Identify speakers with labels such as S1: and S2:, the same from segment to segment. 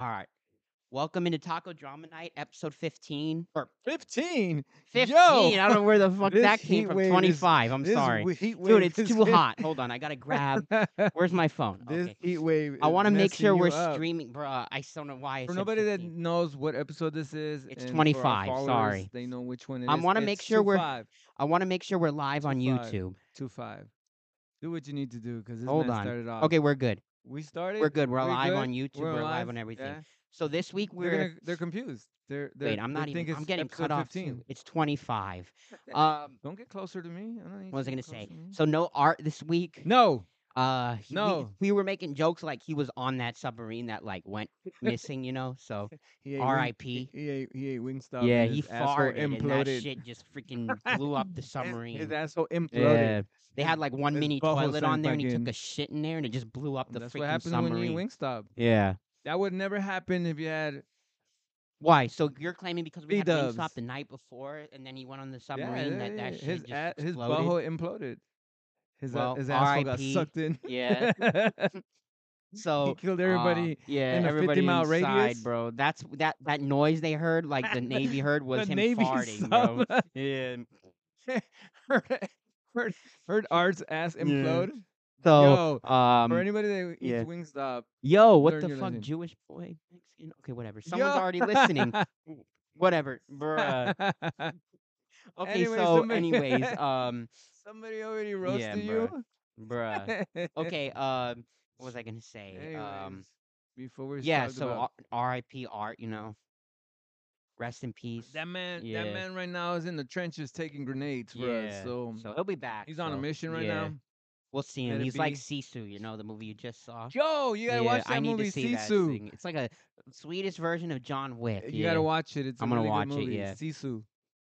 S1: All right. Welcome into Taco Drama Night, episode 15 or
S2: 15.
S1: 15.
S2: Yo,
S1: I don't know where the fuck
S2: this
S1: that
S2: heat
S1: came from.
S2: wave is-
S1: 25. I'm
S2: this
S1: sorry.
S2: w- heat
S1: Dude,
S2: wave
S1: it's
S2: is
S1: too
S2: hitting-
S1: hot. Hold on. I got to grab. Where's my phone?
S2: This
S1: Okay.
S2: heat wave.
S1: I
S2: is
S1: want to make sure
S2: messing
S1: we're
S2: you up.
S1: streaming. Bruh, I still don't know why. I
S3: For
S1: said
S3: nobody that
S1: 15.
S3: knows what episode this is,
S1: It's
S3: and for our
S1: 25,
S3: followers,
S1: sorry.
S3: They know which one it is.
S1: I wanna make
S3: it's
S1: sure we're-
S3: 25,
S1: I want to make sure we're live on
S3: 25.
S1: YouTube.
S3: 25. Do what you need to do because this
S1: Hold
S3: man
S1: on.
S3: started
S2: Uh,
S3: off.
S1: Okay, we're good.
S3: we started.
S1: We're good. We're,
S3: we're
S1: live
S3: good,
S1: on YouTube. We're, live on everything.
S3: yeah.
S1: So this week
S3: They're
S1: we're.
S3: gonna, they're confused. They're, they're
S1: wait, I'm
S3: they
S1: not
S3: think
S1: even. I'm
S3: it's
S1: getting
S3: episode
S1: cut off.
S3: 15.
S1: Too. It's 25.
S2: Eh,
S1: Um,
S3: Don't get closer to me. I don't need
S1: what was I
S3: you
S1: gonna
S3: close
S1: say?
S3: to me.
S1: So no art this week.
S3: no,
S1: Uh, he- we-
S3: No.
S1: we, were making jokes like he was on that submarine that like went missing, you know. So
S2: He ate wing-
S1: R.I.P.
S2: He ate, he ate
S3: Oh,
S2: Wingstop.
S1: Yeah,
S2: and
S1: he
S2: his asshole
S1: farted and that
S2: imploded.
S1: shit just freaking blew up the
S2: His- His
S1: submarine.
S2: asshole
S1: Yeah,
S2: imploded.
S1: they had like one
S2: his
S1: mini
S2: butthole
S1: toilet on
S2: sank
S1: there, and
S2: back
S1: he
S2: in.
S1: took a shit in there, and it just blew up the
S3: that's what
S1: freaking
S3: happens when you
S1: submarine.
S3: eat Wingstop.
S1: yeah.
S3: That would never happen if you had.
S1: Why? So you're claiming because we had Wingstop
S3: B-dubs.
S1: the night before, and then he went on the
S3: yeah,
S1: submarine
S3: yeah,
S1: that that
S3: yeah,
S1: shit
S3: his
S1: just
S3: a- his
S1: exploded?
S3: butthole imploded. His, a-
S1: Well,
S3: his asshole got
S1: RIP.
S3: sucked in.
S1: Yeah.
S3: he
S1: So
S3: killed
S1: uh,
S3: everybody.
S1: yeah,
S3: in a 50
S1: everybody
S3: mile
S1: inside,
S3: radius?
S1: bro. That's that that noise they heard, like the Navy heard, was
S3: the
S1: him
S3: Navy
S1: farting, bro.
S3: sub
S1: Yeah.
S3: heard, heard, heard Art's ass
S1: Yeah.
S3: implode.
S1: So, um,
S3: For anybody that eats
S1: yeah.
S3: Wingstop,
S1: yo, what
S3: learn
S1: the
S3: your
S1: fuck,
S3: lesson.
S1: Jewish boy, Mexican? Okay, whatever. Someone's
S3: Yo.
S1: already listening. Whatever, bruh. Okay,
S3: Anyway,
S1: so
S3: somebody-
S1: anyways, um,
S3: Somebody already roasted
S1: Yeah,
S3: you.
S1: bruh. Okay, um, what was I gonna say? um,
S3: Anyways, before we
S1: yeah.
S3: talk
S1: So,
S3: about-
S1: R- R.I.P. Art, you know. Rest in peace.
S3: that man,
S1: yeah.
S3: that man right now is in the trenches taking grenades for
S1: yeah.
S3: us. So,
S1: he'll be back.
S3: he's on a
S1: so,
S3: mission right
S1: yeah.
S3: now.
S1: We'll see him.
S3: Let it
S1: He's like
S3: be.
S1: Sisu, you know, the movie you just saw.
S3: Yo, you gotta
S1: Yeah,
S3: watch that
S1: I need
S3: movie
S1: to see that
S3: Sisu.
S1: thing. It's like a Swedish version of John Wick.
S3: You
S1: yeah.
S3: gotta watch it. It's a
S1: I'm gonna
S3: really good
S1: watch it,
S3: movie.
S1: yeah.
S3: Sisu.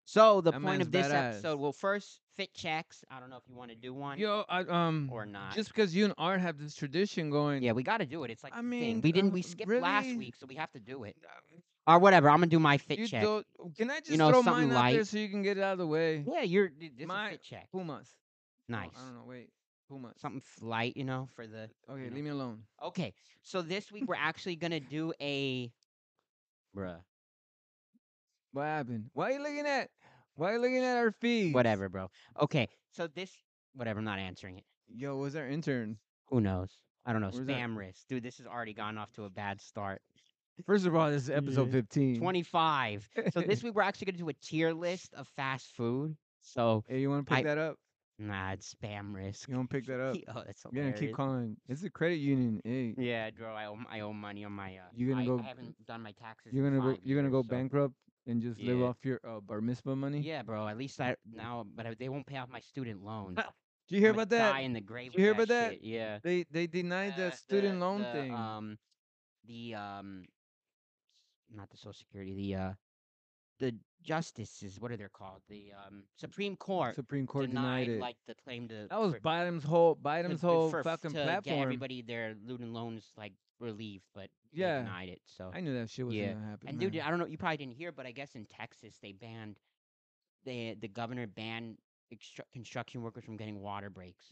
S1: So the
S3: That
S1: point
S3: man's
S1: of this
S3: badass.
S1: episode, well, first fit checks. I don't know if you want to do one
S3: Yo, I, um,
S1: or not.
S3: just because you and Art have this tradition going.
S1: yeah, we got to do it. It's like
S3: I
S1: the thing.
S3: mean,
S1: we didn't
S3: uh,
S1: we skipped last
S3: really?
S1: week, so we have to do it
S3: uh,
S1: or whatever. I'm gonna do my fit
S3: You
S1: check.
S3: do, can I just
S1: know,
S3: throw
S1: something
S3: mine out there
S1: light.
S3: so you can get it out of the way?
S1: Yeah, you're d- this
S3: My-
S1: is fit check.
S3: Pumas. Oh,
S1: Nice,
S3: I don't know. Wait. Pumas.
S1: something f- light, you know, for the.
S3: Okay,
S1: you know.
S3: leave me alone.
S1: Okay, so this week we're actually gonna do a. Bruh.
S3: What happened? Why are you looking at? Why are you looking at our feed?
S1: Whatever, bro. Okay, so this whatever. I'm not answering it.
S3: Yo, was our intern?
S1: Who knows? I don't know.
S3: Where's that?
S1: spam risk, dude. This has already gone off to a bad start.
S3: First of all, this is episode
S1: Yeah.
S3: fifteen.
S1: Twenty-five. So this week we're actually gonna do a tier list of fast food. So
S3: Hey, you want to pick
S1: I-
S3: that up?
S1: nah, it's spam risk.
S3: You want to pick that up?
S1: oh, that's
S3: You're gonna
S1: hilarious.
S3: keep calling. It's a credit union. eh? Hey,
S1: Yeah, bro. I owe, I owe money on my. Uh,
S3: You gonna
S1: I,
S3: go-
S1: I haven't done my taxes.
S3: you're
S1: in
S3: gonna go.
S1: five
S3: You're gonna go
S1: years, so-
S3: bankrupt and just live
S1: Yeah.
S3: off your uh, bar mitzvah money.
S1: Yeah, bro. At least I now, but I, they won't pay off my student loans.
S3: Did Do you hear
S1: I'm gonna
S3: about that?
S1: Die in the grave.
S3: you hear
S1: with
S3: about that?
S1: shit, Yeah.
S3: They they denied
S1: uh,
S3: that student
S1: the-
S3: loan
S1: the,
S3: thing.
S1: Um, the um, not the Social Security. The uh, the justices. What are they called? The um, Supreme Court
S3: Supreme Court
S1: denied,
S3: denied, it.
S1: like the claim to
S3: that was
S1: for-
S3: Biden's whole
S1: to-
S3: Biden's
S1: to-
S3: whole
S1: for-
S3: fucking
S1: to
S3: platform.
S1: Get everybody their student loans like relieved, but they
S3: Yeah.
S1: denied it. So
S3: I knew that shit was
S1: Yeah.
S3: gonna happen.
S1: and dude,
S3: man.
S1: I don't know. You probably didn't hear, but I guess in Texas they banned the the governor banned extru- construction workers from getting water breaks.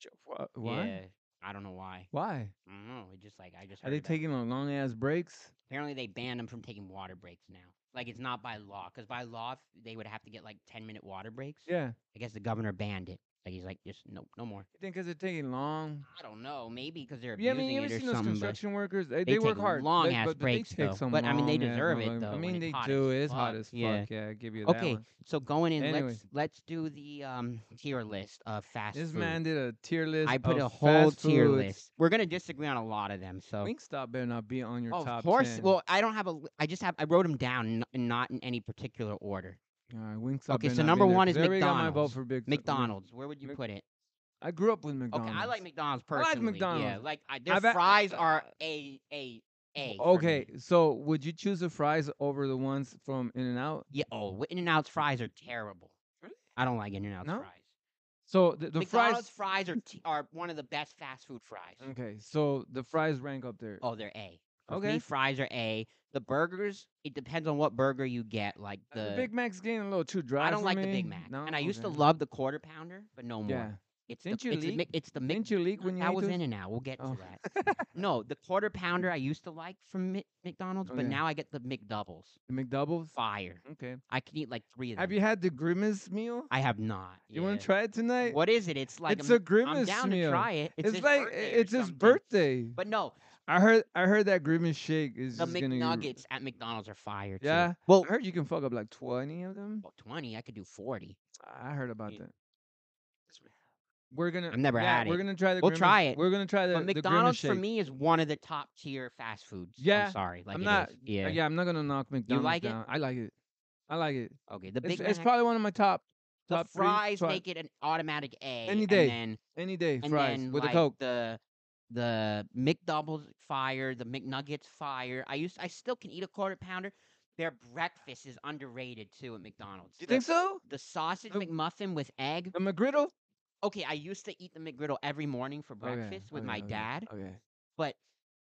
S3: Ch- wha- why?
S1: Yeah, I don't know why.
S3: Why?
S1: I don't know. It just like I just
S3: Are
S1: heard
S3: they
S1: about it.
S3: taking on long ass breaks?
S1: Apparently, they banned them from taking water breaks now. Like, it's not by law, because by law, if they would have to get like 10 minute water breaks.
S3: Yeah.
S1: I guess the governor banned it. Like, he's like, just no, no more.
S3: You think 'cause they're taking long?
S1: I don't know. Maybe because they're
S3: Yeah, I
S1: abusing
S3: mean, you ever
S1: it or
S3: seen those
S1: something. but
S3: construction workers?
S1: they
S3: They, they work
S1: take
S3: hard.
S1: long
S3: but-
S1: ass
S3: but- but they
S1: breaks,
S3: take
S1: though.
S3: some
S1: But, I mean, they
S3: long-ass
S1: deserve it,
S3: motherfucking-
S1: though,
S3: I
S1: when
S3: mean,
S1: it's
S3: they
S1: hot as
S3: do. It's hot
S1: fuck,
S3: as fuck.
S1: yeah.
S3: Yeah, I give you that
S1: Okay,
S3: one.
S1: so going in,
S3: Anyway.
S1: let's let's do the um tier list of fast
S3: This
S1: food.
S3: man did a tier list.
S1: I put
S3: of
S1: a whole
S3: fast
S1: tier
S3: foods.
S1: list. We're gonna disagree on a lot of them. So
S3: Wingstop better not be on your
S1: Oh,
S3: top
S1: of course.
S3: 10.
S1: Well, I don't have a. li- I just have. I wrote them down, n- and not in any particular order.
S3: All right, Wingstop
S1: Okay,
S3: better
S1: so
S3: not be
S1: number
S3: in there,
S1: one
S3: 'cause
S1: is
S3: they already got my vote
S1: McDonald's.
S3: for Big-
S1: McDonald's. Where would you
S3: Mc-
S1: put it?
S3: I grew up with
S1: Okay,
S3: McDonald's.
S1: I like McDonald's
S3: I like
S1: personally. Yeah,
S3: McDonald's.
S1: like I, their
S3: I've a- uh,
S1: fries are a a a. for
S3: Okay,
S1: me.
S3: so would you choose the fries over the ones from In and Out?
S1: Yeah. Oh, In and Out's fries are terrible.
S3: Really?
S1: I don't like In and Out's
S3: No?
S1: fries.
S3: So the, the
S1: McDonald's
S3: fries.
S1: fries, are t- are one of the best fast food fries.
S3: Okay, so the fries rank up there. Uh,
S1: Oh, they're a. For me,
S3: Mm. Okay.
S1: fries are a. The burgers, it depends on what burger you get. Like
S3: the
S1: the,
S3: Big Mac's getting a little too dry.
S1: I don't
S3: for
S1: like the
S3: me.
S1: Big Mac,
S3: No?
S1: and I used to
S3: Okay.
S1: love the quarter pounder, but no more.
S3: Yeah,
S1: It's
S3: Didn't
S1: the,
S3: you
S1: it's, the
S3: leak-
S1: mi- it's the mix
S3: Didn't you leak when you
S1: Uh, that
S3: ate
S1: was
S3: those?
S1: in and out. We'll get
S3: Oh.
S1: to that. no, the quarter pounder I used to like from Mi- McDonald's, but
S3: Okay.
S1: now I get the McDoubles.
S3: The McDoubles?
S1: Fire!
S3: Okay.
S1: I can eat like three of them.
S3: Have you had the Grimace meal?
S1: I have not.
S3: You want
S1: yeah.
S3: to try it tonight?
S1: What is it? It's like
S3: it's
S1: I'm,
S3: a Grimace
S1: I'm down
S3: meal.
S1: to try it. It's,
S3: It's,
S1: his
S3: like
S1: birthday or
S3: it's his
S1: something.
S3: birthday.
S1: But no,
S3: I heard I heard that Grimace shake is
S1: the
S3: just gonna get-
S1: McNuggets at McDonald's are fire. Too.
S3: Yeah?
S1: Well,
S3: I heard you can fuck up like twenty of them.
S1: well, twenty. I could do forty.
S3: I heard about
S1: Yeah.
S3: that. We're gonna.
S1: I've never
S3: yeah,
S1: had
S3: We're
S1: it.
S3: gonna try the.
S1: We'll
S3: Grimace-
S1: try it.
S3: We're gonna try the.
S1: but
S3: the Grimace
S1: McDonald's for
S3: shake.
S1: me is one of the top tier fast foods.
S3: Yeah,
S1: I'm sorry. Like
S3: I'm
S1: it
S3: not-
S1: is.
S3: Uh,
S1: Yeah.
S3: Yeah, I'm not gonna knock McDonald's
S1: like it?
S3: down. I like it. I like it.
S1: Okay. The
S3: It's,
S1: big
S3: it's
S1: Mac,
S3: probably one of my top.
S1: the
S3: top three,
S1: fries
S3: try-
S1: make it an automatic A.
S3: Any day.
S1: And then,
S3: any day
S1: and
S3: fries
S1: then
S3: with
S1: like,
S3: a coke.
S1: the the McDoubles fire, the McNuggets fire. I used I still can eat a quarter pounder. Their breakfast is underrated too at McDonald's.
S3: you
S1: The-
S3: think so?
S1: The sausage
S3: The-
S1: McMuffin with egg.
S3: The McGriddle
S1: Okay, I used to eat the McGriddle every morning for
S3: Okay,
S1: breakfast with
S3: okay,
S1: my
S3: okay,
S1: dad,
S3: Okay.
S1: but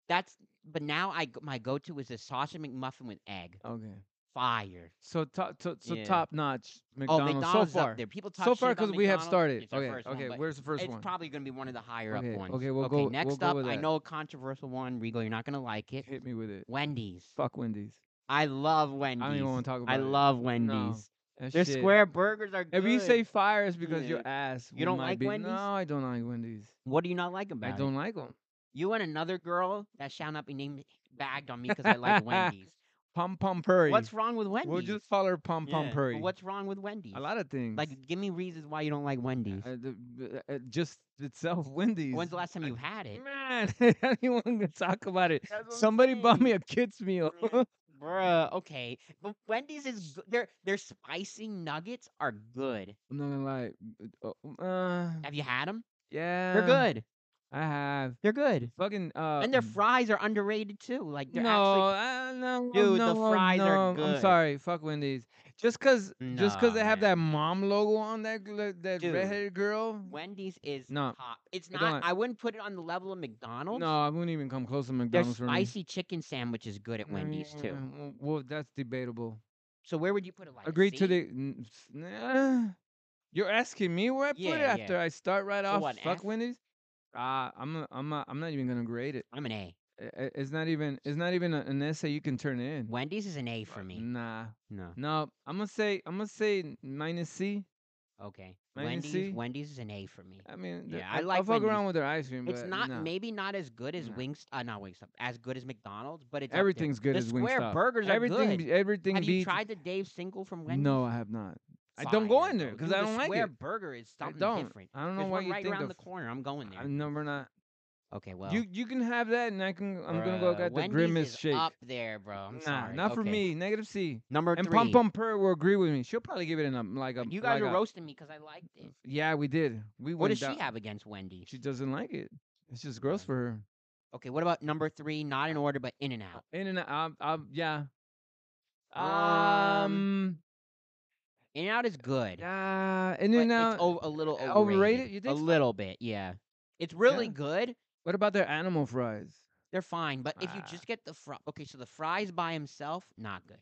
S1: that's but now I go- my go-to is the sausage McMuffin with egg.
S3: Okay.
S1: Fire.
S3: So top. So, so
S1: Yeah.
S3: top notch
S1: Oh,
S3: McDonald's,
S1: McDonald's
S3: so far.
S1: up there. People talk
S3: So
S1: shit
S3: far,
S1: about
S3: because we have
S1: McDonald's,
S3: started.
S1: it's our
S3: Okay.
S1: first one,
S3: Okay.
S1: but
S3: Where's the first
S1: it's
S3: one?
S1: probably going to be one of the higher
S3: Okay,
S1: up ones.
S3: okay, we'll go-
S1: next
S3: we'll go
S1: up,
S3: with
S1: I
S3: that.
S1: know a controversial one, Regal. You're not going to like it.
S3: Hit me with it.
S1: Wendy's.
S3: Fuck Wendy's.
S1: I love Wendy's.
S3: I don't even want to talk about
S1: I
S3: it.
S1: love Wendy's.
S3: That
S1: Their
S3: shit.
S1: square burgers are good.
S3: If you say fire, it's because your
S1: Yeah.
S3: ass.
S1: You don't
S3: might
S1: like
S3: be-
S1: Wendy's?
S3: No, I don't like Wendy's.
S1: what do you not like about
S3: I
S1: it?
S3: don't like them.
S1: You and another girl that shall not be named bagged on me because I like Wendy's.
S3: Pom Pom Purry.
S1: What's wrong with Wendy's?
S3: We'll just call her Pom
S1: Yeah,
S3: Pom
S1: but
S3: Purry.
S1: What's wrong with Wendy's?
S3: a lot of things.
S1: like, give me reasons why you don't like Wendy's.
S3: uh, the- b- uh, just itself, Wendy's.
S1: When's the last time you had it?
S3: Man, I don't even want to talk about it.
S1: That's what I'm
S3: Somebody bought
S1: saying.
S3: me a kids meal.
S1: Yeah. Bruh, okay. But Wendy's is good. Their, their spicy nuggets are good.
S3: I'm not gonna lie. Uh, oh, uh,
S1: Have you had them?
S3: yeah,
S1: They're good.
S3: I have
S1: They're good.
S3: fucking. Uh,
S1: And their
S3: b-
S1: fries are underrated too. Like, they're
S3: no,
S1: actually.
S3: uh, no,
S1: Dude, the
S3: no,
S1: fries are
S3: no, I'm
S1: good.
S3: sorry, fuck Wendy's. Just cause, just cause
S1: Nah,
S3: they have
S1: man.
S3: that mom logo on that gl- that
S1: Dude,
S3: redheaded girl.
S1: Wendy's is
S3: No,
S1: top. It's
S3: I
S1: not.
S3: don't-
S1: I wouldn't put it on the level of McDonald's.
S3: No, I wouldn't even come close to
S1: Their
S3: McDonald's. for me.
S1: spicy chicken sandwich is good at Wendy's too.
S3: Mm, w- Well, that's debatable.
S1: So where would you put it? Like a
S3: Agree to
S1: C?
S3: the. n- s- nah. You're asking me where I put
S1: Yeah,
S3: it
S1: yeah.
S3: after I start right
S1: So
S3: off.
S1: what,
S3: fuck
S1: F?
S3: Wendy's. Uh, I'm not- I'm not, I'm not even gonna grade it.
S1: I'm an A.
S3: I- I- It's not even it's not even a- an essay you can turn in.
S1: Wendy's is an A for
S3: Uh,
S1: me.
S3: Nah,
S1: No.
S3: no. I'm gonna say I'm gonna say n- minus C.
S1: Okay.
S3: Mine is
S1: Wendy's.
S3: C.
S1: Wendy's is an A for me.
S3: I mean, the-
S1: Yeah, I
S3: I, I'll
S1: like
S3: fuck around
S1: Wendy's.
S3: with their ice cream.
S1: It's
S3: but
S1: not
S3: nah.
S1: maybe not as good as
S3: No.
S1: Wings. Uh, not Wings. As good as McDonald's, but it's up there.
S3: Everything's good
S1: The
S3: as
S1: square
S3: Wingstop.
S1: burgers are
S3: everything,
S1: good.
S3: be- everything
S1: Have you
S3: beats.
S1: tried the Dave single from Wendy's?
S3: No, I have not. I don't go
S1: Fire,
S3: in there
S1: bro.
S3: because
S1: Dude,
S3: I
S1: the
S3: don't like
S1: square
S3: it.
S1: burger is
S3: I
S1: something
S3: don't.
S1: different.
S3: I don't know
S1: There's
S3: why
S1: one
S3: you
S1: right
S3: think
S1: around
S3: of.
S1: the corner. I'm going there.
S3: I know we're not.
S1: okay, well,
S3: you you can have that, and I can. I'm gonna go
S1: bruh,
S3: get the
S1: Wendy's
S3: grimace
S1: is
S3: shake.
S1: Up there, bro. I'm
S3: nah,
S1: sorry.
S3: not for
S1: Okay.
S3: me. Negative C.
S1: Number
S3: And
S1: three.
S3: Pom Pom Per will agree with me. She'll probably give it an um, like a.
S1: you guys
S3: like
S1: are
S3: a-
S1: roasting me because I liked it.
S3: Yeah, we did. We
S1: What
S3: went
S1: does
S3: down-
S1: she have against Wendy?
S3: She doesn't like it. It's just gross
S1: Yeah.
S3: for her.
S1: Okay, what about number three? Not in order, but In and Out.
S3: In and um, um, yeah.
S1: Um,
S3: Um,
S1: In and Out is good.
S3: yeah. In
S1: but
S3: and out.
S1: It's o- a little
S3: uh,
S1: overrated.
S3: overrated? You think
S1: a
S3: so?
S1: little bit, yeah. It's really
S3: Yeah.
S1: good.
S3: What about their animal fries?
S1: They're fine, but if you
S3: Ah.
S1: just get the fry, okay, so the fries by himself, not good.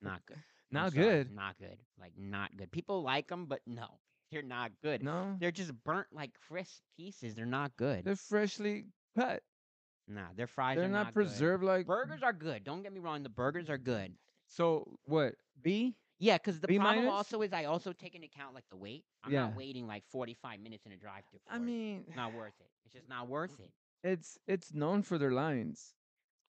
S1: not good. I'm
S3: Not
S1: sorry,
S3: good.
S1: Not good. Like not good. People like them, but no, they're not good.
S3: No,
S1: They're just burnt like crisp pieces. They're not good.
S3: they're freshly cut.
S1: nah, their fries
S3: They're
S1: are
S3: not,
S1: good.
S3: preserved like
S1: Burgers are good. Don't get me wrong. The burgers are good.
S3: So what? B.
S1: Yeah, because the
S3: B
S1: problem
S3: minus?
S1: also is I also take into account like the wait. I'm
S3: Yeah.
S1: not waiting like 45 minutes in a drive-thru. for
S3: I
S1: it.
S3: mean,
S1: it's not worth it. It's just not worth it.
S3: it's it's known for their lines.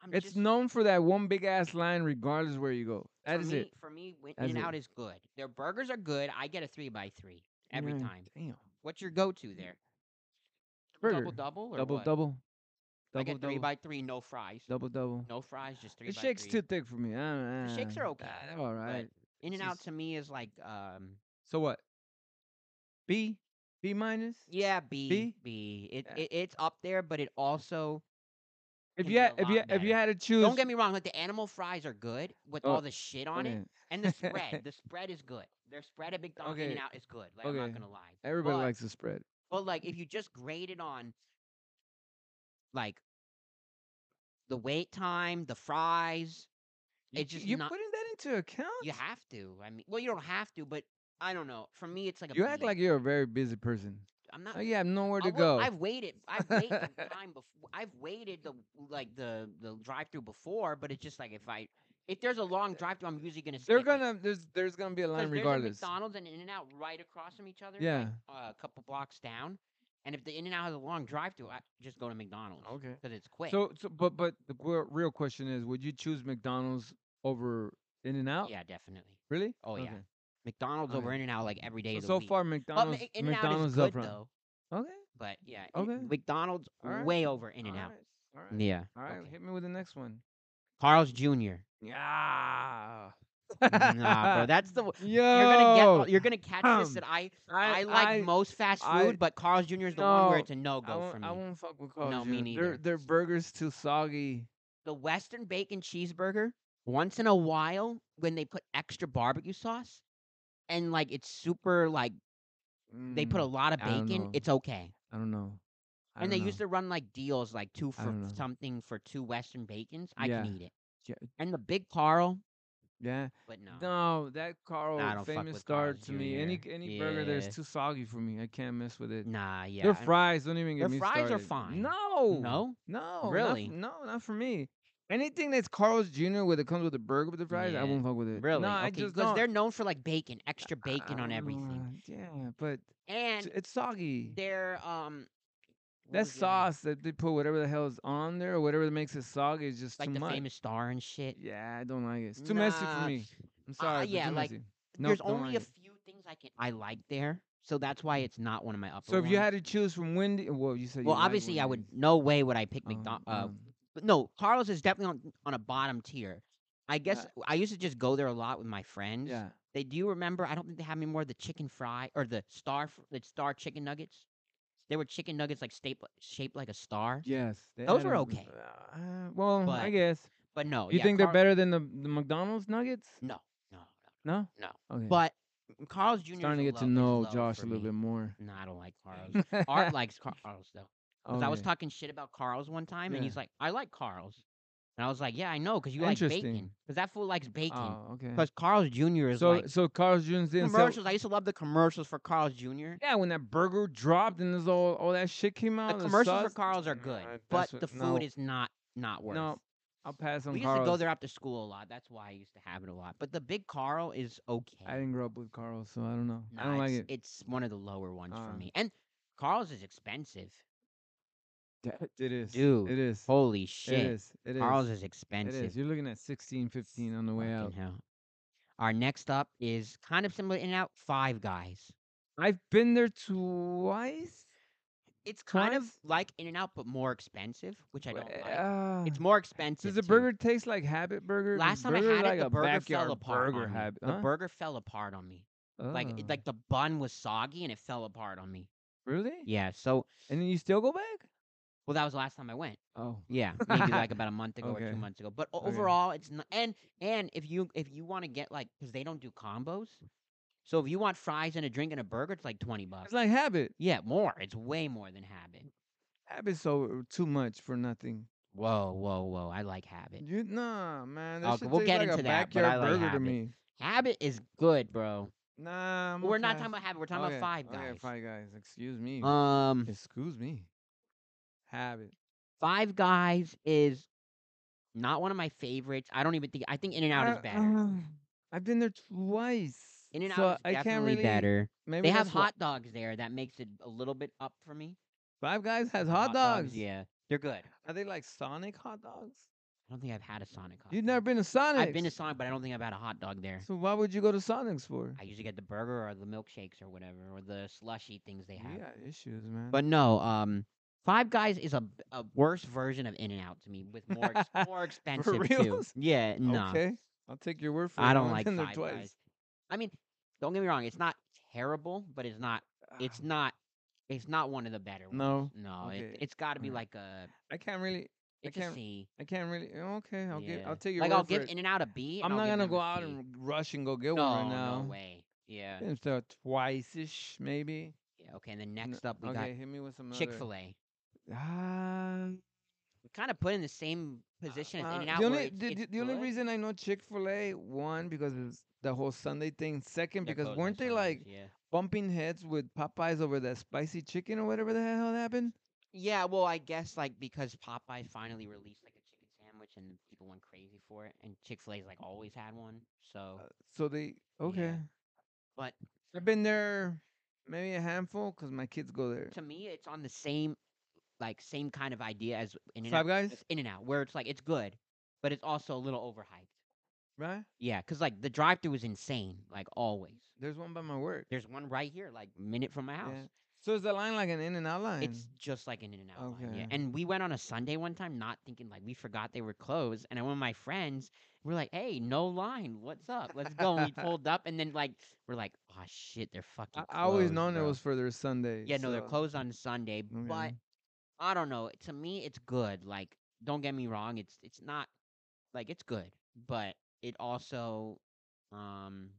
S1: I'm
S3: It's
S1: just,
S3: known for that one big ass line, regardless where you go. That
S1: for
S3: is
S1: me,
S3: it.
S1: For me,
S3: That is
S1: In and
S3: it.
S1: Out is good. Their burgers are good. I get a three by three every
S3: Man,
S1: time.
S3: Damn.
S1: What's your go-to there?
S3: Burger.
S1: Double double or
S3: double,
S1: what?
S3: double.
S1: I
S3: Double,
S1: get three
S3: double,
S1: by three, no fries.
S3: double, double.
S1: No fries, just three
S3: the
S1: by
S3: shake's
S1: three.
S3: too thick for me. I don't,
S1: shakes
S3: know.
S1: are okay,
S3: Ah, they're all right.
S1: In and
S3: it's
S1: Out
S3: just-
S1: to me is like um
S3: So what? B, B minus.
S1: yeah B
S3: B?
S1: B. It,
S3: Yeah.
S1: it it's up there, but it also can
S3: If you
S1: be
S3: had,
S1: a
S3: if you
S1: lot
S3: if you
S1: better.
S3: had to choose,
S1: don't get me wrong. Like the animal fries are good with
S3: Oh,
S1: all the shit on it,
S3: okay,
S1: and the spread. the spread is good. Their spread at McDonald's In
S3: Okay,
S1: and Out is good. Like I'm
S3: okay.
S1: not gonna lie.
S3: Everybody
S1: but,
S3: likes the spread.
S1: But like, if you just grade it on, like, the wait time, the fries,
S3: You,
S1: it's just
S3: you're
S1: not-
S3: putting that into account.
S1: you have to. I mean, well, you don't have to, but I don't know. For me, it's like a
S3: You act
S1: B.
S3: like you're a very busy person.
S1: I'm not.
S3: Oh, yeah, I'm nowhere to
S1: I will-
S3: go.
S1: I've waited. I've waited the time before. I've waited the like the the drive through before, but it's just like if I if there's a long drive through, I'm usually gonna.
S3: They're
S1: skip it.
S3: gonna there's there's gonna be a
S1: 'Cause
S3: line
S1: there's a
S3: regardless.
S1: McDonald's and In and Out right across from each other. like,
S3: Yeah.
S1: uh, a couple blocks down, and if the In and Out has a long drive through, I just go to McDonald's
S3: Okay.
S1: because it's quick.
S3: Oh, So so but but the qu- real question is, would you choose McDonald's over In and Out?
S1: yeah, definitely.
S3: Really?
S1: Oh, yeah.
S3: Okay.
S1: McDonald's over
S3: Okay.
S1: In and Out like every day
S3: So,
S1: of the
S3: so
S1: week.
S3: far
S1: But
S3: McDonald's
S1: In and Out is
S3: McDonald's
S1: good
S3: up front.
S1: though.
S3: Okay.
S1: But yeah, it-
S3: Okay.
S1: McDonald's
S3: Alright.
S1: way over In
S3: All
S1: and Out.
S3: right, All right.
S1: Yeah.
S3: All right.
S1: okay.
S3: Hit me with the next one.
S1: Carl's Jr.
S3: Yeah.
S1: nah, bro, that's the.
S3: Yo.
S1: You're gonna get. all- You're gonna catch this
S3: um,
S1: that I I, like
S3: I,
S1: most fast food,
S3: I-
S1: but Carl's Jr. is the one where
S3: No,
S1: it's a no
S3: I
S1: go
S3: won't,
S1: for
S3: I
S1: me.
S3: won't fuck with Carl's
S1: No, me
S3: Jr.
S1: neither.
S3: Their their burgers too soggy.
S1: The Western Bacon Cheeseburger. Once in a while, when they put extra barbecue sauce, and like it's super like they put a
S3: Mm,
S1: lot of
S3: I don't
S1: bacon,
S3: know.
S1: it's okay.
S3: I don't know. I
S1: and they
S3: don't know.
S1: used to run like deals, like two for
S3: don't know.
S1: something for two Western bacons. I
S3: Yeah.
S1: can eat it.
S3: Yeah.
S1: And the big Carl,
S3: Yeah.
S1: but no.
S3: No, that Carl
S1: I don't fuck
S3: famous
S1: with
S3: star
S1: Carl's
S3: to me. Any
S1: Jr..
S3: any burger
S1: Yeah.
S3: there's too soggy for me. I can't mess with it.
S1: Nah, yeah.
S3: Their
S1: I-
S3: fries don't even get
S1: Their
S3: me
S1: fries are
S3: started.
S1: fine.
S3: No.
S1: No?
S3: No. not
S1: Really?
S3: f- no, not for me. Anything that's Carl's Jr. with it comes with a burger with the fries,
S1: Yeah.
S3: I won't fuck with it.
S1: Really?
S3: No, I
S1: okay,
S3: just
S1: because they're
S3: don't.
S1: known for like bacon, extra bacon on everything,
S3: Uh, yeah, but it's,
S1: and
S3: it's soggy.
S1: their um. what
S3: That
S1: was the other-
S3: sauce that they put whatever the hell is on there or whatever that makes it soggy is just
S1: like
S3: too
S1: the
S3: much.
S1: famous star and shit.
S3: Yeah, I don't like it. It's too messy for
S1: Nah. Ah,
S3: me. I'm sorry. but
S1: yeah,
S3: too
S1: like,
S3: messy.
S1: There's
S3: Nope, don't
S1: only
S3: like
S1: a few things I can I like there, so that's why it's not one of my upper.
S3: So if you
S1: ones.
S3: had to choose from Wendy, well, you said you
S1: well,
S3: like
S1: obviously I would.
S3: Wendy's.
S1: No way would I pick
S3: Um,
S1: McDonald. Uh,
S3: um,
S1: but no, Carlos is definitely on, on a bottom tier. I guess I used to just go there a lot with my friends.
S3: yeah.
S1: They do you remember? I don't think they have anymore the chicken fry or the star f- the star chicken nuggets. They were chicken nuggets like staple, shaped like a star.
S3: Yes. they
S1: Those
S3: had
S1: were
S3: a-
S1: okay.
S3: Uh, well, I
S1: But
S3: guess.
S1: But no,
S3: You
S1: yeah,
S3: think
S1: Carl-
S3: they're better than the, the McDonald's nuggets?
S1: No, no, no.
S3: No.
S1: No.
S3: Okay.
S1: But mm, Carl's Jr. 's
S3: starting to
S1: a
S3: get to
S1: low- is
S3: know
S1: low
S3: Josh
S1: for
S3: a little
S1: me.
S3: bit more.
S1: No, I don't like Carl's. Art likes Carl's though. Because I was
S3: Okay.
S1: talking shit about Carl's one time, and
S3: Yeah.
S1: he's like, "I like Carl's," and I was like, "Yeah, I know, because you like bacon.
S3: Interesting.
S1: Because that fool likes bacon.
S3: Oh, okay.
S1: Because Carl's Jr. is
S3: so
S1: like
S3: so Carl's Jr. didn't sell.
S1: commercials. I used to love the commercials for Carl's Jr.
S3: Yeah, when that burger dropped and there's all all that shit came
S1: The
S3: out.
S1: commercials for
S3: sauce,
S1: Carl's are
S3: nah,
S1: good,
S3: that's
S1: but
S3: what-
S1: the food
S3: no,
S1: is not not worth.
S3: No, I'll pass on
S1: we used
S3: Carl's.
S1: to go there after school a lot. That's why I used to have it a lot. But the Big Carl is okay.
S3: I didn't grow up with Carl's, so I don't know.
S1: Nah,
S3: I don't like
S1: it's,
S3: it.
S1: It's one of the lower ones
S3: Uh.
S1: for me. And Carl's is expensive.
S3: That- It is.
S1: Dude,
S3: It is.
S1: Holy
S3: It
S1: shit.
S3: is. It is.
S1: Carl's is
S3: It
S1: expensive.
S3: is. You're looking at 16, 15 on the way
S1: Fucking
S3: out.
S1: hell. Our next up is kind of similar to in and out five guys.
S3: I've been there twice.
S1: It's kind of
S3: Twice?
S1: like in and out but more expensive, which I don't like.
S3: Uh,
S1: It's more expensive.
S3: Does the
S1: too.
S3: burger taste like Habit Burger? 'Cause
S1: Last time I
S3: burger's
S1: had
S3: like
S1: it, the
S3: a
S1: burger Oh.
S3: backyard
S1: fell apart.
S3: Burger
S1: on me.
S3: habit. Uh,
S1: The burger fell apart on me. Like it- like the bun was soggy and it fell apart on me.
S3: really?
S1: Yeah. So
S3: And then you still go back?
S1: well, that was the last time I went.
S3: Oh,
S1: Yeah, maybe like about a month ago or
S3: Okay.
S1: two months ago. But o-
S3: Okay.
S1: overall, it's not. And and if you if you want to get like because they don't do combos, so if you want fries and a drink and a burger, it's like twenty bucks.
S3: it's like Habit.
S1: yeah, more. It's way more than Habit.
S3: Habit's so too much for nothing.
S1: Whoa, whoa, whoa! I like Habit.
S3: You nah, man. That
S1: I'll-
S3: shit
S1: Uh, we'll
S3: tastes
S1: get
S3: like
S1: into that,
S3: a
S1: but
S3: backyard
S1: I like
S3: burger to
S1: Habit.
S3: me.
S1: Habit is good, bro.
S3: Nah, I'm
S1: But We're
S3: gonna
S1: not
S3: pass.
S1: talking about Habit. We're talking
S3: Okay,
S1: about Five Guys.
S3: Okay, Five Guys. Excuse me.
S1: Um,
S3: Excuse me. Habit.
S1: Five Guys is not one of my favorites. I don't even think. I think In and Out is
S3: I-
S1: better.
S3: uh, I've been there twice.
S1: In and
S3: so
S1: Out
S3: I
S1: is
S3: can't
S1: definitely
S3: really-
S1: better.
S3: Maybe
S1: They have
S3: that's why-
S1: hot dogs there. That makes it a little bit up for me.
S3: Five Guys has hot, dogs.
S1: Yeah, they're good. I
S3: Are they like Sonic hot dogs?
S1: don't think I've had a Sonic hot.
S3: You've
S1: dog.
S3: never been to Sonic.
S1: Uh, I've been to Sonic, but I don't think I've had a hot dog there.
S3: So why would you go to Sonic's for?
S1: I usually get the burger or the milkshakes or whatever or the slushy things they have.
S3: You got issues, man.
S1: But no, um, Five Guys is a, b- a worse version of In and Out to me with more ex- more expensive too.
S3: reals?
S1: Yeah, no,
S3: okay, I'll take your word for it.
S1: I don't
S3: I've
S1: like
S3: been there
S1: Five
S3: twice.
S1: Guys. I mean, don't get me wrong, it's not terrible, but it's not it's
S3: Ah,
S1: not it's not one of the better ones.
S3: no.
S1: No,
S3: Okay,
S1: it, it's got to be
S3: alright.
S1: like a
S3: I can't really. I
S1: it's a
S3: can't-
S1: C.
S3: I can't really. oh, Okay, I'll give.
S1: Yeah.
S3: I'll take your
S1: Like
S3: word
S1: I'll
S3: for
S1: give
S3: it.
S1: In and Out a B.
S3: I'm
S1: and I'll
S3: not
S1: give
S3: gonna
S1: them a
S3: go out
S1: C.
S3: and rush and go get
S1: no,
S3: one right now.
S1: No way. Yeah.
S3: Been there twice ish, maybe.
S1: yeah. Okay, and then
S3: N-
S1: next up we
S3: okay, hit me with some
S1: got Chick Fil A.
S3: A. Ah,
S1: kind of put in the same position as
S3: Uh,
S1: In-N-Out.
S3: the
S1: where
S3: only
S1: it's-
S3: the,
S1: it's
S3: the- the only
S1: good.
S3: reason I know Chick Fil A one because it's the whole Sunday thing. Second
S1: They're
S3: because
S1: closed on
S3: weren't they
S1: Sundays,
S3: like
S1: yeah.
S3: bumping heads with Popeyes over that spicy chicken or whatever the hell happened?
S1: Yeah, well, I guess like because Popeye finally released like a chicken sandwich and people went crazy for it, and Chick Fil A's like always had one. So,
S3: Uh, So they okay.
S1: but
S3: I've been there maybe a handful because my kids go there.
S1: to me, it's on the same like same kind of idea as In and
S3: Five
S1: Out.
S3: Guys,
S1: It's In and Out, where it's like it's good, but it's also a little overhyped.
S3: right?
S1: Yeah, because like the drive through is insane, like always.
S3: There's one by my work.
S1: There's one right here, like minute from my
S3: Yeah.
S1: house.
S3: So is the line like an in and out line?
S1: It's just like an in and out line. Yeah.
S3: Okay.
S1: And we went on a Sunday one time, not thinking like we forgot they were closed. And I went with my friends. We're like, hey, no line. What's up? Let's go. And we pulled up, and then like we're like, oh shit, they're
S3: I,
S1: fucking.
S3: I always
S1: closed,
S3: known it
S1: bro."
S3: was for their Sunday.
S1: Yeah, no, they're
S3: so-
S1: closed on Sunday, but
S3: Okay.
S1: I don't know. To me, it's good. Like, don't get me wrong. It's it's not like it's good, but it also, um,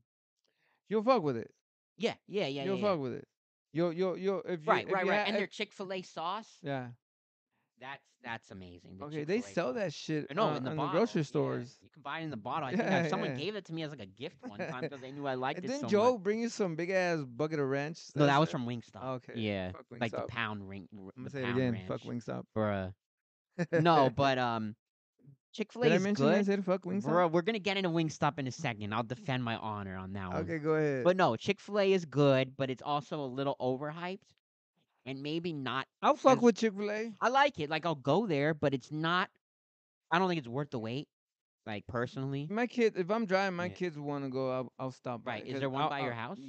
S3: You'll fuck with it.
S1: yeah, yeah, yeah,
S3: You'll
S1: yeah, yeah.
S3: fuck with it. You'll you'll you'll if you
S1: Right,
S3: if
S1: right,
S3: you
S1: right.
S3: ha-
S1: and
S3: if-
S1: their Chick Fil A sauce.
S3: yeah.
S1: That's that's amazing. the
S3: Okay, they
S1: Chick-fil-A
S3: sell
S1: sauce.
S3: that shit.
S1: Uh, No,
S3: uh,
S1: in the
S3: on
S1: bottle.
S3: grocery
S1: yeah.
S3: stores.
S1: You can buy it in the bottle. I think I,
S3: Yeah,
S1: someone
S3: yeah.
S1: gave it to me as like a gift one time because they knew I liked
S3: And
S1: it
S3: didn't
S1: so
S3: Joe
S1: much.
S3: bring you some big ass bucket of ranch?
S1: No, that
S3: That's
S1: was
S3: it?
S1: from Wingstop.
S3: Okay.
S1: Yeah,
S3: Fuck
S1: like the
S3: Wingstop.
S1: pound ring. r-
S3: I'm
S1: the
S3: gonna say it
S1: pound
S3: again.
S1: Ranch.
S3: Fuck Wingstop.
S1: Bruh. No, but um, Chick Fil A
S3: Did I
S1: is
S3: mention I
S1: good.
S3: said fuck Wingstop?
S1: Bruh, we're gonna get into Wingstop in a second. I'll defend my honor on that one.
S3: okay, go ahead.
S1: But no, Chick Fil A is good, but it's also a little overhyped, and maybe not.
S3: I'll fuck
S1: as-
S3: with Chick Fil A.
S1: I like it. Like I'll go there, but it's not. I don't think it's worth the wait. Like personally,
S3: My kid, if I'm driving, my
S1: Yeah.
S3: kids want to go. I'll, I'll stop. by
S1: Right,
S3: it,
S1: is
S3: 'cause
S1: there one
S3: I'll-
S1: by your
S3: I'll-
S1: house?
S3: y-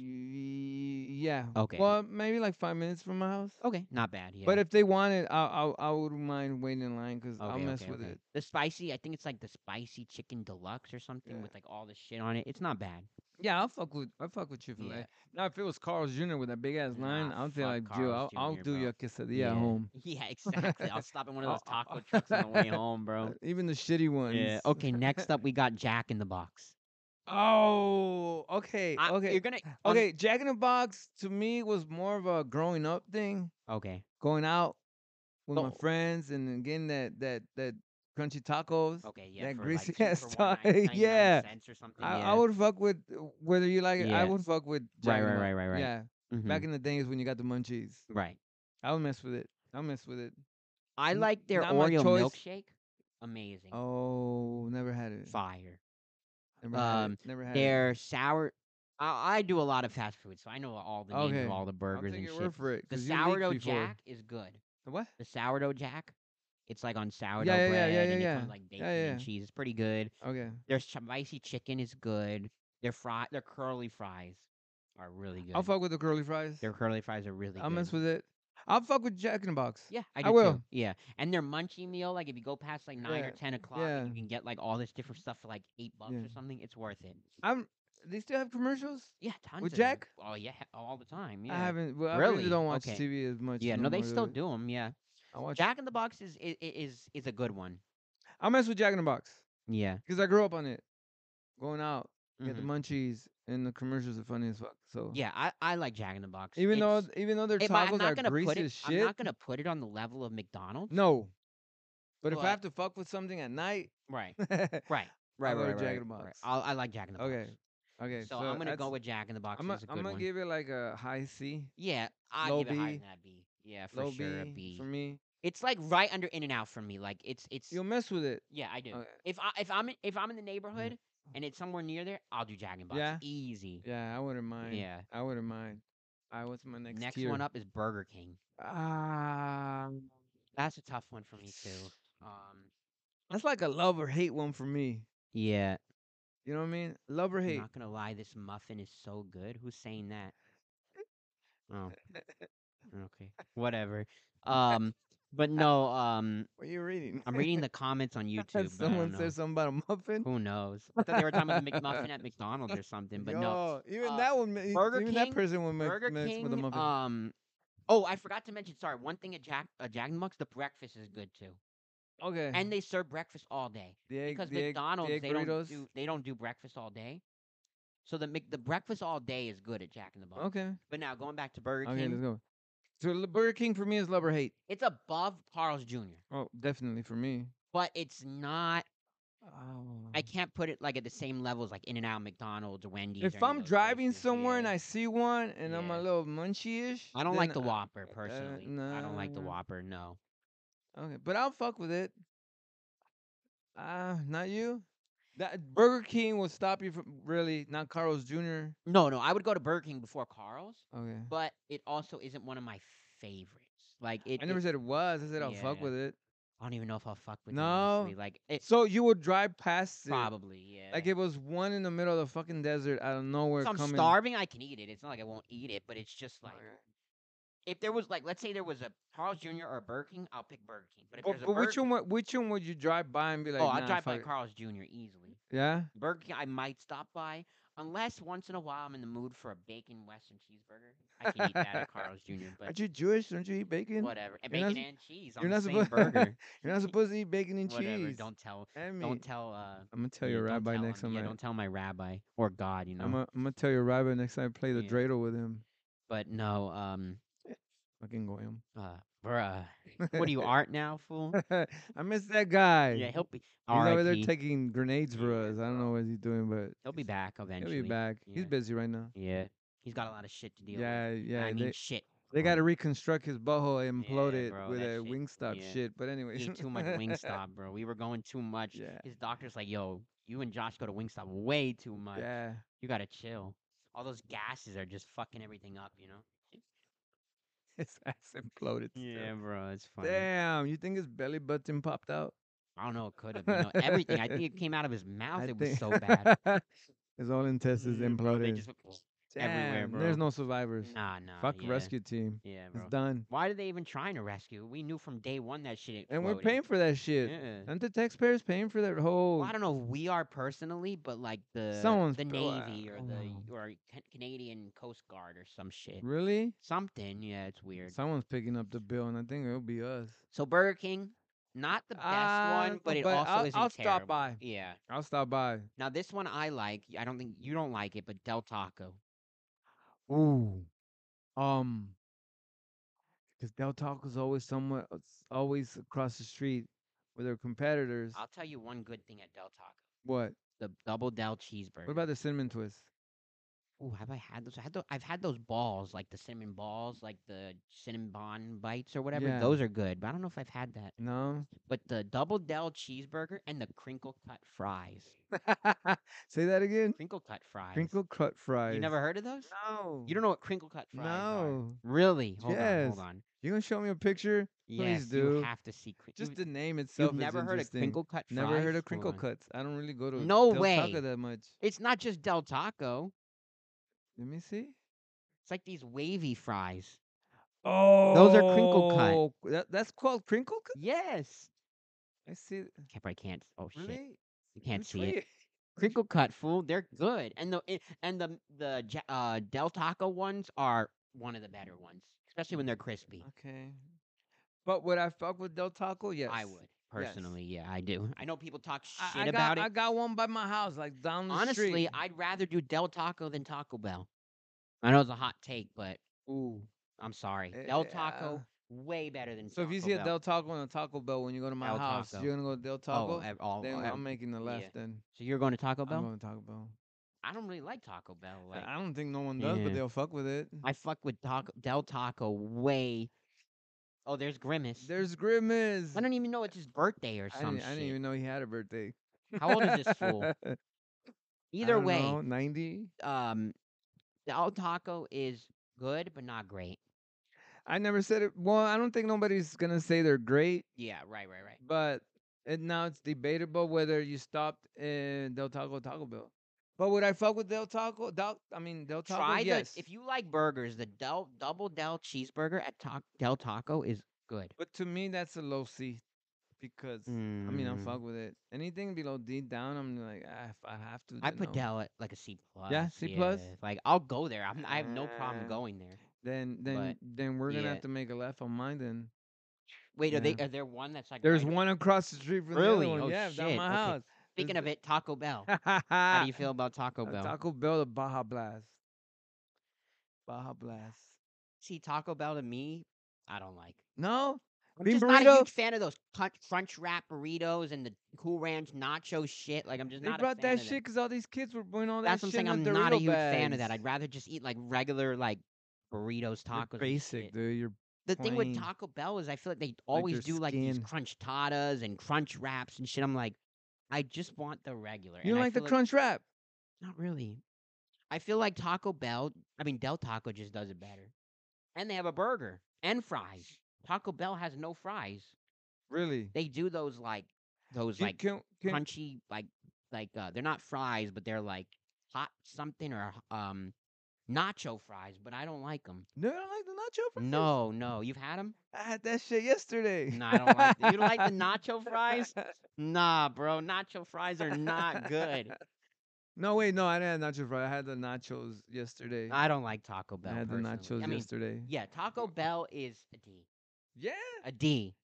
S3: Yeah.
S1: Okay.
S3: Well, maybe like five minutes from my house.
S1: okay, not bad. Yeah.
S3: But if they want it, I I I wouldn't mind waiting in line because I'll
S1: Okay,
S3: mess
S1: okay,
S3: with
S1: okay.
S3: it.
S1: The spicy, I think it's like the spicy chicken deluxe or something
S3: Yeah.
S1: with like all the shit on it. It's not bad.
S3: Yeah, I'll fuck with I fuck with Chick Fil A.
S1: Yeah.
S3: Now if it was Carl's Jr. with that big ass
S1: Nah,
S3: line, I'll tell
S1: fuck
S3: like Joe, I'll,
S1: Carl's
S3: I'll
S1: Jr.,
S3: do
S1: bro.
S3: your quesadilla at home.
S1: Yeah, exactly. I'll stop at one of those
S3: I'll-
S1: taco trucks on the way home, bro.
S3: Uh, Even the shitty ones.
S1: Yeah. Okay. Next up, we got Jack in the Box.
S3: Oh, okay,
S1: I-
S3: okay,
S1: You're gonna. on-
S3: okay. Jack in the Box to me was more of a growing up thing,
S1: Okay.
S3: going out with my
S1: Oh.
S3: friends and then getting that that that crunchy tacos.
S1: Okay. Yeah.
S3: That
S1: for
S3: greasy
S1: like two
S3: ass
S1: for one,
S3: taco,
S1: 99
S3: yeah.
S1: Cents or something.
S3: I,
S1: yeah.
S3: I would fuck with uh, whether you like it.
S1: Yeah.
S3: I would fuck with
S1: Right,
S3: Jack in the
S1: right,
S3: Box.
S1: right, right, right.
S3: Yeah,
S1: Mhm,
S3: back in the days when you got the munchies,
S1: right.
S3: I'll mess with it. I'll mess with it.
S1: I
S3: N-
S1: like their
S3: not my
S1: Oreo
S3: choice.
S1: milkshake. Amazing.
S3: Oh, never had it.
S1: Fire.
S3: Never had
S1: Um,
S3: it. Never had it.
S1: Their sour. I, I do a lot of fast food, so I know all the names
S3: Okay,
S1: of all the
S3: I'll
S1: burgers
S3: take
S1: and
S3: your
S1: shit.
S3: word for it.
S1: The
S3: 'cause you leaked
S1: sourdough
S3: before.
S1: jack is good.
S3: What?
S1: The sourdough jack, it's like on sourdough
S3: yeah, yeah,
S1: bread
S3: yeah,
S1: and
S3: yeah.
S1: it's on like bacon
S3: yeah.
S1: and cheese. It's pretty good.
S3: Okay.
S1: Their spicy chicken is good. Their fry, their curly fries are really good.
S3: I'll fuck with the curly fries.
S1: Their curly fries are really
S3: I'll
S1: good.
S3: mess with it. I'll fuck with Jack in the Box.
S1: Yeah, I,
S3: I
S1: do Too.
S3: will.
S1: Yeah, and their munchie meal, like if you go past like nine
S3: Yeah,
S1: or ten o'clock,
S3: yeah.
S1: and you can get like all this different stuff for like eight bucks
S3: Yeah.
S1: or something. It's worth it.
S3: I'm. They still have commercials.
S1: Yeah, tons
S3: With
S1: of them.
S3: Jack?
S1: Oh yeah, all the time. Yeah.
S3: I haven't. Well, I
S1: Really?
S3: really don't watch
S1: Okay.
S3: TV as much.
S1: Yeah, no, they
S3: more,
S1: still
S3: dude.
S1: do them. Yeah,
S3: I watch.
S1: Jack in the Box is is is, is a good one.
S3: I mess with Jack in the Box
S1: Yeah,
S3: because I grew up on it. Going out, get
S1: mhm.
S3: the munchies, and the commercials are funny as fuck. So
S1: yeah, I, I like Jack in the Box.
S3: even though
S1: It's-
S3: even though their
S1: it- but I'm
S3: tacos
S1: not
S3: are
S1: gonna put
S3: greasy
S1: it,
S3: as
S1: I'm
S3: shit,
S1: not gonna put it on the level of McDonald's.
S3: no. But if
S1: But-
S3: I have to fuck with something at night,
S1: Right,
S3: okay,
S1: right, right,
S3: I'll go
S1: right,
S3: to
S1: right.
S3: Jack in the
S1: right.
S3: Box.
S1: I'll- I like Jack in the Box.
S3: okay.
S1: So, I'm gonna go
S3: that's-
S1: with Jack in the Box.
S3: I'm gonna
S1: is a good
S3: I'm gonna
S1: one.
S3: give it like a high C,
S1: yeah, I
S3: low
S1: give it higher
S3: B,
S1: than that B. Yeah, for
S3: low
S1: sure a
S3: B
S1: B.
S3: for me.
S1: It's like right under In and Out for me. Like it's it's.
S3: You'll mess with it.
S1: yeah, I do.
S3: Okay. Mm.
S1: If I if I'm in, if I'm in the neighborhood and it's somewhere near there, I'll do Jack in the Box.
S3: Yeah.
S1: Easy.
S3: Yeah, I wouldn't mind.
S1: yeah.
S3: I wouldn't mind. I what's my next
S1: Next,
S3: tier?
S1: one up is Burger King.
S3: Ah,
S1: That's a tough one for me too. Um,
S3: that's like a love or hate one for me.
S1: yeah,
S3: You know what I mean? Love or
S1: I'm
S3: hate.
S1: not gonna lie, this muffin is so good. Who's saying that? Oh, okay, whatever. Um, but no, um,
S3: What are you reading?
S1: I'm reading the comments on YouTube. but I don't
S3: Someone
S1: know.
S3: says something about a muffin.
S1: who knows? I thought they were talking about the McMuffin at McDonald's or something, but no.
S3: Yo, even
S1: Uh,
S3: that one, ma- e,
S1: Burger
S3: even that
S1: King-
S3: person would mess,
S1: Burger
S3: mess with a
S1: King.
S3: muffin.
S1: Um, oh, I forgot to mention. Sorry, one thing at Jack, uh, Jack in the Box, the breakfast is good too,
S3: okay.
S1: and they serve breakfast all day.
S3: the egg,
S1: because
S3: the egg- the
S1: McDonald's
S3: egg
S1: they don't
S3: burritos.
S1: do they don't do breakfast all day. So the Mc- the breakfast all day is good at Jack in the Box.
S3: Okay.
S1: But now going back to Burger
S3: Okay,
S1: King,
S3: let's go. So l- Burger King for me is love or hate.
S1: It's above Carl's Jr.,
S3: Oh, definitely for me.
S1: but it's not.
S3: Oh.
S1: I can't put it like at the same level as like In and Out, McDonald's, Wendy's. or
S3: If
S1: any of
S3: I'm
S1: those
S3: driving
S1: places,
S3: somewhere and
S1: yeah.
S3: I see one and I'm a
S1: Yeah.
S3: little munchy-ish,
S1: I don't like
S3: then
S1: the
S3: I- uh,
S1: Whopper personally. I don't like the
S3: nah.
S1: Whopper. No,
S3: Okay, but I'll fuck with it. Ah, not you. That Burger King will stop you from really not Carl's Jr.
S1: no, no. I would go to Burger King before Carl's,
S3: Okay,
S1: but it also isn't one of my favorites. Like it,
S3: I never
S1: it-
S3: said it was. I said I'll fuck
S1: yeah.
S3: with it.
S1: I don't even know if I'll fuck with. it,
S3: No.
S1: honestly. like it,
S3: So you would drive past it,
S1: probably yeah.
S3: like it was one in the middle of the fucking desert out of nowhere.
S1: if I'm
S3: coming.
S1: starving, I can eat it. It's not like I won't eat it, but it's just like
S3: Okay.
S1: if there was like let's say there was a Carl's Jr. or a Burger King, I'll pick Burger King. But if
S3: But,
S1: there's a
S3: but which
S1: Burger-
S3: one? wa- Which one would you drive by and be like?
S1: oh,
S3: "Nah,
S1: I'll drive by
S3: fuck it."
S1: Carl's Jr. easily.
S3: Yeah.
S1: Burger King, I might stop by unless once in a while I'm in the mood for a bacon Western cheeseburger. I can eat that at Carl's Jr. But
S3: Aren't you Jewish? Don't you eat bacon?
S1: whatever, and
S3: You're not
S1: bacon
S3: sup-
S1: and cheese on
S3: you're
S1: the
S3: not
S1: same
S3: supposed-
S1: burger.
S3: You're not supposed to eat bacon and
S1: whatever.
S3: cheese.
S1: Don't tell.
S3: I mean,
S1: Don't tell. Uh,
S3: I'm gonna tell
S1: yeah,
S3: your
S1: don't
S3: rabbi
S1: tell
S3: next
S1: him,
S3: time.
S1: yeah,
S3: I,
S1: don't tell my rabbi or God. You know.
S3: I'm, gonna, I'm gonna tell your rabbi next time I play the
S1: Yeah.
S3: dreidel with him.
S1: But no, um,
S3: Fucking goyim.
S1: uh, bruh, what are you art now, fool?
S3: I miss that guy.
S1: Yeah, he'll be.
S3: He's over there
S1: RIP.
S3: taking grenades for
S1: Yeah,
S3: us. I don't know what he's doing, but
S1: He'll be back eventually.
S3: he'll be back. He's
S1: Yeah.
S3: busy right now.
S1: Yeah, he's got a lot of shit to deal with.
S3: Yeah,
S1: And
S3: yeah.
S1: I mean,
S3: they
S1: shit.
S3: they got to reconstruct his butthole and
S1: Yeah,
S3: implode it
S1: bro,
S3: with
S1: that shit-
S3: a Wingstop
S1: yeah.
S3: shit. But anyways,
S1: eat too much Wingstop, bro. We were going too much.
S3: Yeah.
S1: His doctor's like, "Yo, you and Josh go to Wingstop way too much.
S3: yeah.
S1: You gotta chill. All those gases are just fucking everything up, you know."
S3: His ass imploded. still.
S1: bro, it's funny.
S3: Damn, you think his belly button popped out?
S1: I don't know. It could have. You know, everything. I think it came out of his mouth.
S3: I
S1: it was
S3: think-
S1: so bad.
S3: his whole intestines
S1: Yeah, bro, they
S3: imploded.
S1: just went everywhere,
S3: Damn, There's
S1: bro.
S3: no survivors.
S1: nah, nah.
S3: Fuck
S1: yeah.
S3: rescue team.
S1: Yeah,
S3: It's
S1: bro.
S3: done.
S1: Why are they even trying to rescue? We knew from day one that shit.
S3: And we're
S1: exploded.
S3: paying for that shit.
S1: Yeah.
S3: Aren't the taxpayers paying for that whole?
S1: Well, I don't know. if We are personally, but like the
S3: Someone's
S1: the
S3: pro- uh,
S1: navy or
S3: oh, no.
S1: the or Ca- Canadian Coast Guard or some shit.
S3: really?
S1: Something. Yeah, it's weird.
S3: Someone's picking up the bill, and I think it'll be us.
S1: So Burger King, not the best
S3: Ah,
S1: one, but it
S3: but
S1: also
S3: I'll-
S1: isn't
S3: I'll stop
S1: terrible.
S3: by.
S1: Yeah.
S3: I'll stop by.
S1: Now this one I like. I don't think you don't like it, but Del Taco.
S3: Ooh, um, because Del Taco's always somewhat, it's always across the street with their competitors.
S1: I'll tell you one good thing at Del Taco:
S3: what?
S1: the double Del cheeseburger.
S3: What about the cinnamon twist?
S1: Ooh, have I had those? I had those, I've had those balls, like the cinnamon balls, like the cinnamon bun bites or whatever.
S3: Yeah.
S1: Those are good, but I don't know if I've had that.
S3: No.
S1: But the double Del cheeseburger and the crinkle cut fries.
S3: Say that again.
S1: Crinkle cut fries.
S3: Crinkle cut fries.
S1: You never heard of those?
S3: No.
S1: You don't know what crinkle cut fries are?
S3: No.
S1: Really? Hold
S3: Yes.
S1: on, hold on.
S3: You gonna show me a picture?
S1: Yes,
S3: Please
S1: you
S3: do.
S1: have to see. Crin-
S3: Just
S1: you-
S3: the name itself.
S1: You've
S3: is
S1: never heard of
S3: interesting.
S1: crinkle cut fries?
S3: Never heard of
S1: Hold
S3: crinkle
S1: on.
S3: cuts. I don't really go to
S1: No
S3: Del
S1: way.
S3: Taco that much.
S1: It's not just Del Taco.
S3: Let me see.
S1: It's like these wavy fries.
S3: Oh,
S1: are crinkle cut.
S3: That, that's called crinkle cut.
S1: Yes.
S3: I see. th-
S1: Can't- I can't. Oh shit!
S3: Really?
S1: You can't
S3: Which
S1: see
S3: way
S1: it. Crinkle cut, fool. They're good, and the i- and the the Ja- uh, Del Taco ones are one of the better ones, especially when they're crispy.
S3: Okay. But would I fuck with Del Taco? Yes,
S1: I would personally, yeah, I do. I know people talk
S3: I,
S1: shit
S3: I
S1: about
S3: got, I
S1: it.
S3: got one by my house, like down the
S1: Honestly,
S3: street.
S1: I'd rather do Del Taco than Taco Bell. I know it's a hot take, but ooh, I'm sorry, Del Taco way better than.
S3: Eh, So if you
S1: Taco
S3: see a
S1: Bell.
S3: Del Taco and a Taco Bell when you go to my
S1: Del
S3: house,
S1: Taco.
S3: you're gonna go to Del
S1: oh,
S3: Taco.
S1: ev- all,
S3: then
S1: ev-
S3: I'm making the
S1: yeah.
S3: left. Then
S1: so you're going to Taco Bell?
S3: I'm going to Taco Bell.
S1: I don't really like Taco Bell.
S3: I-
S1: Like,
S3: I don't think no one does, but
S1: Yeah.
S3: they'll fuck with it.
S1: I fuck with Taco Del Taco way. Oh, there's Grimace.
S3: There's Grimace.
S1: I don't even know it's his birthday or
S3: I
S1: some
S3: didn't, I
S1: shit.
S3: didn't even know he had a birthday.
S1: How old is this fool? Either way,
S3: ninety.
S1: um, Del Taco is good but not great.
S3: I never said it. Well, I don't think nobody's gonna say they're great,
S1: Yeah, right, right, right.
S3: but it, now it's debatable whether you stopped in Del Taco, or Taco Bell. But would I fuck with Del Taco? Del, I mean Del Taco.
S1: Try
S3: yes.
S1: the if you like burgers, the Del Double Del cheeseburger at ta- Del Taco is good.
S3: but to me, that's a low C because I mean I'm
S1: Mm.
S3: fuck with it. Anything below D down, I'm like, ah, if I have to.
S1: I
S3: then
S1: put
S3: no."
S1: Del at like a C plus.
S3: C plus?
S1: Like I'll go there. I'm, I have no problem
S3: Uh,
S1: going there.
S3: Then then
S1: but
S3: then we're gonna
S1: yeah.
S3: have to make a left on mine. Then
S1: Wait, are they?
S3: yeah.
S1: Are there one that's like?
S3: there's
S1: right-
S3: one across the street from
S1: Really?
S3: the other one.
S1: Oh,
S3: yeah, down
S1: shit,
S3: my
S1: okay.
S3: house.
S1: Speaking of it, Taco Bell. How
S3: How
S1: do you feel about Taco
S3: Uh,
S1: Bell?
S3: Taco Bell, the Baja Blast. Baja Blast.
S1: See Taco Bell to me, I don't like.
S3: No,
S1: I'm
S3: Bean
S1: just not a
S3: burrito?
S1: huge fan of those crunch, crunch wrap burritos and the Cool Ranch nacho shit. Like I'm just
S3: they
S1: not
S3: brought
S1: a fan
S3: that
S1: of it.
S3: shit because all these kids were putting all
S1: That's
S3: that
S1: what I'm
S3: shit
S1: saying. I'm
S3: in the
S1: not a
S3: Dorito
S1: huge fan of that.
S3: bags.
S1: I'd rather just eat like regular like burritos,
S3: You're
S1: tacos. and
S3: basic,
S1: shit.
S3: dude. You're
S1: The thing with
S3: plain.
S1: Taco Bell is I feel like they always
S3: your
S1: do like these
S3: skin.
S1: crunch tatas and crunch wraps and shit. I'm like, I just want the regular. and
S3: you don't
S1: I
S3: like the
S1: feel
S3: crunch wrap.
S1: Not really. I feel like Taco Bell. I mean, Del Taco just does it better. And they have a burger and fries. Taco Bell has no fries.
S3: Really?
S1: They do those like those
S3: Do-
S1: like
S3: can- can-
S1: crunchy like like uh they're not fries but they're like hot something or h- um nacho fries but i don't like them
S3: no, you don't like the nacho fries.
S1: no no you've had them
S3: I had that shit yesterday.
S1: no i don't like th- you don't like the nacho fries nah bro nacho fries are not good
S3: No, wait, no, I didn't have nacho fries. I had the nachos yesterday.
S1: i don't like taco bell
S3: I had the
S1: personally.
S3: nachos
S1: i mean
S3: yesterday.
S1: yeah taco bell is a d
S3: Yeah.
S1: a d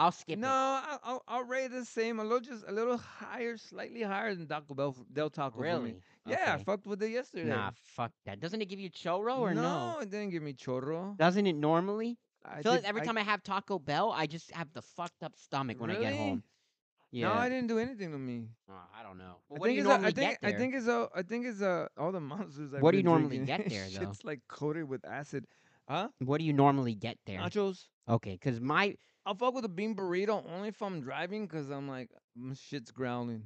S1: i'll skip
S3: No,
S1: it
S3: I, I'll, I'll rate the same. A little, just a little higher, slightly higher than Taco Bell. f- Del Taco. for me.
S1: really
S3: Yeah, I
S1: Okay.
S3: fucked with it yesterday.
S1: nah fuck that doesn't it give you chorro or no,
S3: no, it didn't give me chorro.
S1: doesn't it normally I feel
S3: did-
S1: like every
S3: I-
S1: time I have Taco Bell, I just have the fucked up stomach when I get
S3: Really?
S1: home. Yeah.
S3: No, I didn't do anything to me.
S1: Oh, I don't know. Well, what
S3: I
S1: do
S3: think
S1: you
S3: it's a,
S1: normally
S3: I think
S1: get there?
S3: I think it's a I think it's a all the monsters. I've
S1: What do you
S3: been
S1: normally
S3: drinking,
S1: get there, though?
S3: It's like coated with acid. Huh?
S1: what do you normally get there?
S3: Nachos.
S1: Okay, because my
S3: I'll fuck with a bean burrito only if I'm driving because I'm like my shit's growling.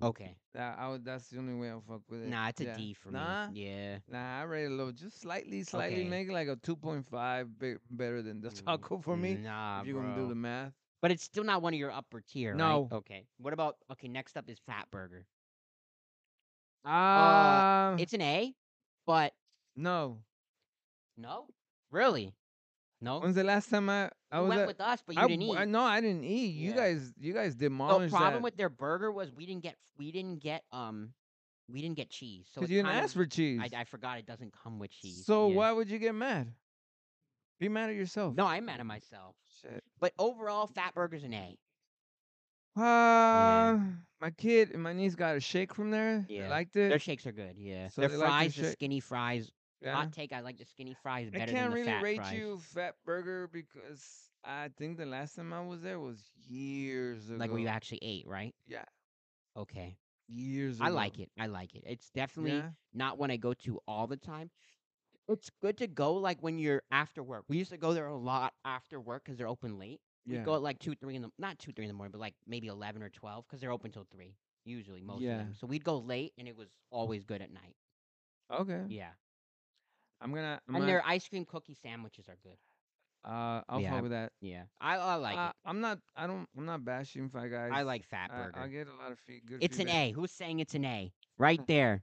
S1: okay,
S3: That I would, that's the only way I'll fuck with it.
S1: nah, it's a D
S3: Yeah.
S1: for
S3: Nah,
S1: me. Yeah.
S3: nah, I rate it low, just slightly, slightly,
S1: Okay.
S3: make it like a two point five be- better than the
S1: Mm,
S3: taco for me.
S1: Nah,
S3: if you're gonna do
S1: bro.
S3: the math,
S1: But it's still not one of your upper tier. right?
S3: No.
S1: Okay. What about okay? Next up is Fat Burger. Uh,
S3: ah,
S1: It's an A, but
S3: no.
S1: no, really, no.
S3: When's the last time I I
S1: you
S3: was
S1: Oh. went
S3: at,
S1: with us, but you
S3: I,
S1: didn't eat.
S3: w- I- no, I didn't eat. You
S1: Yeah.
S3: guys, you guys
S1: the
S3: demolished
S1: problem
S3: that
S1: with their burger was we didn't get we didn't get um we didn't get cheese. So
S3: because
S1: it's
S3: you didn't
S1: kind
S3: ask
S1: of,
S3: for cheese.
S1: I, I forgot it doesn't come with cheese.
S3: so
S1: yeah.
S3: why would you get mad? Be mad at yourself.
S1: No, I'm mad at myself.
S3: Shit.
S1: But overall, fat burger's an A.
S3: Uh, my kid and my niece got a shake from there.
S1: Yeah.
S3: They liked
S1: Their
S3: it.
S1: shakes are good. Yeah,
S3: So
S1: their
S3: they like their
S1: fries, the
S3: shake-
S1: skinny fries.
S3: Yeah.
S1: Hot take: I like the skinny fries
S3: I
S1: better than
S3: can't
S1: the
S3: really
S1: fat
S3: rate
S1: fries.
S3: you Fat Burger because I think the last time I was there was years ago.
S1: Like what you actually ate, right?
S3: Yeah.
S1: Okay,
S3: Years ago.
S1: I like it. I like it. It's definitely
S3: Yeah.
S1: not one I go to all the time. It's good to go like when you're after work. We used to go there a lot after work because they're open late.
S3: Yeah.
S1: We go at like two, three in the not two, three in the morning, but like maybe eleven or twelve because they're open till three usually most of
S3: Yeah.
S1: them. So we'd go late, and it was always good at night.
S3: okay.
S1: Yeah,
S3: I'm gonna. I'm
S1: and
S3: gonna
S1: their ice cream cookie sandwiches are good.
S3: uh, I'll
S1: Yeah.
S3: fuck with that.
S1: Yeah, I, I like
S3: uh,
S1: it.
S3: I'm not. I don't. I'm not bashing Fat Guys.
S1: I like Fat
S3: I,
S1: Burger.
S3: I get a lot of feed, good.
S1: it's an A.
S3: feedback.
S1: Who's saying it's an A? Right there,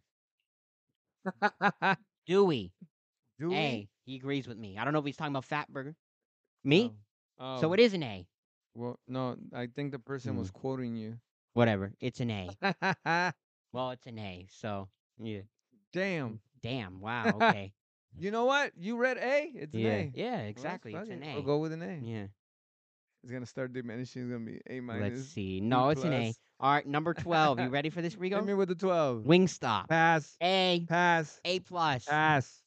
S1: Dewey.
S3: Do we?
S1: A. He agrees with me. I don't know if he's talking about Fat Burger. Me.
S3: Oh.
S1: So it is an A.
S3: Well, no. I think the person
S1: Hmm.
S3: was quoting you.
S1: Whatever. It's an A.
S3: Damn.
S1: well, it's an A. So yeah. Damn. Wow. Okay.
S3: You know what? You read A. It's
S1: yeah.
S3: an A. Well,
S1: Yeah. Exactly.
S3: fuck
S1: It's an
S3: it.
S1: A.
S3: We'll go with an A.
S1: Yeah.
S3: It's gonna start diminishing. It's gonna be A
S1: Let's
S3: minus.
S1: see. No, it's an A.
S3: E plus.
S1: All right, number twelve. You ready for this,
S3: Hit me
S1: Rigo?
S3: with a twelve.
S1: Wingstop.
S3: Pass.
S1: A.
S3: Pass.
S1: A plus.
S3: Pass.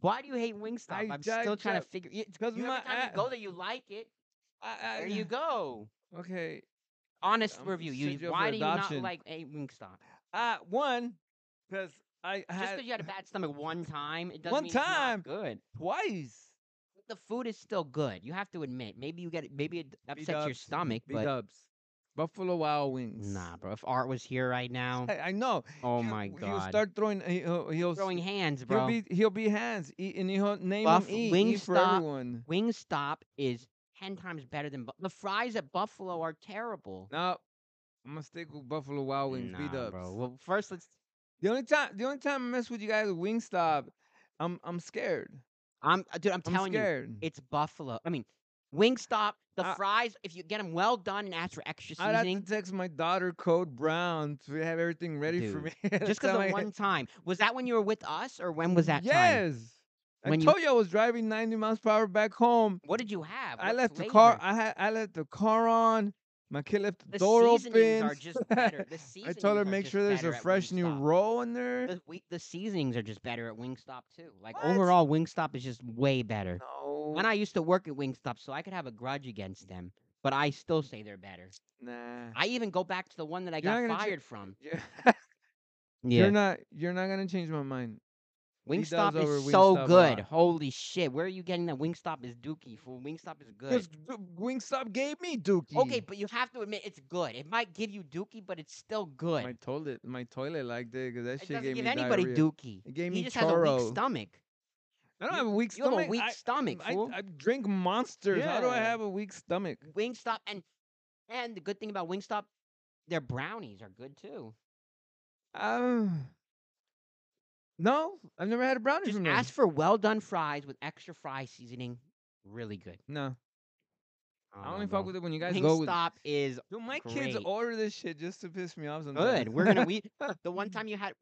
S1: Why do you hate Wingstop?
S3: Ah. I
S1: I'm still
S3: judge
S1: trying to
S3: it
S1: figure. Because
S3: 'cause
S1: every
S3: my
S1: time you
S3: a-
S1: go there, you like it.
S3: I, I,
S1: There you go.
S3: Okay.
S1: Honest
S3: I'm gonna
S1: review. You,
S3: send you up for
S1: why do you not
S3: adoption.
S1: like a Wingstop?
S3: Uh one, because I
S1: Just
S3: had
S1: because you had a bad stomach one time, it doesn't
S3: One
S1: mean it's not
S3: time.
S1: good.
S3: twice.
S1: The food is still good. You have to admit. Maybe you get it. Maybe it upsets your
S3: B-dubs.
S1: stomach,
S3: B
S1: but
S3: Dubs, Buffalo Wild Wings.
S1: nah, bro. If Art was here right now,
S3: I, I know.
S1: oh
S3: He'll-
S1: my
S3: He'll
S1: god,
S3: start throwing. he- He'll, he'll
S1: throwing
S3: s-
S1: hands,
S3: He'll
S1: bro.
S3: be he'll be hands eat, and he'll name
S1: Buff-
S3: him E, E for
S1: Wingstop.
S3: everyone.
S1: Wingstop is ten times better than Bu- the fries at Buffalo are terrible.
S3: No, I'm gonna stick with Buffalo Wild Wings. B
S1: Nah,
S3: Dubs.
S1: bro. Well, first let's.
S3: The only time the only time I mess with you guys is Wingstop. I'm I'm scared.
S1: I'm uh, dude. I'm
S3: I'm
S1: telling you,
S3: scared.
S1: it's Buffalo. I mean, Wingstop. The
S3: I-
S1: fries, if you get them well done and ask for extra
S3: I'd have to
S1: seasoning,
S3: text my daughter Code Brown to have everything ready for
S1: Dude,
S3: me.
S1: just because
S3: Tell
S1: of
S3: my-
S1: one time. Was that when you were with us, or when was that time?
S3: Yes. I
S1: When you-
S3: told you I was driving 90 miles per hour back home.
S1: What did you have?
S3: I
S1: What
S3: left the car.
S1: flavor?
S3: I had I left the car on. My kid left the,
S1: The
S3: door
S1: seasonings
S3: open.
S1: are just better. The
S3: I
S1: seasonings
S3: told her
S1: are
S3: make
S1: just
S3: sure there's a
S1: better at
S3: fresh new
S1: Wingstop.
S3: roll in there.
S1: The, we, the seasonings are just better at Wingstop too. Like
S3: What?
S1: overall, Wingstop is just way better.
S3: No,
S1: And I used to work at Wingstop, so I could have a grudge against them, but I still say they're better.
S3: nah.
S1: I even go back to the one that I
S3: You're not
S1: got
S3: gonna ch-
S1: fired from.
S3: You're-
S1: Yeah,
S3: You're not. You're not gonna change my mind. beat those
S1: Wingstop is
S3: over
S1: so
S3: Wingstop a
S1: good.
S3: lot.
S1: Holy shit, where are you getting that? Wingstop is dookie. Fool, Wingstop is good.
S3: Because Wingstop gave me Dookie.
S1: Okay, but you have to admit it's good. It might give you dookie, but it's still good.
S3: my toilet, my toilet liked it because that
S1: it
S3: shit
S1: doesn't
S3: gave
S1: give
S3: me
S1: anybody
S3: diarrhea.
S1: dookie.
S3: It gave
S1: he
S3: me
S1: just has a
S3: choro.
S1: weak stomach.
S3: I don't have a weak
S1: You
S3: stomach.
S1: have a weak
S3: I,
S1: stomach,
S3: I,
S1: fool.
S3: I drink monsters. How do I
S1: Yeah.
S3: have a weak stomach?
S1: Wingstop and and the good thing about Wingstop, their brownies are good too.
S3: Uh, no, I've never had a brownie
S1: Just
S3: from them.
S1: ask for well done fries with extra fry seasoning. Really good. Oh,
S3: No,
S1: don't
S3: I
S1: know,
S3: only
S1: bro.
S3: fuck with it when you guys go with.
S1: Wingstop is
S3: Dude, my kids
S1: Great.
S3: order this shit just to piss me off. Sometimes.
S1: good. We're gonna we the one time you had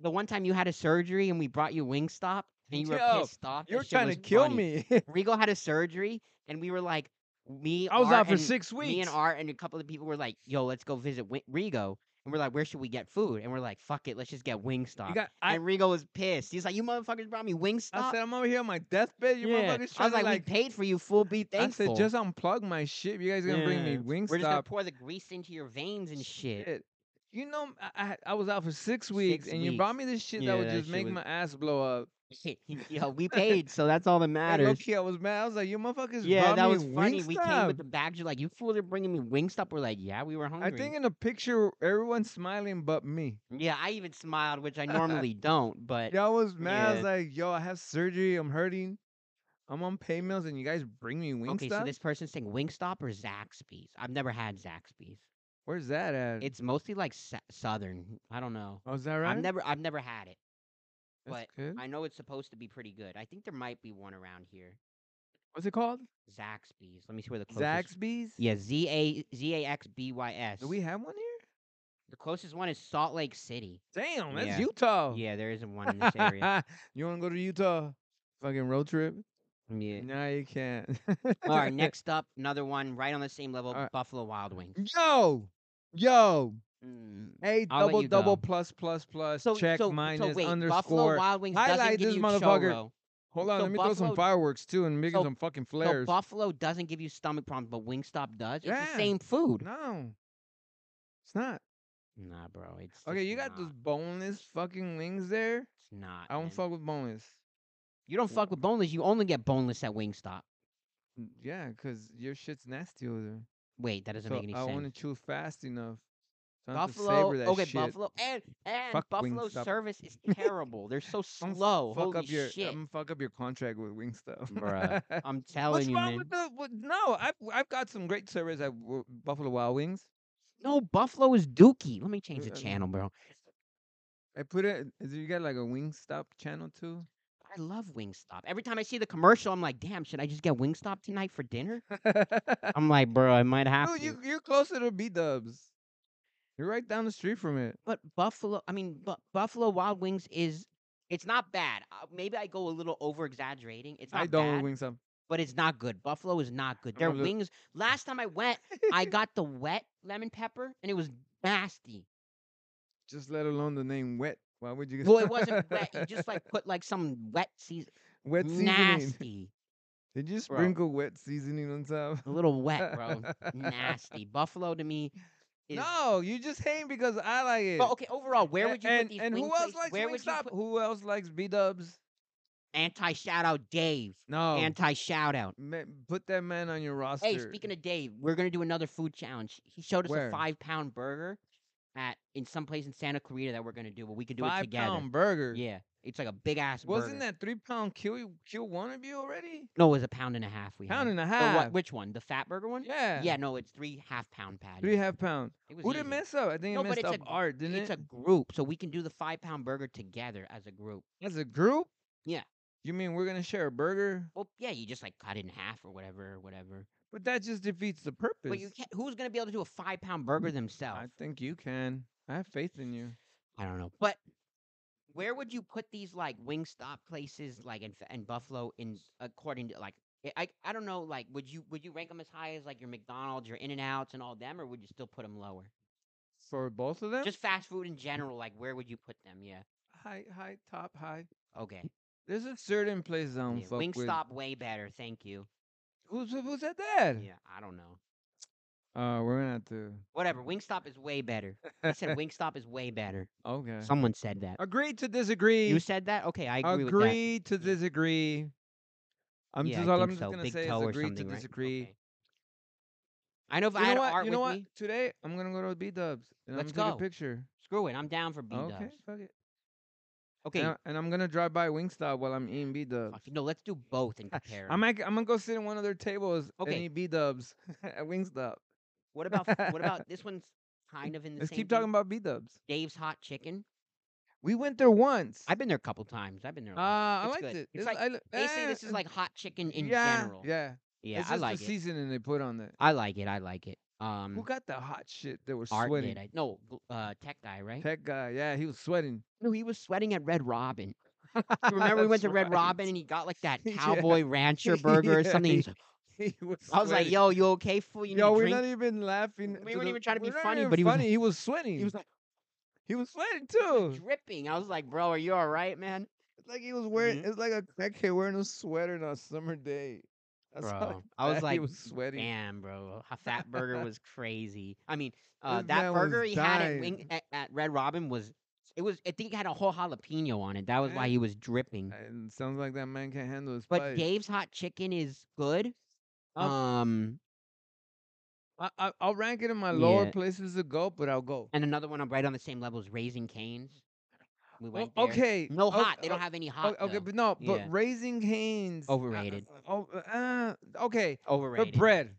S1: the one time you had a surgery and we brought you Wingstop and you were
S3: Yo,
S1: pissed off. that
S3: You're
S1: shit
S3: trying to
S1: was
S3: kill
S1: funny.
S3: me.
S1: Rigo had a surgery and we were like me
S3: I was
S1: Art,
S3: out for
S1: and-
S3: six weeks.
S1: Me and Art and a couple of people were like, "Yo, let's go visit Wi- Rigo," and we're like, "Where should we get food?" And we're like, "Fuck it, let's just get Wingstop."
S3: You got, I,
S1: and Rigo was pissed. He's like, "You motherfuckers brought me Wingstop."
S3: I said I'm over here on my deathbed. You
S1: Uh, Yeah.
S3: motherfuckers
S1: I
S3: trying
S1: was
S3: to
S1: like,
S3: like.
S1: "We paid for you, fool. Be
S3: I
S1: thankful."
S3: said just unplug my shit. You guys gonna bring me
S1: Yeah. We're just gonna
S3: Wingstop.
S1: pour the grease into your veins and shit.
S3: You know, I, I I was out for six weeks,
S1: Six
S3: and you brought me
S1: weeks.
S3: this shit
S1: Yeah,
S3: that would
S1: that
S3: just
S1: shit
S3: make
S1: was-
S3: my ass blow up.
S1: Yo, we paid, so that's all that
S3: And low
S1: matters.
S3: key, I was mad. I was like, you motherfuckers
S1: Yeah,
S3: brought
S1: that
S3: me
S1: was funny. We came
S3: Wingstop.
S1: with the bags. You're like, "You fools are bringing me Wingstop." We're like, "Yeah, we were hungry."
S3: I think in the picture, everyone's smiling but me.
S1: yeah, I even smiled, which I normally don't. But
S3: Yeah, I was mad. I was
S1: Yeah.
S3: like, yo, I have surgery. I'm hurting. I'm on pay meals, and you guys bring me Wingstop.
S1: Okay, so this person's saying Wingstop or Zaxby's. I've never had Zaxby's.
S3: Where's that at?
S1: It's mostly like sa- Southern. I don't know.
S3: oh, is that right? Hmm?
S1: I've never, I've never had it.
S3: That's
S1: but
S3: good.
S1: I know it's supposed to be pretty good. I think there might be one around here.
S3: What's it called?
S1: Zaxby's. Let me see where the closest.
S3: Zaxby's.
S1: Yeah, Z A Z A X B Y S.
S3: Do we have one here?
S1: The closest one is Salt Lake City.
S3: Damn, that's
S1: Yeah.
S3: Utah.
S1: Yeah, there isn't one in this area.
S3: you want to go to Utah? Fucking road trip?
S1: Yeah.
S3: No, you can't.
S1: All right, next up, another one right on the same level,
S3: All right.
S1: Buffalo Wild Wings.
S3: Yo, yo,
S1: Mm.
S3: hey,
S1: I'll let
S3: double
S1: you
S3: double
S1: go.
S3: plus plus plus
S1: So,
S3: check
S1: so,
S3: minus
S1: so wait, Buffalo
S3: underscore.
S1: Wild Wings
S3: Highlight
S1: doesn't give
S3: this
S1: you
S3: motherfucker.
S1: choro.
S3: Hold on,
S1: so
S3: let me throw some
S1: Buffalo-
S3: fireworks too and make
S1: so-
S3: some fucking
S1: So
S3: flares.
S1: Buffalo doesn't give you stomach problems, but Wingstop does. It's
S3: Yeah.
S1: the same food.
S3: no, it's not.
S1: Nah, bro. It's
S3: Okay,
S1: just
S3: you got
S1: not.
S3: those boneless fucking wings there.
S1: It's not.
S3: I don't
S1: man.
S3: fuck with boneless.
S1: You don't fuck with boneless. You only get boneless at Wingstop.
S3: N- Yeah, cause your shit's nasty over there.
S1: Wait, that doesn't
S3: so
S1: make any
S3: I
S1: sense.
S3: want to chew fast enough. So I have to
S1: Buffalo.
S3: savor that
S1: Okay,
S3: shit.
S1: Buffalo. And and
S3: Fuck
S1: Buffalo
S3: Wingstop.
S1: service is terrible. They're so
S3: Don't f-
S1: slow.
S3: Fuck
S1: Holy
S3: up your,
S1: shit.
S3: um, fuck up your contract with Wingstop.
S1: Bruh. I'm telling
S3: What's
S1: you,
S3: wrong
S1: man.
S3: with the? With, no, I've I've got some great service at w- Buffalo Wild Wings.
S1: No, Buffalo is dookie. Let me change the
S3: Uh,
S1: channel, bro.
S3: I put it. Is you got like a Wingstop channel too?
S1: I love Wingstop. Every time I see the commercial, I'm like, damn, should I just get Wingstop tonight for dinner?
S3: Dude,
S1: I'm like, bro, I might have to.
S3: you you're closer to B Dubs. You're right down the street from it.
S1: But Buffalo, I mean, Bu- Buffalo Wild Wings is, it's not bad. Uh, maybe I go a little over exaggerating. It's not
S3: I don't
S1: bad,
S3: with Wingstop.
S1: but it's not good. Buffalo is not good.
S3: I'm
S1: Their
S3: gonna look-
S1: wings. Last time I went, I got the wet lemon pepper, and it was nasty.
S3: Just let alone the name wet. Why would you?
S1: Well, it wasn't wet. You just like put like some wet season,
S3: wet seasoning.
S1: nasty,
S3: Did you
S1: Bro.
S3: sprinkle wet seasoning on top?
S1: a little wet, bro. nasty. Buffalo to me is.
S3: No, you just hate because I like it.
S1: But okay, overall, where
S3: A-
S1: would you
S3: and,
S1: put these
S3: and
S1: wing
S3: who else
S1: places-
S3: likes
S1: where would you
S3: Wingstop?
S1: put
S3: Who else likes B Dubs?
S1: anti shout out Dave?
S3: No,
S1: Anti shout out.
S3: Ma- put that man on your roster.
S1: Hey, speaking of Dave, we're gonna do another food challenge. He showed us
S3: Where?
S1: a five pound burger at in some place in Santa Clarita that we're gonna do, but we could do it
S3: five
S1: together.
S3: pound burger.
S1: Yeah, it's like a big ass.
S3: wasn't
S1: burger.
S3: that three pound kill kill one of you already?
S1: No, it was a pound and a half. We
S3: Pound
S1: had.
S3: and a
S1: Or
S3: half.
S1: what, which one? The fat burger one?
S3: yeah,
S1: Yeah, no, it's three half pound patties.
S3: three half pound.
S1: It was
S3: Who did
S1: easy.
S3: mess up? I think
S1: No,
S3: it
S1: but
S3: messed
S1: it's a
S3: up
S1: gr-
S3: Art, didn't
S1: It's
S3: it?
S1: a group, so we can do the five pound burger together as a group.
S3: As a group.
S1: Yeah.
S3: You mean we're gonna share a burger?
S1: Well, yeah, you just like cut it in half or whatever, or whatever.
S3: But that just defeats the purpose.
S1: But you can't. Who's gonna be able to do a five pound burger themselves?
S3: Mm, I think you can. I have faith in you.
S1: I don't know. But where would you put these like Wingstop places, like in, Fa- in Buffalo, in s- according to like I- I I don't know. Like, would you would you rank them as high as like your McDonald's, your In and Outs, and all them, or would you still put them lower?
S3: for both of them.
S1: Just fast food in general. Like, where would you put them? Yeah.
S3: high, high, top, high.
S1: Okay.
S3: There's a certain place I don't
S1: Yeah.
S3: fuck
S1: Wingstop way better. Thank you.
S3: with. Who's who said that?
S1: Yeah. I don't know.
S3: Uh, we're gonna have to.
S1: Whatever. Wingstop is way better. I said Wingstop is way better.
S3: Okay.
S1: Someone said that.
S3: Agree to disagree.
S1: You said that. Okay. I agree with that.
S3: agree to disagree. I'm
S1: Yeah,
S3: just
S1: I
S3: all I'm
S1: think
S3: just
S1: so.
S3: gonna
S1: Big
S3: say
S1: toe
S3: is
S1: or
S3: agree to
S1: something, right?
S3: disagree.
S1: Okay. I know if I
S3: You
S1: had
S3: know what?
S1: art
S3: You know
S1: with
S3: what?
S1: me,
S3: Today I'm gonna go to B Dubs and
S1: Let's
S3: I'm gonna
S1: go.
S3: take a picture.
S1: screw it. I'm down for B dubs.
S3: Okay, fuck it.
S1: Okay.
S3: And, I, and I'm gonna drive by Wingstop while I'm eating B Dubs.
S1: fuck it, No, let's do both and compare. 'em.
S3: I'm I'm gonna go sit at one of their tables
S1: Okay.
S3: and eat B Dubs at Wingstop.
S1: What about f- what about this one's kind of in the
S3: Let's
S1: same
S3: keep
S1: thing.
S3: talking about B Dubs.
S1: Dave's Hot Chicken.
S3: We went there once.
S1: I've been there a couple times. I've been there. a
S3: uh,
S1: lot.
S3: I
S1: it's
S3: liked
S1: good.
S3: it.
S1: It's
S3: It's
S1: like-
S3: I li-
S1: they say this
S3: eh,
S1: is like hot chicken in
S3: yeah,
S1: general.
S3: Yeah,
S1: Yeah,
S3: It's
S1: I
S3: just
S1: like
S3: the
S1: it.
S3: seasoning they put on it.
S1: I like it. I like it. Um,
S3: Who got the hot shit that was
S1: Art
S3: sweating?
S1: did. I, no, gl- uh, tech guy, right?
S3: That guy, yeah, he was sweating.
S1: No, he was sweating at Red Robin. You remember we went to
S3: That's
S1: Red
S3: right.
S1: Robin and he got like that
S3: Yeah.
S1: cowboy rancher burger or
S3: Yeah,
S1: something.
S3: he-
S1: He's like-
S3: He was
S1: I was like,
S3: sweating.
S1: "Yo, you okay, fool? You need
S3: Yo,
S1: a
S3: we're
S1: drink?"
S3: not even laughing.
S1: We
S3: to
S1: weren't
S3: the-
S1: even trying to be
S3: we're not
S1: funny,
S3: even
S1: but he was
S3: funny.
S1: like-
S3: he was sweating.
S1: he was like,
S3: he was sweating
S1: he was,
S3: too.
S1: like, dripping. I was like, "Bro, are you all right, man?"
S3: It's like he was wearing.
S1: Mhm.
S3: It's like a crackhead wearing a sweater on a summer day. That's how
S1: Bro, I was
S3: bad he
S1: like,
S3: was sweating.
S1: Damn, bro, how that burger was crazy. I mean, uh,
S3: This
S1: that
S3: man
S1: burger
S3: was
S1: he had at, Wing,
S3: dying.
S1: at, at Red Robin was it was I think it had a whole jalapeno on it. That was why
S3: Yeah.
S1: he was dripping.
S3: And sounds like that man can't handle his
S1: But
S3: spice.
S1: Dave's hot chicken is good.
S3: Um,
S1: Um,
S3: I, I, I'll rank it in my lower
S1: Yeah.
S3: places to go, but I'll go.
S1: and another one I'm right on the same level as Raising Canes. We
S3: O-
S1: went there.
S3: Oh, okay.
S1: No
S3: okay,
S1: hot. They don't
S3: o-
S1: have any hot.
S3: o- Oh, Okay,
S1: though.
S3: but no,
S1: Yeah.
S3: but raising canes. uh,
S1: Overrated.
S3: oh, uh, okay.
S1: Overrated.
S3: But bread,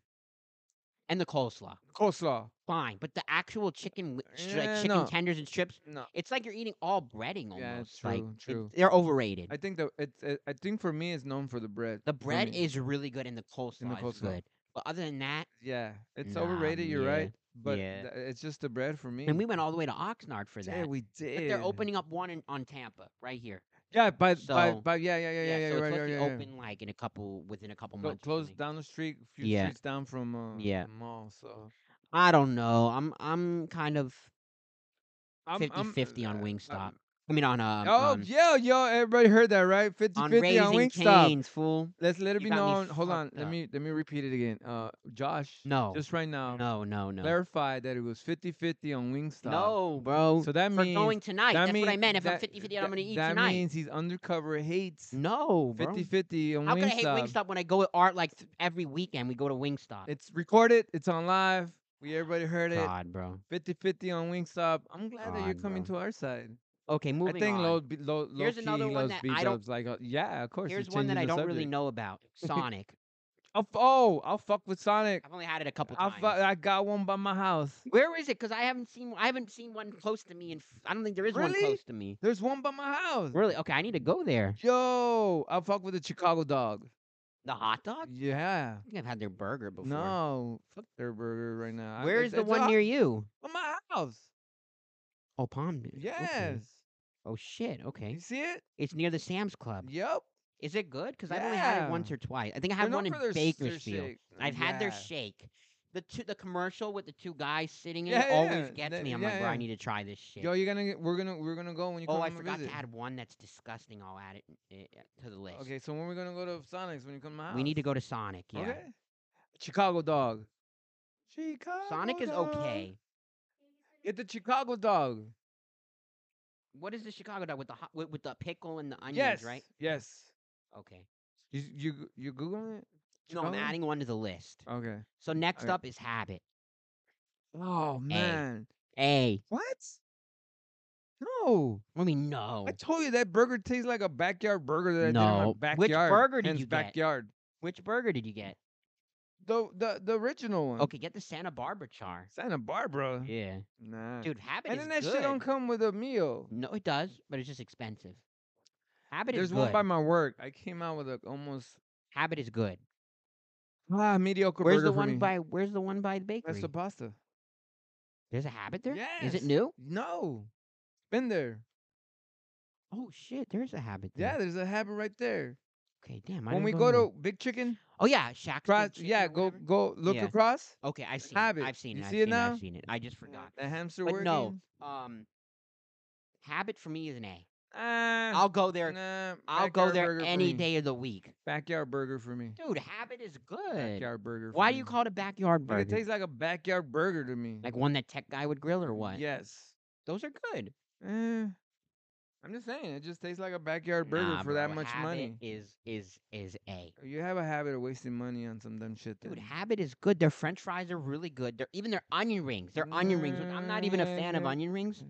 S1: and the coleslaw,
S3: coleslaw.
S1: fine. But the actual chicken, wi- stri- like
S3: Yeah,
S1: chicken
S3: Eh, no.
S1: tenders and strips,
S3: No,
S1: it's like you're eating all breading almost.
S3: Yeah,
S1: like,
S3: true,
S1: it-
S3: true.
S1: they're overrated.
S3: I think that it's. uh, I think for me, it's known for the bread.
S1: The
S3: for
S1: bread
S3: me.
S1: is really good and the coleslaw, is
S3: coleslaw.
S1: good. But other than that,
S3: Yeah, it's
S1: Nah,
S3: overrated. You're
S1: yeah,
S3: right, but
S1: yeah.
S3: th- it's just the bread for me.
S1: and we went all the way to Oxnard for
S3: Yeah,
S1: that.
S3: we
S1: but
S3: did.
S1: they're opening up one in, on Tampa right here.
S3: Yeah, by by
S1: So-
S3: by. Yeah, yeah, yeah, yeah. yeah,
S1: so
S3: you're
S1: it's
S3: right,
S1: supposed
S3: yeah,
S1: to
S3: yeah,
S1: be
S3: yeah.
S1: open like in a couple within a couple
S3: Go
S1: months. or
S3: close
S1: something.
S3: down the street, few
S1: Yeah.
S3: streets down from uh,
S1: Yeah.
S3: the mall. So
S1: I don't know. I'm I'm kind of
S3: I'm- I'm,
S1: 50-50 on
S3: uh,
S1: Wingstop.
S3: um,
S1: I mean on um,
S3: oh
S1: um,
S3: yeah, yo! Everybody heard that, right? 50
S1: on
S3: 50 on
S1: raising
S3: Wingstop.
S1: canes, fool.
S3: Let's let it
S1: You
S3: be
S1: got me
S3: known. Hold on.
S1: fucked
S3: Let
S1: up.
S3: me let me repeat it again. Uh, Josh.
S1: No.
S3: Just right now.
S1: No, no, no.
S3: Clarify that it was 50 50 on Wingstop.
S1: No, bro.
S3: So that
S1: for
S3: means
S1: going tonight.
S3: that
S1: That's what I
S3: mean-
S1: meant. If I'm
S3: that-
S1: 50 50, I'm
S3: that-
S1: going to eat
S3: that
S1: tonight.
S3: means he's undercover hates
S1: no, bro.
S3: 50 50 on
S1: How
S3: Wingstop.
S1: could I hate Wingstop when I go with Art like th- every weekend? We go to Wingstop.
S3: It's recorded, it's on live. We everybody heard it.
S1: God, bro.
S3: 50 50 on Wingstop. I'm glad that you're
S1: God,
S3: coming
S1: bro.
S3: to our side.
S1: Okay, moving
S3: I think
S1: on.
S3: low, B- low, low
S1: Here's
S3: key
S1: another
S3: he
S1: one
S3: loves
S1: that
S3: B
S1: I don't-
S3: dubs. Like, uh, yeah, of course. you're
S1: Here's one that
S3: changing
S1: I
S3: the
S1: don't really
S3: subject.
S1: know about Sonic.
S3: I'll f- oh, I'll fuck with Sonic.
S1: I've only had it a couple
S3: I'll
S1: times.
S3: fu- I got one by my house.
S1: Where is it? Because I haven't seen I haven't seen one close to me, and I don't think there is one
S3: Really?
S1: close to me.
S3: There's one by my house.
S1: Really? Okay, I need to go there.
S3: Yo, I fuck with the Chicago dog.
S1: The hot dog?
S3: Yeah.
S1: I think I've had their burger before.
S3: No, fuck their burger right now. I-
S1: Where
S3: it's-
S1: is the
S3: it's
S1: one
S3: a-
S1: near you?
S3: by my house?
S1: Oh, Palm Beach. okay.
S3: Yes.
S1: Oh shit. Okay.
S3: You see it?
S1: It's near the Sam's Club.
S3: Yep.
S1: Is it good? Because I've only had it
S3: Yeah.
S1: once or twice. I think I
S3: They're
S1: had
S3: known
S1: one in
S3: for their s- their
S1: Bakersfield.
S3: shake. Uh,
S1: I've had their
S3: Yeah.
S1: shake. The two, the commercial with the two guys sitting in
S3: Yeah,
S1: it always
S3: yeah,
S1: gets
S3: that-
S1: me. I'm like,
S3: yeah,
S1: bro, I
S3: yeah.
S1: need to try this shit.
S3: Yo, you're gonna get, we're gonna we're gonna go when you come.
S1: oh, I
S3: on a
S1: forgot
S3: visit.
S1: to add one that's disgusting. I'll add it uh, to the list.
S3: Okay, so when we're gonna go to Sonic's when you come to my house?
S1: We need to go to Sonic. Yeah.
S3: Okay. Chicago dog. Chicago.
S1: Sonic is
S3: dog.
S1: okay.
S3: Get the Chicago dog.
S1: What is the Chicago dog with the hot, with, with the pickle and the onions,
S3: yes.
S1: right?
S3: Yes.
S1: Okay.
S3: You you g- you googling it?
S1: No, I'm
S3: Chicago?
S1: adding one to the list.
S3: Okay.
S1: So next
S3: okay.
S1: up is Habit.
S3: Oh man.
S1: A.
S3: What? No.
S1: Let me know.
S3: I told you that burger tastes like a backyard burger that I did
S1: Oh. No.
S3: in my
S1: Which
S3: backyard.
S1: burger did
S3: hence
S1: you get?
S3: backyard.
S1: Which burger did you get?
S3: The the the original one.
S1: Okay, get the Santa Barbara char.
S3: Santa Barbara.
S1: Yeah,
S3: Nah.
S1: dude, Habit
S3: and
S1: is
S3: then that
S1: good.
S3: shit don't come with a meal.
S1: no, it does, but it's just expensive. Habit
S3: There's
S1: is good.
S3: one by my work. I came out with a almost
S1: Habit is good.
S3: ah mediocre
S1: Where's
S3: burger
S1: the
S3: for
S1: one
S3: me.
S1: by? Where's the one by the bakery?
S3: That's the pasta.
S1: There's a Habit there. Is it
S3: Yes.
S1: new?
S3: No, been there.
S1: Oh shit, there's a Habit there.
S3: Yeah, there's a habit right there.
S1: Okay, damn. I didn't
S3: when we
S1: know
S3: go
S1: that.
S3: to Big Chicken,
S1: oh yeah, Shaq's
S3: cross,
S1: Big Chicken
S3: yeah,
S1: or
S3: go
S1: whatever.
S3: go look
S1: Yeah.
S3: across.
S1: Okay, I seen.
S3: have
S1: it.
S3: it.
S1: I've seen
S3: You
S1: it. I've
S3: see it
S1: seen
S3: now?
S1: I've seen it. I just forgot.
S3: The hamster
S1: But
S3: working.
S1: no, Um, habit for me is an A.
S3: Ah,
S1: I'll go there.
S3: nah,
S1: I'll go
S3: backyard
S1: there
S3: burger for
S1: any
S3: me.
S1: day of the week.
S3: Backyard burger for me.
S1: Dude, habit is good.
S3: Backyard burger. for
S1: Why do
S3: me.
S1: you call it a backyard
S3: Like,
S1: burger?
S3: It tastes like a backyard burger to me.
S1: like one that tech guy would grill or what?
S3: Yes.
S1: Those are good.
S3: Eh, I'm just saying, it just tastes like a backyard burger
S1: Nah,
S3: for that
S1: bro,
S3: much
S1: habit
S3: money.
S1: Is is is A.
S3: You have a habit of wasting money on some dumb shit.
S1: Dude,
S3: then.
S1: habit is good. Their French fries are really good. They're even their onion rings. Their onion rings. which I'm not even a fan of
S3: Yeah.
S1: onion rings,
S3: Yeah.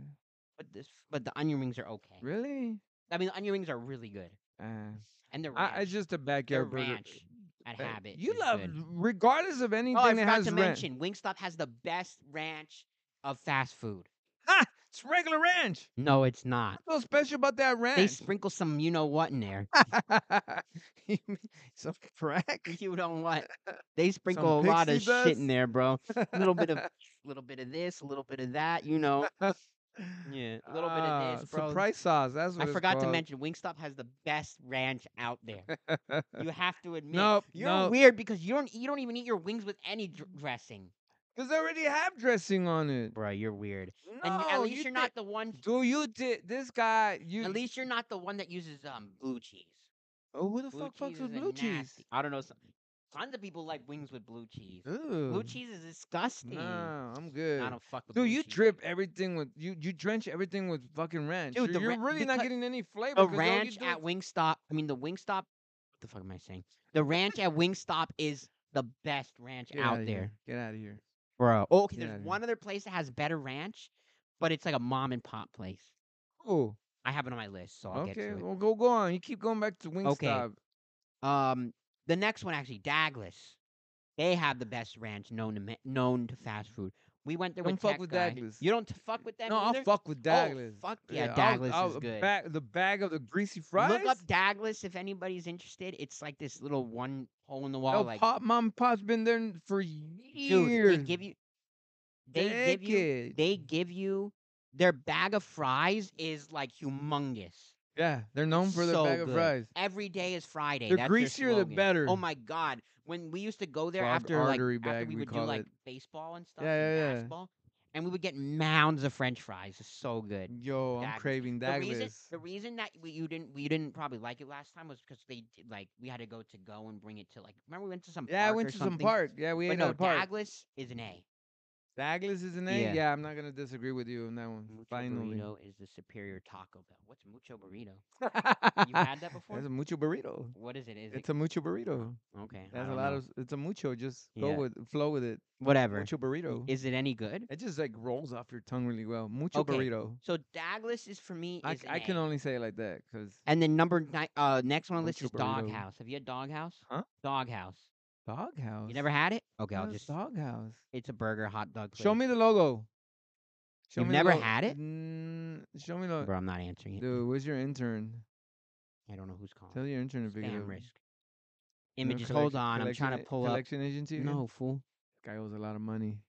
S1: but this but the onion rings are okay.
S3: really?
S1: I mean, the onion rings are really good,
S3: Uh,
S1: and they're
S3: I, it's
S1: ranch
S3: just a
S1: Their
S3: backyard burger.
S1: ranch at
S3: Uh,
S1: habit.
S3: You
S1: is
S3: love,
S1: good.
S3: regardless of anything
S1: Oh, I
S3: that
S1: forgot
S3: has
S1: to
S3: ranch.
S1: mention, Wingstop has the best ranch of fast food.
S3: It's regular ranch.
S1: No, it's not.
S3: What's so special about that ranch?
S1: They sprinkle some, you know what, in there.
S3: You mean some crack.
S1: you don't what? They sprinkle a lot of
S3: pixie
S1: shit in
S3: dust?
S1: there, bro. A little bit of, little bit of this, a little bit of that. You know, yeah, a little bit
S3: Ah,
S1: of this, bro.
S3: Surprise sauce. That's what
S1: I
S3: it's
S1: forgot to
S3: called.
S1: mention, Wingstop has the best ranch out there. You have to admit.
S3: Nope,
S1: You're
S3: nope.
S1: weird because you don't you don't even eat your wings with any dr- dressing,
S3: Because they already have dressing on it.
S1: bro. You're weird.
S3: No,
S1: and at least
S3: you
S1: you're
S3: thi-
S1: not the one.
S3: Do you did this guy? You
S1: At least you're not the one that uses um blue cheese.
S3: Oh, who the
S1: Blue
S3: fuck fucks
S1: cheese
S3: with
S1: is a
S3: blue cheese?
S1: nasty- I don't know. Some, tons of people like wings with blue cheese. Blue
S3: Ooh,
S1: cheese is disgusting.
S3: Nah, I'm good.
S1: I don't fuck with.
S3: Dude,
S1: blue
S3: you
S1: cheese.
S3: drip everything with you. You drench everything with fucking ranch.
S1: Dude,
S3: You're-
S1: the
S3: you're
S1: ran-
S3: really not
S1: because-
S3: getting any flavor.
S1: The
S3: 'cause all you
S1: ranch
S3: do
S1: at
S3: is-
S1: Wingstop. I mean, the Wingstop. What the fuck am I saying? The ranch at Wingstop is the best ranch
S3: Get
S1: out
S3: outta
S1: there,
S3: here. Get out of here.
S1: bro. Oh, okay.
S3: Get outta
S1: There's
S3: here.
S1: one other place that has better ranch, but it's like a mom and pop place.
S3: Oh,
S1: I have it on my list, so I'll get
S3: okay.
S1: to it.
S3: Well, go go on. You keep going back to Wingstop.
S1: Um, the next one actually, Douglas. They have the best ranch known to ma- known to fast food. We went there
S3: Don't
S1: with
S3: fuck
S1: Tech
S3: with
S1: guy.
S3: Douglas.
S1: You don't t- fuck with that.
S3: No, I'll fuck with Douglas.
S1: Oh, fuck yeah,
S3: I'll-
S1: Douglas is
S3: I'll-
S1: good.
S3: Bag, the bag of the greasy fries.
S1: Look up Douglas if anybody's interested. It's like this little one hole in the wall,
S3: Yo,
S1: like
S3: Oh, Pop, Mom, Pop's been there n- for
S1: dude.
S3: years.
S1: They give you. They give you.
S3: Decades.
S1: They give you. Their bag of fries is like humongous.
S3: Yeah, they're known for their
S1: so
S3: bag of
S1: good.
S3: fries.
S1: Every day is Friday.
S3: The
S1: That's their
S3: greasier, the
S1: slogan.
S3: better.
S1: Oh my god! When we used to go there
S3: Clogged
S1: after like
S3: artery
S1: after
S3: bag,
S1: we
S3: we
S1: would do
S3: call
S1: like
S3: it.
S1: baseball and stuff,
S3: Yeah,
S1: and
S3: yeah, yeah.
S1: basketball, and we would get mounds of French fries. It's so good.
S3: Yo, I'm
S1: Douglas.
S3: craving
S1: The reason,
S3: Douglas.
S1: the reason that we, you didn't we didn't probably like it last time was because they did, like we had to go to go and bring it to like remember we went to some
S3: Yeah, I
S1: park
S3: went
S1: or
S3: to some
S1: something?
S3: park. Yeah, we
S1: But
S3: ate
S1: no,
S3: at a park.
S1: Douglas is an A.
S3: Douglas is an A.
S1: Yeah.
S3: Yeah. I'm not gonna disagree with you on that one.
S1: Mucho
S3: Finally,
S1: burrito is the superior taco Bell. What's mucho burrito? You had that before?
S3: That's a mucho burrito.
S1: What is it? Is
S3: It's
S1: it
S3: a mucho burrito.
S1: okay? I
S3: That's a
S1: don't
S3: lot
S1: know.
S3: of. It's a mucho. Just go
S1: Yeah.
S3: with flow with it.
S1: whatever.
S3: Mucho burrito.
S1: Is it any good?
S3: It just like rolls off your tongue really well. Mucho
S1: Okay.
S3: burrito.
S1: So Douglas is for me.
S3: I,
S1: Is Eh
S3: c-
S1: an
S3: I can
S1: A.
S3: only say it like that because
S1: And then number nine, uh, next one on the list
S3: Mucho
S1: is
S3: burrito.
S1: Doghouse. Have you had Doghouse?
S3: Huh?
S1: Doghouse.
S3: doghouse.
S1: You never had it? Okay, I'll
S3: What is
S1: just.
S3: doghouse.
S1: It's a burger hot dog.
S3: Show
S1: place.
S3: me the logo. Show
S1: You've
S3: the
S1: never
S3: logo.
S1: had it?
S3: Mm, show me the
S1: Bro, I'm not answering it.
S3: dude. Where's your intern?
S1: I don't know who's
S3: Tell
S1: calling.
S3: your intern to pick it
S1: Spam
S3: up.
S1: risk.
S3: You know,
S1: Images.
S3: collect-
S1: Hold on, I'm trying to
S3: collection a-
S1: pull up.
S3: collection agency. again?
S1: No fool.
S3: guy owes a lot of money.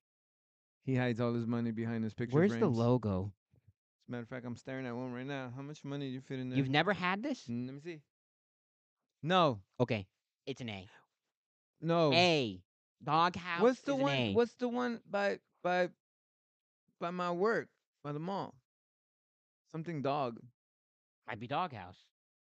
S3: He hides all his money behind his picture
S1: Where's the
S3: frames.
S1: logo?
S3: As a matter of fact, I'm staring at one right now. How much money do you fit in there?
S1: You've never had this?
S3: Mm, Let me see. No,
S1: Okay, it's an A.
S3: no.
S1: A. Doghouse.
S3: Oh. what's the
S1: is an
S3: one?
S1: A.
S3: What's the one by by by my work by the mall? Something dog.
S1: Might be Doghouse.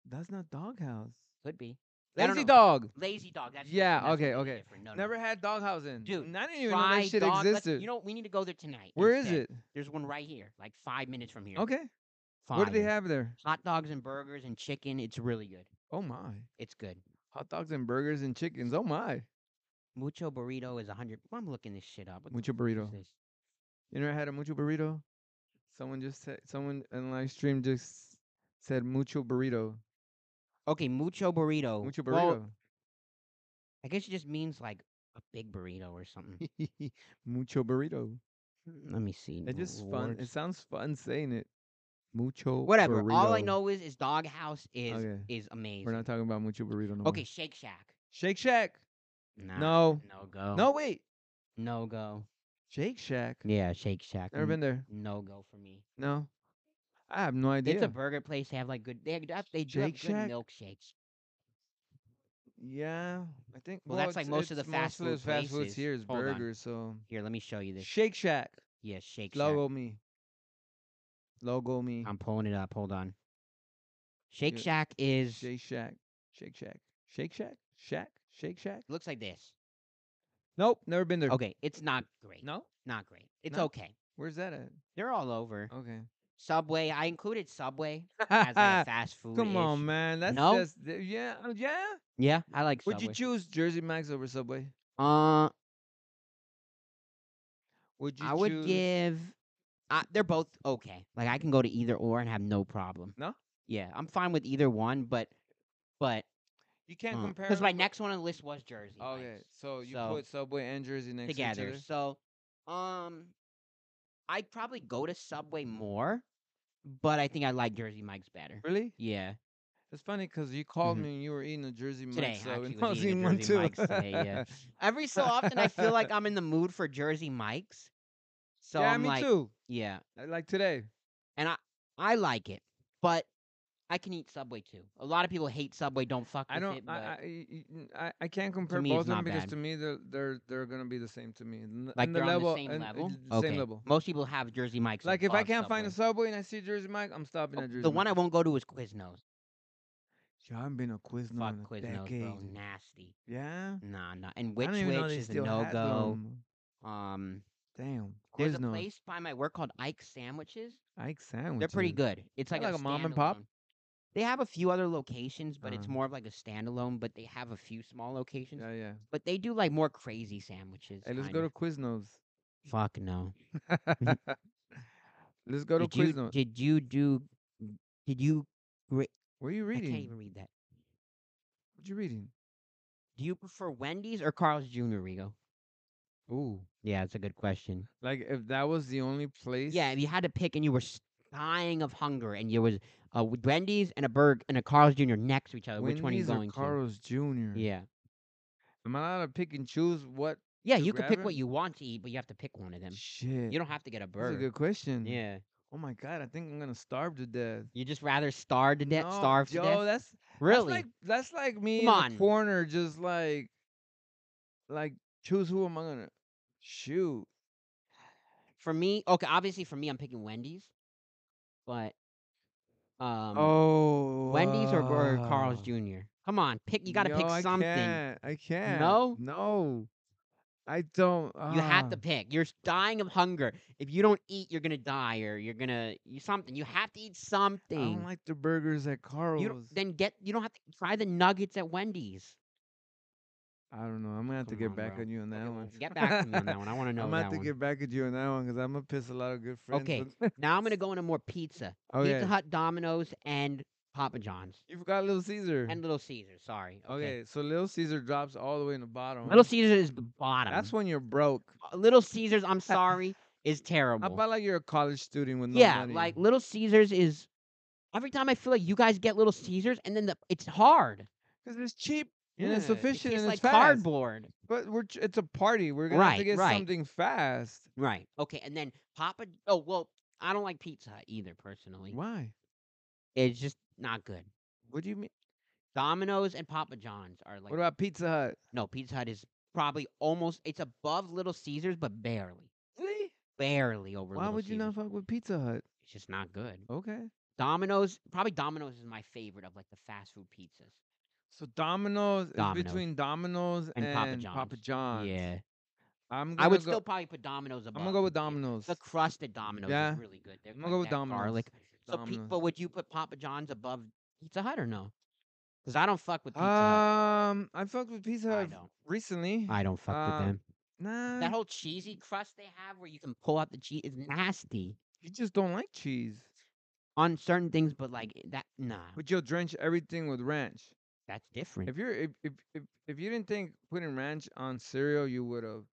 S3: That's not doghouse.
S1: Could be. I don't
S3: Lazy
S1: know.
S3: dog.
S1: Lazy Dog. That's
S3: Yeah,
S1: Different.
S3: okay,
S1: That's completely
S3: okay.
S1: different. No, no,
S3: Never had doghouse in.
S1: Dude,
S3: I didn't even know
S1: Fry
S3: that shit
S1: dog. let's-
S3: existed.
S1: You know, we need to go there tonight.
S3: Where is
S1: instead.
S3: it?
S1: There's one right here, like five minutes from here.
S3: Okay. What do they
S1: Fire.
S3: have there?
S1: Hot dogs and burgers and chicken. It's really good.
S3: Oh my.
S1: It's good.
S3: Hot dogs and burgers and chickens. Oh my.
S1: Mucho burrito is a hundred. I'm looking this shit up. What the
S3: Mucho
S1: fuck is
S3: burrito.
S1: this?
S3: You never had a mucho burrito? Someone just said someone in live stream just said mucho burrito.
S1: Okay, mucho burrito.
S3: Mucho
S1: Well,
S3: burrito.
S1: I guess it just means like a big burrito or something.
S3: mucho burrito.
S1: Let me see.
S3: It just fun.
S1: rewards.
S3: It sounds fun saying it. Mucho
S1: Whatever. All I
S3: burrito.
S1: know is is Doghouse is
S3: Okay.
S1: is amazing.
S3: We're not talking about mucho burrito no more.
S1: okay, Shake Shack.
S3: Shake Shack.
S1: Nah,
S3: No.
S1: No go.
S3: No wait.
S1: No go.
S3: Shake Shack.
S1: Yeah, Shake Shack.
S3: Never
S1: mm,
S3: been there.
S1: No go for me.
S3: No. I have no idea.
S1: It's a burger place. They have like good. They have, they do
S3: Shake
S1: have good
S3: Shack?
S1: milkshakes.
S3: Yeah, I think.
S1: Well, that's like
S3: it's-
S1: most of the
S3: it's
S1: fast
S3: most of the
S1: food
S3: fast foods
S1: places.
S3: here is
S1: Hold on.
S3: burgers. So
S1: Here, let me show you this.
S3: Shake Shack,
S1: Yeah, Shake Shack.
S3: logo me, logo me,
S1: I'm pulling it up. Hold on. Shake
S3: Yeah.
S1: Shack is
S3: Shake Shack, Shake Shack, Shake Shack, Shack, Shake Shack.
S1: looks like this.
S3: Nope, never been there.
S1: Okay, it's not great.
S3: no,
S1: Not great. It's
S3: No? Oh.
S1: okay.
S3: where's that at?
S1: They're all over.
S3: Okay,
S1: Subway. I included Subway as like a fast food.
S3: come on, man. That's
S1: No?
S3: just th- yeah, uh, yeah.
S1: Yeah, I like
S3: Would
S1: Subway.
S3: you choose Jersey Max over Subway?
S1: uh,
S3: Would you?
S1: I would
S3: choose...
S1: give. Uh, they're both okay. Like I can go to either or and have no problem.
S3: No?
S1: Yeah, I'm fine with either one, but but
S3: You can't compare
S1: because my
S3: them,
S1: next one on the list was Jersey.
S3: but- Okay,
S1: Mike's
S3: so you
S1: So-
S3: put Subway and Jersey next to each
S1: together.
S3: other.
S1: So, um, I'd probably go to Subway more, but I think I like Jersey Mike's better.
S3: Really?
S1: Yeah,
S3: It's funny because you called
S1: Mhm.
S3: me and you were eating a Jersey Mike's
S1: Today,
S3: sub,
S1: actually
S3: and
S1: was
S3: I was
S1: eating
S3: eating
S1: a
S3: one
S1: Jersey
S3: too.
S1: Mike's today, yeah. every so often I feel like I'm in the mood for Jersey Mike's. So
S3: yeah,
S1: I'm
S3: me
S1: like,
S3: too.
S1: yeah,
S3: I Like today.
S1: I like it, but I can eat Subway too. A lot of people hate Subway. Don't fuck with
S3: I don't.
S1: it.
S3: I,
S1: but-
S3: I, I- I I can't compare
S1: me,
S3: both
S1: it's
S3: of them
S1: not
S3: because
S1: bad.
S3: to me they're they're they're gonna be the same to me. N-
S1: like
S3: and
S1: they're
S3: the level,
S1: on the same
S3: and-
S1: level.
S3: and the Same level.
S1: Most people have Jersey Mike's.
S3: Like if I
S1: above
S3: can't find a
S1: Subway.
S3: Subway and I see Jersey Mike, I'm stopping at
S1: Oh,
S3: Jersey.
S1: the one I
S3: Mike's.
S1: won't go to is Quiznos.
S3: Yo, I haven't been a Quiznos
S1: Fuck
S3: in a
S1: Quiznos,
S3: decade.
S1: bro. Nasty.
S3: Yeah.
S1: Nah, nah. And
S3: I
S1: Witch
S3: don't even know
S1: Witch
S3: they
S1: is a
S3: still
S1: no
S3: had
S1: go.
S3: them.
S1: Um,
S3: Damn.
S1: there's a
S3: Quiznos.
S1: place by my work called Ike Sandwiches.
S3: Ike sandwich.
S1: They're pretty good. It's
S3: Kinda
S1: like,
S3: like a mom and pop?
S1: standalone. They have a few other locations, but it's
S3: Uh.
S1: more of like a standalone. But they have a few small locations.
S3: Yeah, yeah.
S1: But they do like more crazy sandwiches.
S3: Hey, let's
S1: kind
S3: go to
S1: of.
S3: Quiznos.
S1: Fuck no.
S3: Mm-hmm. let's go to
S1: did you
S3: Quiznos.
S1: did you do did you
S3: What are you
S1: I can't
S3: reading?
S1: even read that.
S3: What you reading?
S1: Do you prefer Wendy's or Carl's Jr. Rigo?
S3: Ooh.
S1: Yeah, it's a good question.
S3: Like if that was the only place.
S1: Yeah, if you had to pick and you were s- dying of hunger and there was a w- Wendy's and a Berg and a Carl's Jr. next to each other, which one are you
S3: Wendy's
S1: going
S3: or Carl's
S1: to?
S3: Jr.
S1: Yeah.
S3: Am I allowed to pick and choose what?
S1: Yeah,
S3: To
S1: you could
S3: grab
S1: pick what
S3: it?
S1: you want to eat, but you have to pick one of them.
S3: Shit.
S1: You don't have to get a
S3: That's a
S1: burger.
S3: good question.
S1: Yeah.
S3: Oh my god, I think I'm gonna starve to death.
S1: You just rather starve to death,
S3: No,
S1: starve to
S3: yo,
S1: death.
S3: that's that's
S1: Really?
S3: like, that's like me
S1: Come
S3: in
S1: on.
S3: the corner, just like, like choose who am I gonna shoot?
S1: for me, okay, obviously for me, I'm picking Wendy's, but um,
S3: oh,
S1: Wendy's or, or Carl's
S3: uh,
S1: Jr. Come on, pick. You got to
S3: yo,
S1: pick
S3: I
S1: something.
S3: Can't, I can't.
S1: No?
S3: no, I don't.
S1: You have
S3: ah.
S1: to pick. You're s- dying of hunger. If you don't eat, you're gonna die, or you're gonna you, something. You have to eat
S3: Oh I
S1: something.
S3: don't like the burgers at Carl's.
S1: you don't, then get. You don't have to try the nuggets at Wendy's.
S3: I don't know. I'm gonna have to
S1: Come
S3: get
S1: on,
S3: back
S1: bro.
S3: on you on that
S1: Okay, well,
S3: one.
S1: Get back to me on that one. I want to know
S3: I'm gonna
S1: that
S3: have to
S1: one.
S3: get back at you on that one because I'm gonna piss a lot of good friends.
S1: Okay,
S3: with-
S1: now I'm gonna go into more pizza.
S3: okay.
S1: Pizza Hut, Domino's, and Papa John's,
S3: You forgot Little Caesar.
S1: and Little Caesars. Sorry.
S3: okay. so Little Caesar drops all the way in the bottom.
S1: Little Caesars is the bottom.
S3: That's when you're broke.
S1: Uh, Little Caesars, I'm sorry, is terrible.
S3: How about like you're a college student with no
S1: yeah,
S3: money?
S1: like Little Caesars is. Every time I feel like you guys get Little Caesars, and then the, it's hard.
S3: because it's cheap
S1: Yeah,
S3: and it's efficient
S1: It tastes
S3: and
S1: like
S3: it's fast.
S1: cardboard.
S3: But we're ch- it's a party. We're gonna have to
S1: Right,
S3: get
S1: right.
S3: something fast.
S1: Right. Okay. And then Papa. Oh well, I don't like Pizza Hut either personally.
S3: Why?
S1: It's just not good.
S3: What do you mean?
S1: Domino's and Papa John's are like
S3: what about Pizza Hut?
S1: no. Pizza Hut is probably almost. It's above Little Caesars, but barely,
S3: Really?
S1: barely over.
S3: Why
S1: Little
S3: would you
S1: Caesars.
S3: not fuck with Pizza Hut?
S1: It's just not good.
S3: Okay.
S1: Domino's probably Domino's is my favorite of like the fast food pizzas.
S3: So Domino's,
S1: Domino's.
S3: is between Domino's and,
S1: And Papa John's.
S3: John's.
S1: Yeah.
S3: I'm gonna
S1: I would
S3: go,
S1: still probably put Domino's above.
S3: I'm gonna go
S1: it.
S3: with Domino's.
S1: The crust at Domino's
S3: Yeah.
S1: is really good. They're
S3: I'm gonna go with Domino's.
S1: Garlic. So, pe-
S3: Domino's.
S1: but would you put Papa John's above Pizza Hut or no? Because I don't fuck with Pizza Hut.
S3: Um, I fucked with Pizza
S1: I
S3: Hut
S1: don't.
S3: recently.
S1: I don't fuck
S3: uh, eh.
S1: with them.
S3: nah,
S1: That whole cheesy crust they have, where you can pull out the cheese, is nasty
S3: you just don't like cheese.
S1: on certain things. But like eh, that, nah,
S3: But you'll drench everything with ranch.
S1: that's different.
S3: If you're if if if, if you didn't think putting ranch on cereal, you would have.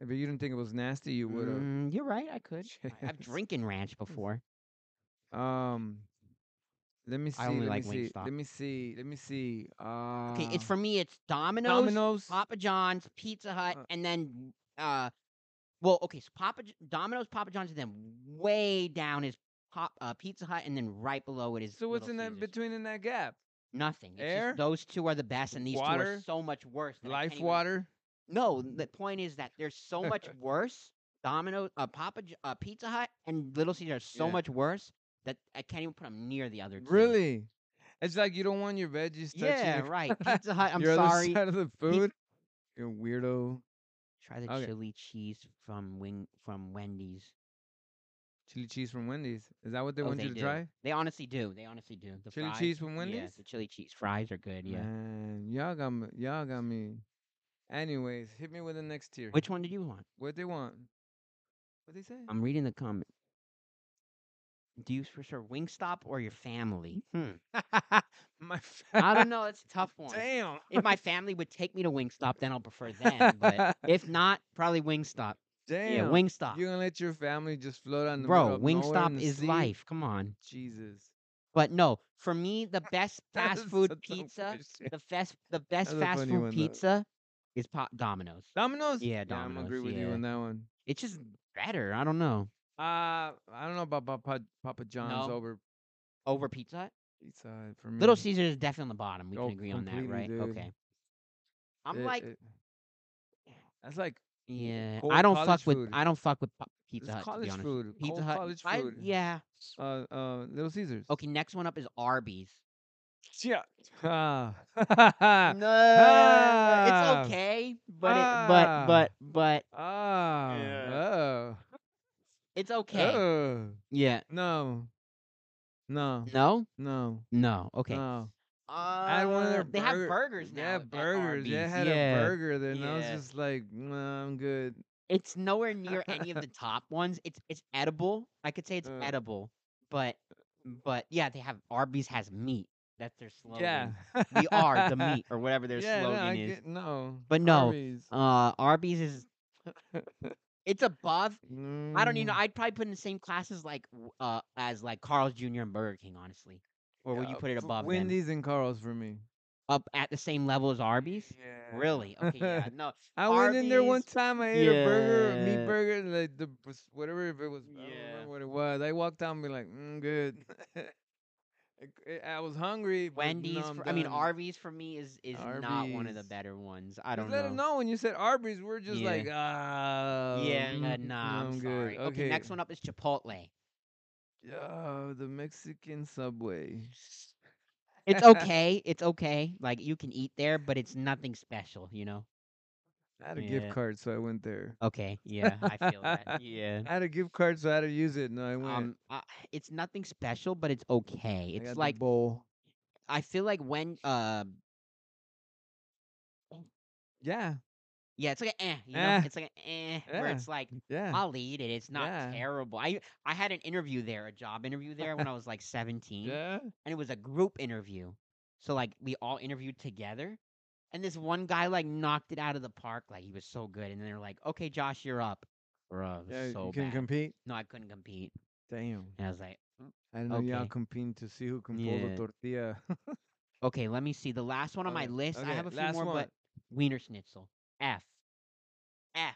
S3: If you didn't think it was nasty, you would have.
S1: Mm, you're right. I could. I- I've
S3: Yes.
S1: drinking ranch before.
S3: Um, let me see.
S1: I only
S3: let
S1: like
S3: me see.
S1: Wingstop.
S3: Let me see. Let me see. Uh,
S1: Okay, it's for me. It's Domino's,
S3: Domino's.
S1: Papa John's, Pizza Hut,
S3: Uh,
S1: and then uh, well, okay, so Papa J- Domino's, Papa John's, and then way down is Pop uh, Pizza Hut, and then right below it is.
S3: so what's
S1: Little
S3: in that
S1: Caesars.
S3: between in that gap?
S1: Nothing. It's just
S3: Air?
S1: those two are the best, and these two
S3: Water?
S1: are so much worse. that I can't
S3: Life
S1: even-
S3: water.
S1: No, the point is that there's so much worse. Domino, uh, Papa, J- uh, Pizza Hut, and Little Caesar are so
S3: Yeah.
S1: much worse that I can't even put them near the other two.
S3: Really? It's like you don't want your veggies touching
S1: Yeah,
S3: your,
S1: right. Pizza Hut. I'm
S3: your
S1: sorry.
S3: other side of the food. You're a weirdo.
S1: Try the
S3: Okay.
S1: chili cheese from Wing from Wendy's.
S3: Chili cheese from Wendy's. Is that what they
S1: Oh,
S3: want you to
S1: do.
S3: try?
S1: They honestly do. They honestly do. The
S3: Chili
S1: fries-
S3: cheese from
S1: Yeah,
S3: Wendy's?
S1: the chili cheese fries are good. Yeah.
S3: Man, y'all got me. Y'all got me. Anyways, hit me with the next tier.
S1: Which one did you want?
S3: What they want? What they say?
S1: I'm reading the comment. Do you prefer Wingstop or your family? Hmm.
S3: My
S1: I don't know. It's a tough one.
S3: Damn.
S1: If my family would take me to Wingstop, then I'll prefer them. But if not, probably Wingstop.
S3: Damn.
S1: Yeah, Wingstop.
S3: You gonna let your family just float on the middle
S1: Ah. Bro,
S3: of nowhere in
S1: Wingstop
S3: the
S1: is
S3: sea?
S1: life. Come on.
S3: Jesus.
S1: But no, for me, the best
S3: That
S1: fast
S3: is
S1: food
S3: such a
S1: pizza,
S3: question.
S1: the best, the best
S3: That's a
S1: fast
S3: funny
S1: food
S3: one, though.
S1: pizza is Pop Domino's.
S3: Domino's.
S1: Yeah,
S3: I'm
S1: Domino's,
S3: agree with you
S1: yeah.
S3: on that one.
S1: It's just better. I don't know.
S3: Uh, I don't know about Papa, Papa John's
S1: No.
S3: over
S1: Over Pizza Hut?
S3: Pizza Hut for me.
S1: Little Caesars is definitely on the bottom. We
S3: Mm-hmm. Oh,
S1: can agree on that,
S3: completely,
S1: right?
S3: dude.
S1: Okay. I'm
S3: It-
S1: like,
S3: it- that's like
S1: yeah.
S3: cold
S1: I don't
S3: college
S1: fuck with
S3: food.
S1: I don't fuck with Pop- Pizza Hut. to
S3: It's
S1: be
S3: college
S1: honest.
S3: food,
S1: Pizza
S3: cold
S1: Hut.
S3: college
S1: I-
S3: food.
S1: yeah.
S3: uh, uh, Little Caesars.
S1: Okay. Next one up is Arby's.
S3: Yeah.
S1: No,
S3: Ah.
S1: Mm.
S3: Ah.
S1: it's okay, but it, but
S3: Ah.
S1: but but
S3: Ah.
S1: Yeah.
S3: Oh.
S1: it's okay.
S3: Oh.
S1: yeah.
S3: No. No.
S1: No.
S3: No.
S1: No. Okay.
S3: No.
S1: Uh,
S3: I had one of their
S1: they have
S3: burger-
S1: burgers
S3: They
S1: now.
S3: had
S1: at
S3: burgers. They
S1: Arby's,
S3: had
S1: yeah.
S3: a burger there, and I was
S1: yeah.
S3: just like, nah, I'm good.
S1: It's nowhere near any of the top ones. It's it's edible. I could say it's
S3: Uh.
S1: edible, but but yeah, they have Arby's has meat. That's their slogan.
S3: Yeah.
S1: We are the meat or whatever their
S3: yeah, no,
S1: slogan
S3: I
S1: is.
S3: get- no.
S1: But no,
S3: Arby's.
S1: Uh Arby's is it's above. I don't even know.
S3: Mm.
S1: I'd probably put in the same classes like w- uh as like Carl's Jr. and Burger King, honestly. Or would you
S3: Uh,
S1: put it
S3: f-
S1: above them?
S3: Wendy's and Carl's for me.
S1: Up at the same level as Arby's?
S3: Yeah.
S1: Really? Okay, yeah. No.
S3: I went in there one
S1: Arby's,
S3: time. I ate a burger, a
S1: yeah.
S3: meat burger, and like the was- whatever if it was. I don't
S1: Yeah.
S3: remember what it was. I walked out and be like, mm, good. I- I was hungry. but
S1: Wendy's.
S3: no, I'm
S1: for, I mean,
S3: done.
S1: Arby's for me is is not one of the
S3: Arby's.
S1: better ones. I don't
S3: 'Cause let it
S1: know.
S3: know when you said Arby's, we're just
S1: Yeah.
S3: like, ah.
S1: Yeah, uh,
S3: mm,
S1: nah,
S3: no,
S1: I'm,
S3: good.
S1: sorry. Okay. next one up is Chipotle.
S3: Oh, the Mexican Subway.
S1: It's okay. it's okay. Like you can eat there, but it's nothing special, you know.
S3: I had a
S1: Yeah.
S3: gift card, so I went there.
S1: Okay, yeah, I feel that. Yeah.
S3: I had a gift card, so I had to use it, and I went.
S1: Um, uh, it's nothing special, but it's okay.
S3: I got
S1: It's
S3: the
S1: like
S3: bowl.
S1: I feel like when uh
S3: Yeah,
S1: yeah, it's like an eh, you know,
S3: Eh.
S1: it's like an eh, where
S3: Yeah.
S1: it's like
S3: yeah.
S1: I'll eat it. It's not
S3: Yeah.
S1: terrible. I I had an interview there, a job interview there when I was like seventeen,
S3: Yeah.
S1: and it was a group interview. So like we all interviewed together, and this one guy like knocked it out of the park. Like he was so good, and they're like, "Okay, Josh, you're up." Bro,
S3: Yeah,
S1: so
S3: you can
S1: bad.
S3: compete.
S1: no, I couldn't compete.
S3: Damn.
S1: And I was like,
S3: I don't know y'all
S1: Okay.
S3: competing to see who can pull
S1: Yeah.
S3: the tortilla.
S1: Okay, let me see. The last one on my
S3: Okay,
S1: list. I
S3: Oh, okay,
S1: have a few
S3: last
S1: more,
S3: one.
S1: but Wiener Schnitzel. F. F.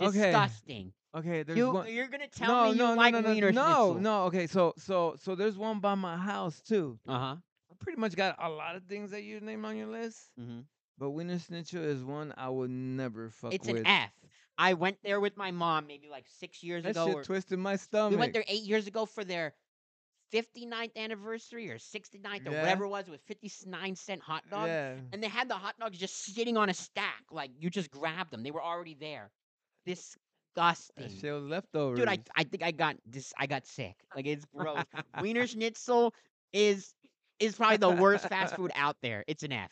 S3: Okay.
S1: Disgusting.
S3: okay, there's
S1: You,
S3: one.
S1: you're gonna tell me you like
S3: no, no,
S1: Wiener
S3: no,
S1: Schnitzel?
S3: no. Okay, so so so there's one by my house too.
S1: Uh huh.
S3: I pretty much got a lot of things that you named on your list,
S1: Mm-hmm.
S3: but Wiener Schnitzel is one I would never fuck
S1: It's
S3: with.
S1: an F. I went there with my mom maybe like six years
S3: That
S1: ago.
S3: shit
S1: or-
S3: twisted my stomach.
S1: we went there eight years ago for their 59th anniversary or 69th or
S3: Yeah.
S1: whatever it was with 59 cent hot dogs.
S3: Yeah.
S1: And they had the hot dogs just sitting on a stack. Like you just grabbed them. They were already there. Disgusting.
S3: That shit was leftovers.
S1: Dude, I, I think I got this. I got sick. Like it's gross. Wiener Schnitzel is is probably the worst fast food out there. It's an F.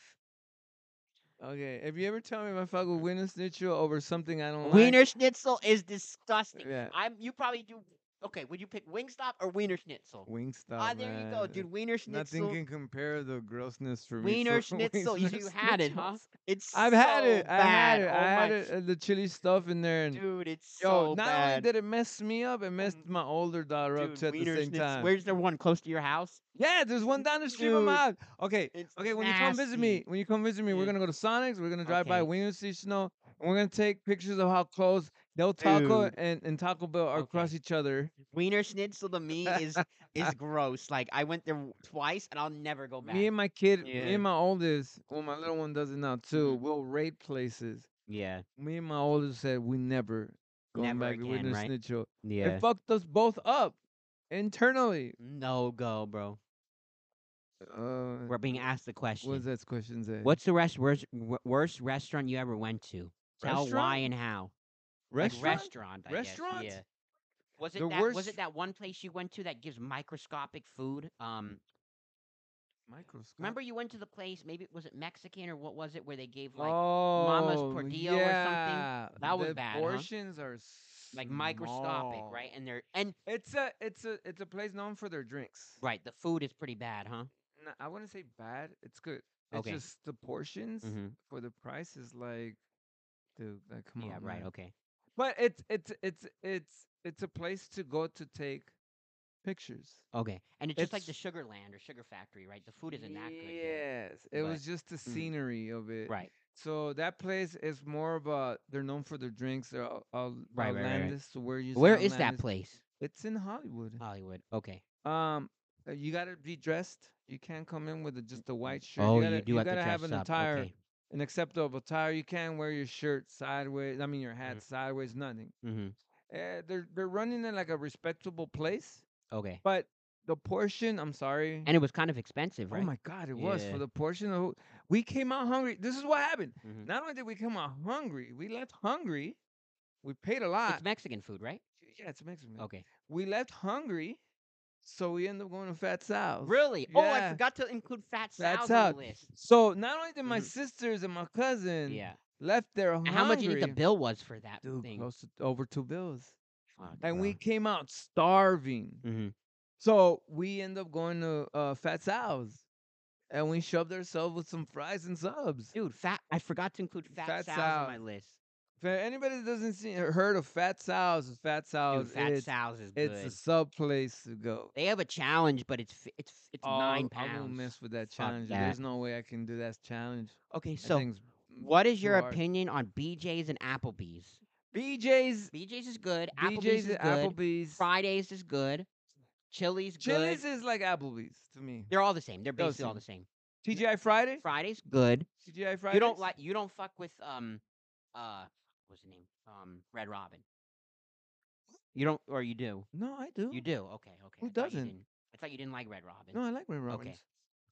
S3: okay, if you ever tell me if I fuck with Wiener Schnitzel over something I don't like,
S1: Wiener Schnitzel is disgusting.
S3: Yeah.
S1: I'm. You probably do. Okay, would you pick Wingstop or Wiener Schnitzel?
S3: Wingstop.
S1: Ah, there you go,
S3: man.
S1: dude. Wiener
S3: Nothing
S1: Schnitzel.
S3: can compare the grossness for me.
S1: Wiener
S3: for
S1: Schnitzel. You,
S3: Wiener
S1: you had it, huh?
S3: Schnitzels.
S1: It's.
S3: I've had
S1: so
S3: it. I had
S1: bad. Oh
S3: it. I had
S1: my
S3: it. uh, The chili stuff in there. And
S1: Dude, it's
S3: yo,
S1: so
S3: not only
S1: bad. Mm.
S3: did it mess me up, it messed my older daughter up
S1: Dude,
S3: too at
S1: Wiener
S3: the same
S1: Schnitzel-
S3: time.
S1: Where's there one close to your house?
S3: Yeah, there's one down the street from my house. Okay,
S1: It's
S3: okay. When you come visit me,
S1: nasty.
S3: when you come visit me,
S1: Yeah.
S3: we're gonna go to Sonic's. We're gonna drive by
S1: Okay.
S3: Wiener Schnitzel, and we're gonna take pictures of how close Del Taco
S1: Dude.
S3: and, and Taco Bell are
S1: Okay.
S3: across each other.
S1: Wiener schnitzel to me is is gross. Like I went there w- twice and I'll never go back.
S3: Me and my kid,
S1: Yeah. Mm-hmm.
S3: me and my oldest, well, my little one does it now too. We'll rate places.
S1: yeah,
S3: Me and my oldest said we never going
S1: Never
S3: back to
S1: again,
S3: Witness
S1: right?
S3: Snitchell.
S1: yeah.
S3: It fucked us both up internally.
S1: no go, bro.
S3: Uh,
S1: We're being asked the question.
S3: what's that question say?
S1: What's the rest, worst, wor- worst restaurant you ever went to? Tell why
S3: Restaurant?
S1: and how. Like,
S3: restaurant?
S1: restaurant. I
S3: Restaurant?
S1: Guess. Yeah. Was it
S3: The
S1: that? Was
S3: worst-
S1: it that one place you went to that gives microscopic food? Um,
S3: Microscope.
S1: remember you went to the place. Maybe it was it Mexican or what was it where they gave like tortilla
S3: oh,
S1: or something?
S3: yeah.
S1: That was
S3: the
S1: bad, huh?
S3: Portions are
S1: like microscopic,
S3: small.
S1: right? And they're and
S3: It's a it's a it's a place known for their drinks.
S1: right. The food is pretty bad, huh?
S3: N- I wouldn't say bad. It's good. It's
S1: Okay.
S3: just the portions
S1: Mhm.
S3: for the price is like, dude, like, come
S1: yeah.
S3: on,
S1: Right.
S3: man.
S1: Okay.
S3: But it's it's it's it's it's a place to go to take pictures.
S1: Okay. And it's just like the
S3: It's-
S1: Sugar Land or Sugar Factory, right? The food isn't that good. there.
S3: Yes, it
S1: but- mm-hmm.
S3: was just the scenery of it.
S1: Right.
S3: So that place is more of a. They're known for their drinks. They're all, all
S1: Right, right, right.
S3: outlandish, so where you? say
S1: Where is that
S3: outlandish-
S1: place?
S3: It's in Hollywood.
S1: Hollywood. Okay.
S3: Um, uh, you gotta be dressed. You can't come in with a, just a white shirt.
S1: oh,
S3: you, gotta,
S1: you do
S3: you
S1: have
S3: gotta
S1: to dress
S3: have an
S1: up.
S3: attire,
S1: Okay.
S3: an acceptable attire. You can't wear your shirt sideways. I mean, your hat
S1: Mhm.
S3: sideways. Nothing.
S1: hmm
S3: Uh, they're they're running it like a respectable place.
S1: Okay.
S3: But the portion, I'm sorry.
S1: And it was kind of expensive,
S3: oh
S1: right?
S3: my God, it was
S1: Yeah.
S3: for the portion of we came out hungry. This is what happened.
S1: Mhm.
S3: Not only did we come out hungry, we left hungry. We paid a lot.
S1: It's Mexican food, right?
S3: yeah, it's Mexican. man.
S1: Okay.
S3: We left hungry, so we ended up going to Fat South.
S1: Really? Oh, I
S3: Yeah.
S1: forgot to include fat Sal's
S3: Fat
S1: on
S3: South.
S1: the list.
S3: So not only did my
S1: Mhm.
S3: sisters and my cousin
S1: Yeah.
S3: left there
S1: And
S3: hungry.
S1: how much do you think the bill was for that
S3: Dude,
S1: thing?
S3: close to over two bills.
S1: Fuck,
S3: And
S1: bro.
S3: we came out starving.
S1: Mhm.
S3: So we end up going to uh, Fat Sal's, and we shoved ourselves with some fries and subs.
S1: Dude, fat. I forgot to include fat,
S3: Fat
S1: Sal's on my
S3: Sal's.
S1: list.
S3: For anybody that doesn't see, heard of Fat Sal's, it's Fat Sal's.
S1: Dude, fat
S3: Oh, it's,
S1: Sal's is good.
S3: it's a sub place to go.
S1: They have a challenge, but it's f- it's f- it's
S3: Oh,
S1: nine
S3: I won't
S1: pounds.
S3: mess with that
S1: Fuck
S3: challenge.
S1: that.
S3: There's no way I can do that challenge.
S1: okay,
S3: That
S1: so
S3: thing's
S1: what is
S3: too
S1: your
S3: hard.
S1: opinion on BJ's and Applebee's?
S3: BJ's,
S1: BJ's is good. Applebee's
S3: BJ's,
S1: is good.
S3: and Applebee's.
S1: Fridays is good. Chili's
S3: Chili's
S1: good.
S3: is like Applebee's to me.
S1: They're all the same. They're
S3: Those
S1: basically all
S3: two.
S1: the same.
S3: TGI Friday,
S1: Fridays good.
S3: TGI Friday.
S1: You don't like you don't fuck with um uh what's the name? Um Red Robin. You don't or you do.
S3: No, I do.
S1: You do. Okay, okay.
S3: Who
S1: I thought you
S3: doesn't?
S1: didn't- I thought you didn't like Red Robin.
S3: No, I like Red Robins.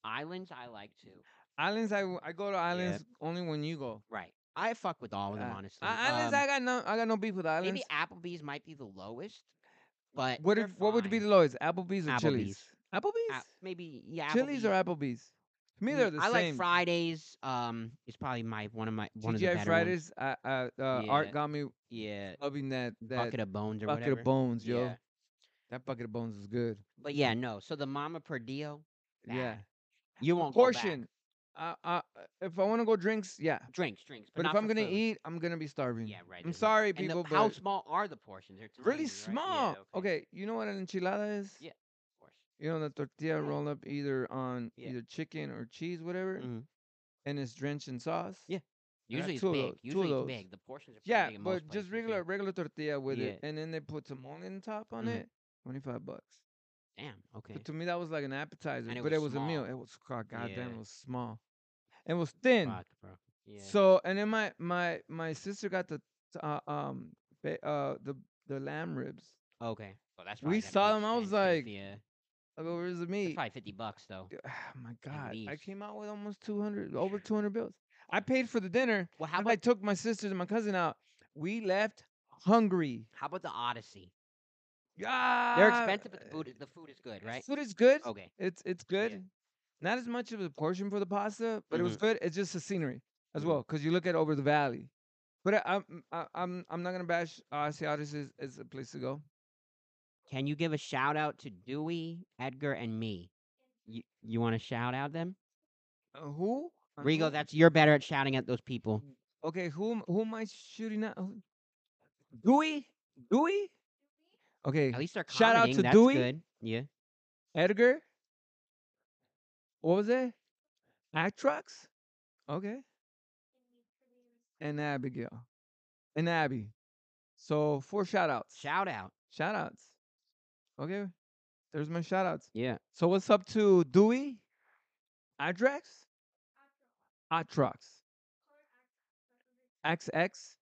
S1: Islands I like too.
S3: Islands, I, w- I go to islands only when you go.
S1: Right. I fuck with all of them
S3: Uh,
S1: honestly.
S3: I, islands,
S1: Um,
S3: I got no, I got no beef with islands.
S1: Maybe Applebee's might be the lowest, but
S3: what
S1: they're
S3: if, what would be the
S1: fine.
S3: lowest? Applebee's or
S1: Applebee's.
S3: Chili's? Applebee's.
S1: App- maybe yeah.
S3: Chili's or Applebee's? To me,
S1: Mm,
S3: they're the
S1: I like
S3: same.
S1: Fridays. Um, it's probably my one of my one of the
S3: TGI
S1: better ones.
S3: Fridays. I, I, uh,
S1: Yeah.
S3: Art got me
S1: Yeah,
S3: loving that that
S1: bucket of bones or
S3: bucket
S1: whatever.
S3: of bones, yo.
S1: Yeah.
S3: That bucket of bones is good.
S1: But yeah, no. So the Mama Perdio,
S3: Yeah,
S1: Bad. you won't Go
S3: portion. I, I, if I want to go drinks, yeah.
S1: back. Drinks, drinks.
S3: But,
S1: But,
S3: if
S1: not
S3: I'm
S1: for
S3: gonna
S1: food.
S3: eat, I'm gonna be starving.
S1: yeah, right.
S3: I'm
S1: there's no-
S3: sorry,
S1: and the-
S3: people,
S1: how
S3: but
S1: small are the portions? They're tiny,
S3: really
S1: right? Yeah,
S3: small.
S1: okay.
S3: okay. you know what an enchilada is?
S1: Yeah. Of course.
S3: You know the tortilla
S1: Yeah.
S3: roll up either on
S1: Yeah.
S3: either chicken or cheese, whatever,
S1: Mhm.
S3: and it's drenched in sauce.
S1: Yeah.
S3: I got
S1: Usually it's
S3: two of
S1: big.
S3: those- two of
S1: Usually it's
S3: those.
S1: big. The portions are pretty
S3: Yeah,
S1: big in most
S3: but just
S1: places, yeah.
S3: regular regular tortilla with it,
S1: Yeah.
S3: and then they put tamale on top on
S1: Mhm.
S3: it. Twenty five bucks.
S1: Damn. Okay.
S3: But to me, that was like an appetizer.
S1: it
S3: but
S1: was
S3: it was a meal.
S1: small.
S3: It was god goddamn,
S1: Yeah.
S3: it was small. It was thin.
S1: Fuck, bro. Yeah.
S3: So and then my my my sister got the t- uh, um ba- uh the the lamb ribs.
S1: okay. Well, that's probably
S3: we
S1: gotta be
S3: saw 'em, I was
S1: expensive,
S3: like,
S1: yeah.
S3: I go, where's the
S1: That's
S3: meat?
S1: probably fifty bucks though.
S3: Oh my god, I
S1: least.
S3: came out with almost two hundred, over two hundred bills. I paid for the dinner.
S1: Well, how
S3: How
S1: about
S3: I took my sisters and my cousin out. We left hungry.
S1: how about the Odyssey?
S3: Yeah,
S1: They're expensive, but the food is, the food is good, right?
S3: Food is good.
S1: Okay.
S3: It's it's good. Not as much of a portion for the pasta, but it was good. It's just the scenery as
S1: Mhm.
S3: well, because you look at over the valley. But I, I'm mm, I, I'm I'm not gonna bash Odyssey. Odyssey is, is a place to go.
S1: Can you give a shout out to Dewey, Edgar, and me? You, you want to shout out them?
S3: Uh, who? On
S1: Rigo,
S3: who?
S1: that's you're better at shouting at those people.
S3: okay. Who am- who am I shooting at? Who- Dewey, Dewey. Okay,
S1: At least they're
S3: Shout out
S1: commenting,
S3: to
S1: that's
S3: Dewey.
S1: Good. Yeah.
S3: Edgar. What was it? Actrox. Okay. And Abigail, and Abby. So four shout outs.
S1: Shout out.
S3: shout outs. Okay. There's my shout outs.
S1: Yeah.
S3: So what's up to Dewey? Adrax? Atrox. Axe X?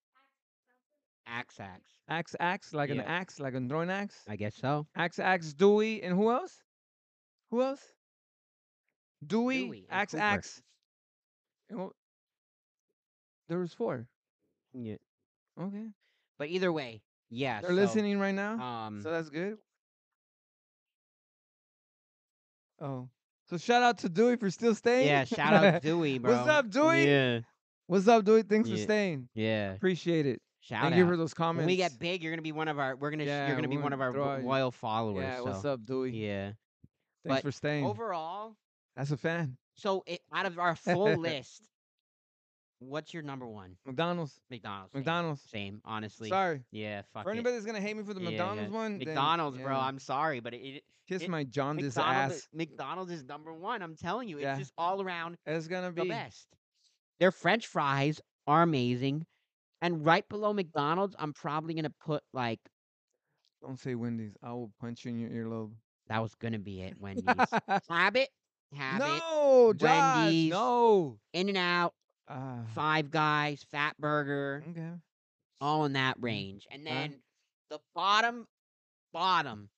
S1: Axe axe.
S3: Axe Axe, like an
S1: Yeah.
S3: axe, like an throwing axe.
S1: I guess so.
S3: Axe Axe Dewey and who else? Who else? Dewey,
S1: Dewey and
S3: Axe
S1: Cooper.
S3: Axe. And what- There was four.
S1: Yeah.
S3: Okay.
S1: But either way, yeah.
S3: They're
S1: so,
S3: listening right now.
S1: Um.
S3: so that's good. Oh. So shout out to Dewey for still staying.
S1: yeah. Shout out Dewey, bro.
S3: What's up, Dewey?
S1: Yeah.
S3: What's up, Dewey? Thanks for
S1: Yeah.
S3: staying.
S1: Yeah.
S3: Appreciate it.
S1: Shout
S3: Thank
S1: out.
S3: you for those comments.
S1: when we get big, you're gonna be one of our. We're gonna. sh-
S3: Yeah,
S1: you're gonna be
S3: we're
S1: one of
S3: gonna
S1: our
S3: throw
S1: lo-
S3: out-
S1: loyal followers.
S3: Yeah, what's
S1: so,
S3: up, Dewey?
S1: Yeah. but
S3: Thanks for staying.
S1: Overall,
S3: That's a fan.
S1: so it, out of our full list, what's your number one?
S3: McDonald's.
S1: McDonald's. same.
S3: McDonald's.
S1: Same. Honestly.
S3: Sorry.
S1: Yeah. Fuck
S3: For
S1: it.
S3: anybody that's gonna hate me for the
S1: Yeah, yeah.
S3: McDonald's one, then,
S1: McDonald's, bro.
S3: yeah.
S1: I'm sorry, but it, it
S3: kiss
S1: it-
S3: my jaundiced
S1: McDonald's,
S3: ass.
S1: McDonald's is number one. I'm telling you, it's
S3: Yeah.
S1: just all around
S3: It's gonna
S1: the
S3: be
S1: best. Their French fries are amazing, and right below McDonald's, I'm probably gonna put like
S3: Don't say Wendy's. I will punch you in your earlobe.
S1: that was gonna be it. Wendy's, Habit, Habit,
S3: no, Josh.
S1: Wendy's.
S3: No.
S1: In and Out,
S3: Ah,
S1: Five Guys, Fat Burger,
S3: okay.
S1: all in
S3: Mm.
S1: that range, and
S3: Huh?
S1: then the bottom, bottom,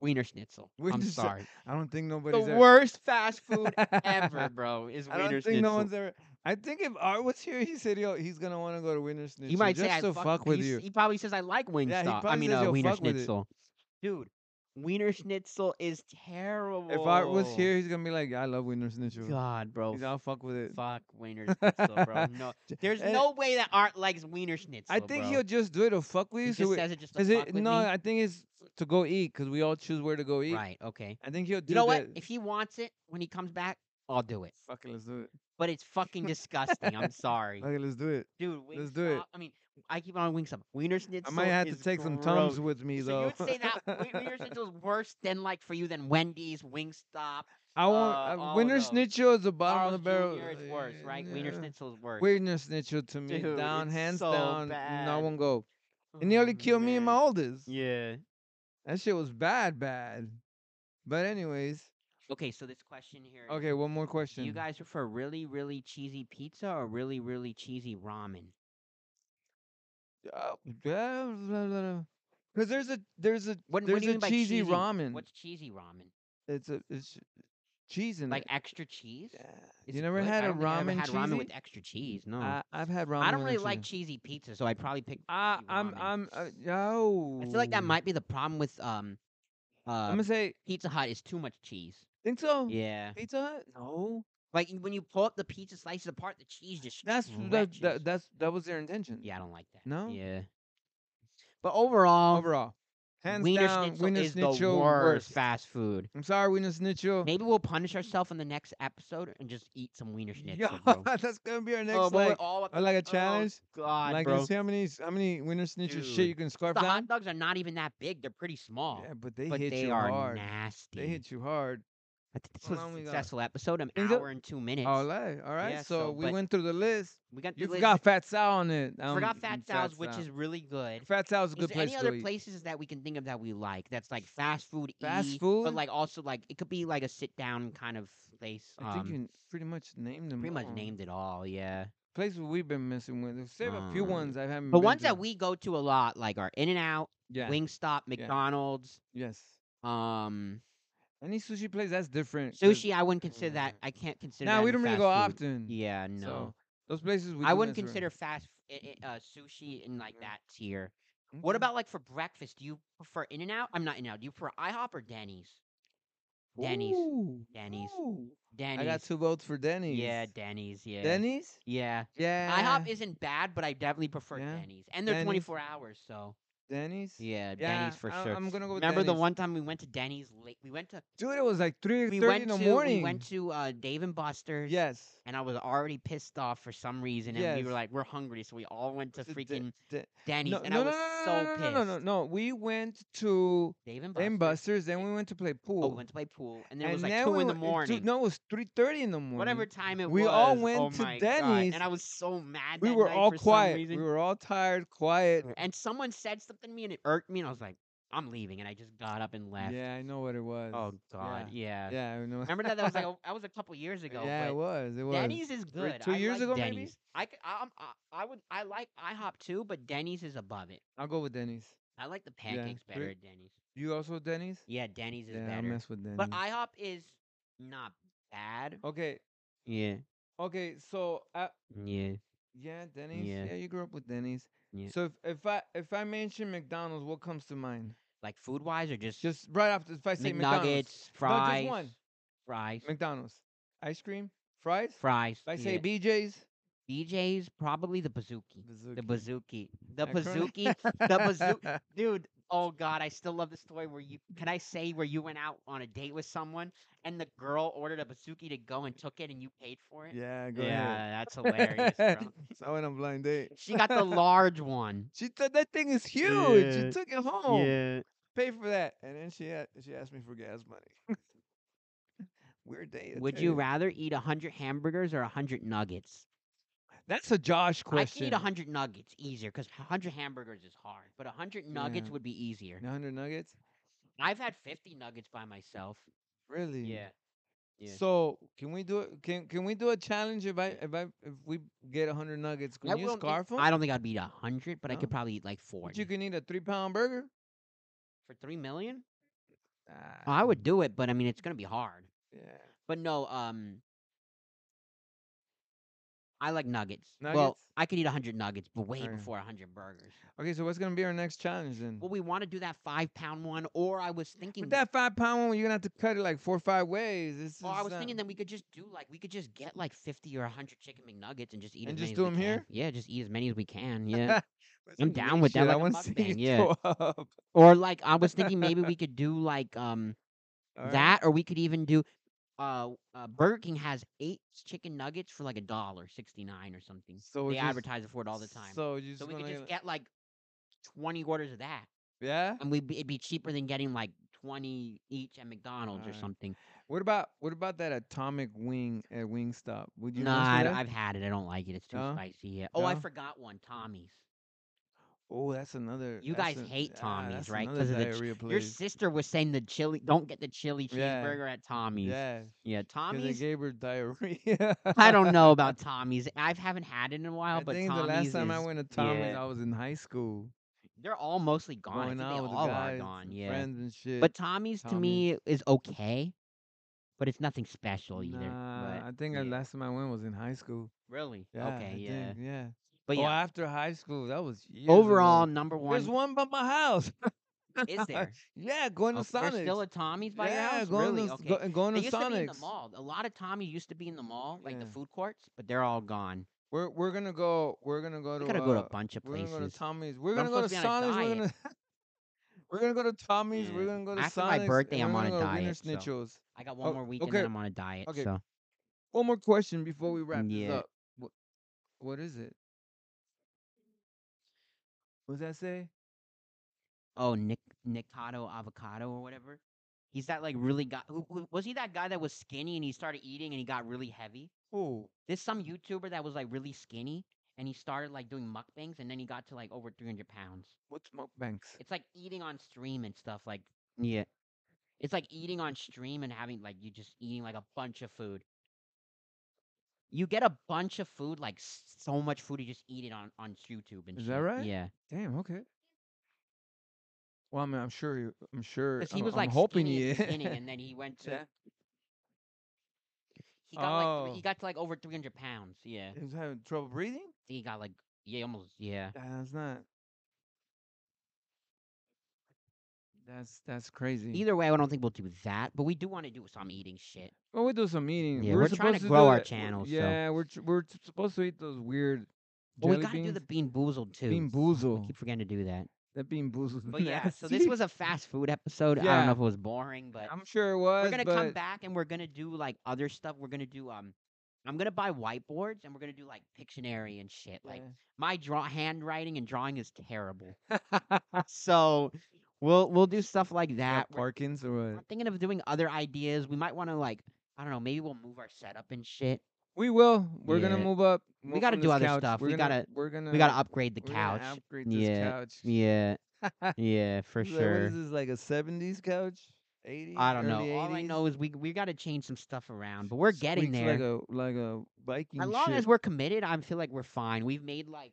S1: Wiener Schnitzel. I'm
S3: Wiener Schni-
S1: sorry,
S3: I don't think
S1: the
S3: nobody's ever.
S1: worst fast food ever, bro, is
S3: I
S1: Wiener
S3: don't think
S1: Schnitzel.
S3: no one's ever. I think if Art was here, he said he'll, he's gonna want to go to Winter Snitch.
S1: He might
S3: just
S1: say I
S3: to
S1: fuck, e
S3: with
S1: he's-
S3: you.
S1: He probably says I like Wingstop. I
S3: probably
S1: mean,
S3: says
S1: uh,
S3: he'll
S1: Wiener
S3: fuck with it.
S1: Schnitzel. Dude, Wiener Schnitzel is terrible.
S3: If Art was
S1: oh.
S3: here, he's gonna be like, "I love Winter Snitch."
S1: God, bro,
S3: He's, I'll fuck with it.
S1: fuck Wiener Schnitzel, bro. No,
S3: J-
S1: there's
S3: eh,
S1: no way that Art likes Wiener Schnitzel.
S3: I think
S1: bro.
S3: he'll just do it to fuck with
S1: He
S3: you.
S1: just
S3: so
S1: says it just to
S3: is
S1: fuck
S3: it?
S1: with
S3: No,
S1: me.
S3: I think it's to go eat because we all choose where to go eat.
S1: right? Okay.
S3: I think he'll do
S1: You know what?
S3: that.
S1: If he wants it when he comes back, I'll do it.
S3: fuck it, let's do it.
S1: But it's fucking disgusting. I'm sorry,
S3: Fuck it, let's do it.
S1: dude.
S3: let's do it.
S1: Wingstop- I mean, I keep on Wingstop. Wiener Schnitzel.
S3: I might have to
S1: is
S3: take some
S1: gross.
S3: tums with me
S1: So you
S3: though.
S1: would say that Wi- Wiener Schnitzel is worse than like for you than Wendy's, Wingstop,
S3: I won't.
S1: uh,
S3: Uh,
S1: all
S3: Winter
S1: those.
S3: Snitchel is the bottom
S1: Carl's
S3: of the barrel.
S1: Jr. is worse,
S3: uh,
S1: right? Wiener Schnitzel is worse.
S3: Wiener Snitchel to me,
S1: Dude,
S3: down,
S1: it's
S3: hands
S1: so
S3: down. No
S1: bad.
S3: one go. It nearly
S1: Oh,
S3: killed me and my
S1: man.
S3: oldest.
S1: Yeah.
S3: That shit was bad, bad. But anyways,
S1: Okay, so this question here. is,
S3: okay, one more
S1: Do
S3: question.
S1: you guys prefer really, really cheesy pizza or really, really cheesy ramen?
S3: Oh, because there's a there's a
S1: What, what
S3: there's
S1: do you
S3: a
S1: mean by
S3: cheesy,
S1: cheesy
S3: ramen.
S1: What's cheesy ramen?
S3: It's a it's cheese in
S1: Like
S3: it.
S1: extra cheese?
S3: Yeah.
S1: Is
S3: you
S1: it
S3: never
S1: good?
S3: had
S1: I
S3: a
S1: don't think I ever
S3: ramen
S1: had
S3: cheesy?
S1: ramen with extra cheese. No.
S3: I, I've had ramen.
S1: I don't
S3: with
S1: really
S3: extra-
S1: like cheesy pizza, so I'd probably pick.
S3: I,
S1: cheesy
S3: I'm
S1: ramen.
S3: I'm uh, yo.
S1: I feel like that might be the problem with um,
S3: I'm
S1: uh,
S3: gonna say
S1: Pizza Hut is too much cheese.
S3: think so.
S1: Yeah.
S3: Pizza Hut? No.
S1: Like you- when you pull up the pizza slices apart, the cheese just
S3: That's that,
S1: stretches.
S3: that that's that was their intention.
S1: yeah, I don't like that.
S3: No?
S1: Yeah. But overall,
S3: Overall, hands
S1: Wiener
S3: down,
S1: Schnitzel
S3: Wiener
S1: is the
S3: Schnitzel
S1: worst,
S3: worst.
S1: fast food.
S3: I'm sorry, Wiener Schnitzel.
S1: Maybe we'll punish ourselves in the next episode and just eat some Wiener
S3: Yo,
S1: Schnitzel, bro.
S3: that's gonna be our next
S1: oh, but we're
S3: like,
S1: all up
S3: uh, like a
S1: oh,
S3: challenge.
S1: God,
S3: like,
S1: bro.
S3: you see how many how many Wiener Schnitzel
S1: Dude.
S3: shit you can scarf
S1: The hot
S3: down.
S1: dogs are not even that big; they're pretty small,
S3: Yeah, but they
S1: but
S3: hit
S1: they
S3: you
S1: are
S3: hard.
S1: nasty.
S3: They hit you hard.
S1: I think this
S3: Hold
S1: was
S3: on,
S1: a
S3: we got- Oh,
S1: successful episode. An
S3: Think so?
S1: hour and two minutes.
S3: All right, all right.
S1: Yeah,
S3: so,
S1: so,
S3: we
S1: but-
S3: went through the list.
S1: we got
S3: You
S1: the
S3: forgot
S1: list.
S3: Fat Sal on it. I don't-
S1: forgot Fat Sal's, which
S3: Sal.
S1: is really good.
S3: Fat Sal's
S1: Is
S3: a good
S1: there
S3: place
S1: any
S3: to
S1: other
S3: go eat.
S1: places that we can think of that we like? That's like fast food,
S3: Fast
S1: eat,
S3: food?
S1: but like also like it could be like a sit down kind of place.
S3: I think
S1: um,
S3: you Mm, pretty much named them.
S1: pretty much
S3: all.
S1: named it all, yeah.
S3: places we've been messing with. There's save a few
S1: Um,
S3: ones I haven't.
S1: But
S3: been
S1: ones
S3: to.
S1: that we go to a lot, like are In and Out,
S3: yeah
S1: Wingstop, McDonald's,
S3: yes
S1: um,
S3: any sushi place that's different. 'cause
S1: sushi. I wouldn't consider that.
S3: Yeah.
S1: I can't consider.
S3: Now
S1: that
S3: we
S1: in
S3: don't really
S1: fast
S3: go
S1: food.
S3: often.
S1: Yeah, no.
S3: So those places
S1: I
S3: we. do Mm-hmm.
S1: wouldn't
S3: mess around.
S1: consider fast f- i- i- uh, sushi in like
S3: Yeah.
S1: that tier. What
S3: Okay.
S1: about like for breakfast? Do you prefer In and Out? I'm not In and Out. Do you prefer IHOP or Denny's? Denny's.
S3: Ooh,
S1: Denny's.
S3: ooh.
S1: Denny's.
S3: I got two votes for Denny's.
S1: Yeah, Denny's. Yeah.
S3: Denny's.
S1: Yeah.
S3: Yeah.
S1: IHOP isn't bad, but I definitely prefer
S3: Yeah.
S1: Denny's, and they're
S3: Denny's.
S1: 24 hours, so
S3: Denny's?
S1: Yeah,
S3: Yeah,
S1: Denny's for
S3: I-
S1: sure.
S3: I'm gonna go with
S1: Remember the
S3: Denny's.
S1: one time we went to Denny's late? We went to
S3: Dude, it was like
S1: we
S3: 3 30
S1: went
S3: in the
S1: to
S3: morning.
S1: we went to uh, Dave and Buster's.
S3: yes.
S1: And I was already pissed off for some reason, and we were
S3: Yes.
S1: like, "We're hungry," so we all went to
S3: The- the-
S1: freaking
S3: the-
S1: Denny's,
S3: no,
S1: and
S3: no,
S1: I was
S3: no,
S1: so
S3: no, no,
S1: pissed.
S3: no, no, no, no. We went to
S1: Dave and Buster's.
S3: Dave Buster's, then we went to play pool.
S1: Oh, we went to play pool, and then it was
S3: And
S1: like
S3: then
S1: two
S3: we
S1: in the
S3: went- it-
S1: morning.
S3: dude, no, it was three thirty in the morning.
S1: whatever time it
S3: We
S1: was.
S3: all went
S1: oh
S3: to
S1: my God,
S3: Denny's.
S1: and I was so mad.
S3: we
S1: that
S3: were
S1: night
S3: all
S1: for some
S3: quiet. We
S1: reason.
S3: were all tired, quiet.
S1: And someone said something to me, and it irked me, and I was like, "I'm leaving," and I just got up and left.
S3: Yeah, I know what it was.
S1: Oh God, yeah.
S3: Yeah, I know.
S1: Remember that? That was like a, that was a couple years ago.
S3: yeah,
S1: but
S3: it was. It was.
S1: Denny's is good.
S3: two
S1: I
S3: years
S1: like
S3: ago, maybe?
S1: Denny's. I, c- I, I'm- I I would I like IHOP too, but Denny's is above it.
S3: I'll go with Denny's.
S1: I like the
S3: Yeah,
S1: pancakes better
S3: three-
S1: at Denny's.
S3: You also Denny's?
S1: Yeah, Denny's is
S3: yeah, I
S1: better.
S3: mess with Denny's. Oh.
S1: But IHOP is not bad.
S3: okay,
S1: Yeah,
S3: okay. So, uh,
S1: yeah.
S3: yeah, Denny's.
S1: Yeah.
S3: Yeah. you grew up with Denny's.
S1: Yeah.
S3: So if, if I if I mention McDonald's, what comes to mind?
S1: Like food wise, or just
S3: Just right after if I say McDonald's,
S1: McNuggets, fries,
S3: one.
S1: fries,
S3: McDonald's, ice cream, fries.
S1: fries.
S3: If I say
S1: yeah.
S3: BJ's,
S1: BJ's, probably the bazooki. The bazooki. The
S3: I couldn't-
S1: bazooki. the bazooki. Dude, oh God, I still love the story where you can I say where you went out on a date with someone and the girl ordered a bazooki to go and took it and you paid for it?
S3: Yeah, go ahead.
S1: Yeah, that's hilarious, bro.
S3: so I went on blind date.
S1: She got the large one.
S3: She said that thing is huge.
S1: Yeah.
S3: She took it home. Pay for that, and then she a- she asked me for gas money. Weird date. I
S1: Would
S3: tell
S1: you rather eat a hundred hamburgers or a hundred nuggets?
S3: That's a Josh
S1: I
S3: question.
S1: can eat a hundred nuggets easier because hundred hamburgers is hard, but a hundred nuggets
S3: Yeah.
S1: would be easier.
S3: 100 nuggets.
S1: I've had fifty nuggets by myself.
S3: Really?
S1: Yeah. yeah.
S3: So can we do it? Can can we do a challenge if I if I if we get a hundred nuggets? Can
S1: I
S3: you
S1: won't eat-
S3: scarf them?
S1: I don't think I'd eat a hundred, but I
S3: No.
S1: could probably eat like four.
S3: But you can eat a three pound burger.
S1: For three million?
S3: Ah,
S1: Oh, I would do it, but I mean it's gonna be hard.
S3: Yeah.
S1: But no, um I like nuggets. Well,
S3: Nuggets?
S1: I could eat hundred nuggets, but way
S3: Alright.
S1: before hundred burgers.
S3: Okay, so what's gonna be our next challenge then?
S1: Well, we want to do that five pound one, or I was thinking
S3: But that five pound one, you're gonna have to cut it like four or five ways. This
S1: Well, I
S3: is uh
S1: was
S3: not-
S1: thinking then we could just do like we could just get like fifty or hundred chicken McNuggets and just eat
S3: And
S1: as many
S3: just do
S1: as
S3: 'em
S1: we can.
S3: here?
S1: Yeah, just eat as many as we can. Yeah,
S3: That's
S1: I'm
S3: some
S1: down
S3: weird
S1: with that,
S3: shit. I
S1: like a
S3: want to see
S1: mukbang,
S3: you
S1: yeah.
S3: throw up.
S1: or like I was thinking maybe we could do like um
S3: All right.
S1: that, or we could even do. Uh, uh, Burger King has eight chicken nuggets for like a dollar sixty nine or something.
S3: So
S1: they
S3: it's just-
S1: advertise it for it all the time. So,
S3: So you just
S1: we could
S3: gonna
S1: just get like twenty orders of that,
S3: yeah.
S1: and we would it'd be cheaper than getting like twenty each at McDonald's or
S3: Alright.
S1: something.
S3: What about what about that atomic wing at Wingstop? Would you?
S1: No,
S3: mess with
S1: I,
S3: that?
S1: have had it. I don't like it. It's too
S3: No?
S1: spicy. Yeah. Oh, I
S3: No?
S1: forgot one. Tommy's.
S3: Oh, that's another.
S1: You
S3: that's
S1: guys
S3: a-
S1: hate
S3: ah,
S1: Tommy's,
S3: that's
S1: right?
S3: another
S1: 'Cause of the ch-
S3: diarrhea
S1: Your
S3: place.
S1: sister was saying the chili. Don't get the chili
S3: Yeah.
S1: cheeseburger at Tommy's.
S3: Yeah,
S1: Yeah,
S3: because they
S1: Tommy's.
S3: gave her diarrhea.
S1: I don't know about Tommy's. I haven't had it in a while,
S3: I
S1: but
S3: think
S1: Tommy's
S3: the last time
S1: is
S3: I went to Tommy's,
S1: yeah.
S3: I was in high school.
S1: They're all mostly gone. I
S3: going
S1: think they
S3: out with the
S1: all are
S3: guys,
S1: gone.
S3: and
S1: Yeah.
S3: friends uh, and shit.
S1: but Tommy's, to me is okay, but it's nothing special either.
S3: nah,
S1: but-
S3: I think the
S1: yeah.
S3: last time I went was in high school.
S1: really?
S3: Yeah,
S1: okay.
S3: I
S1: yeah.
S3: think, yeah.
S1: But
S3: Oh,
S1: yeah.
S3: after high school, that was years ago.
S1: overall, number
S3: There's
S1: one
S3: one by my house.
S1: is there.
S3: yeah, going to
S1: Oh,
S3: Sonic.
S1: there's still a Tommy's by
S3: yeah,
S1: your house.
S3: going
S1: really?
S3: to
S1: okay.
S3: go, and going
S1: they
S3: to
S1: used to be in the
S3: Sonic's.
S1: mall. A lot of Tommy used to be in the mall, like the
S3: Yeah.
S1: food courts, but they're all gone.
S3: We're we're gonna go. We're gonna go to.
S1: We gotta go to
S3: uh,
S1: a bunch of
S3: We're gonna
S1: places.
S3: go to Tommy's. We're
S1: But I'm
S3: gonna go to
S1: supposed to be on a
S3: Sonic's. We're
S1: diet.
S3: gonna we're gonna go to Tommy's. We're
S1: Yeah.
S3: gonna go to
S1: After my
S3: Sonic's.
S1: birthday,
S3: and
S1: I'm
S3: we're
S1: on
S3: gonna
S1: a
S3: go to Wiener
S1: diet, so-
S3: Schnitzel's.
S1: I got one
S3: Oh,
S1: more weekend
S3: okay.
S1: and I'm on a diet.
S3: Okay.
S1: So
S3: One more question before we wrap
S1: Yeah.
S3: this up. What, what is it? What does that say?
S1: oh Nick Nikado avocado or whatever. He's that like really guy who, who was he that guy that was skinny and he started eating and he got really heavy?
S3: Oh,
S1: There's some YouTuber that was like really skinny and he started like doing mukbangs and then he got to like over 300 pounds.
S3: what's mukbangs?
S1: It's like eating on stream and stuff like yeah. It's like eating on stream and having like you just eating like a bunch of food. You get a bunch of food, like s- so much food, you just eat it on on YouTube and
S3: Is
S1: shit.
S3: that right?
S1: Yeah,
S3: Damn. Okay. Well, I mean, I'm sure. You, I'm sure.
S1: because he
S3: I'm-
S1: was
S3: uh, I'm
S1: like
S3: hoping
S1: skinny
S3: you.
S1: at the beginning, and then he went to
S3: Yeah.
S1: he got like three,
S3: Oh.
S1: he got to like over three hundred pounds. Yeah,
S3: He was having trouble breathing.
S1: he got like yeah almost yeah.
S3: That's not. That's that's crazy.
S1: Either way, I don't think we'll do that, but we do want to do some eating shit.
S3: Well, we do some eating.
S1: Yeah,
S3: we were
S1: we're trying to
S3: supposed do
S1: grow our
S3: that- w-
S1: channel, so-
S3: Yeah, we're tr- we're t- supposed to eat those weird.
S1: But we
S3: jelly
S1: gotta do the
S3: beans.
S1: bean boozled too.
S3: bean
S1: I
S3: boozle.
S1: keep forgetting to do that.
S3: That bean boozled.
S1: But yeah, so this was a fast food episode. I don't
S3: Yeah.
S1: know if it was boring, but
S3: I'm sure it was.
S1: we're gonna come
S3: but
S1: back and we're gonna do like other stuff. We're gonna do um, I'm gonna buy whiteboards and we're gonna do like Pictionary and shit. Like my draw handwriting and drawing is terrible,
S3: yeah.
S1: so we'll we'll do stuff like
S3: You
S1: that.
S3: got
S1: We're-
S3: Parkins or
S1: I'm
S3: what?
S1: thinking of doing other ideas. We might want to like I don't know. Maybe we'll move our setup and shit.
S3: We will. We're gonna
S1: Yeah.
S3: move up. move
S1: gotta
S3: from
S1: do
S3: this
S1: other
S3: couch.
S1: stuff.
S3: We're
S1: We
S3: gonna-
S1: gotta-
S3: We're gonna.
S1: We gotta upgrade the
S3: we're gonna
S1: couch.
S3: upgrade this
S1: Yeah.
S3: couch.
S1: Yeah, yeah, for
S3: Is that- What
S1: sure.
S3: is this like a '70s couch? '80s?
S1: I don't know.
S3: early
S1: All I
S3: 80s?
S1: know is we we got to change some stuff around, but we're getting
S3: Squeaks
S1: there.
S3: Like a like a Viking.
S1: as long
S3: ship.
S1: as we're committed, I feel like we're fine. We've made like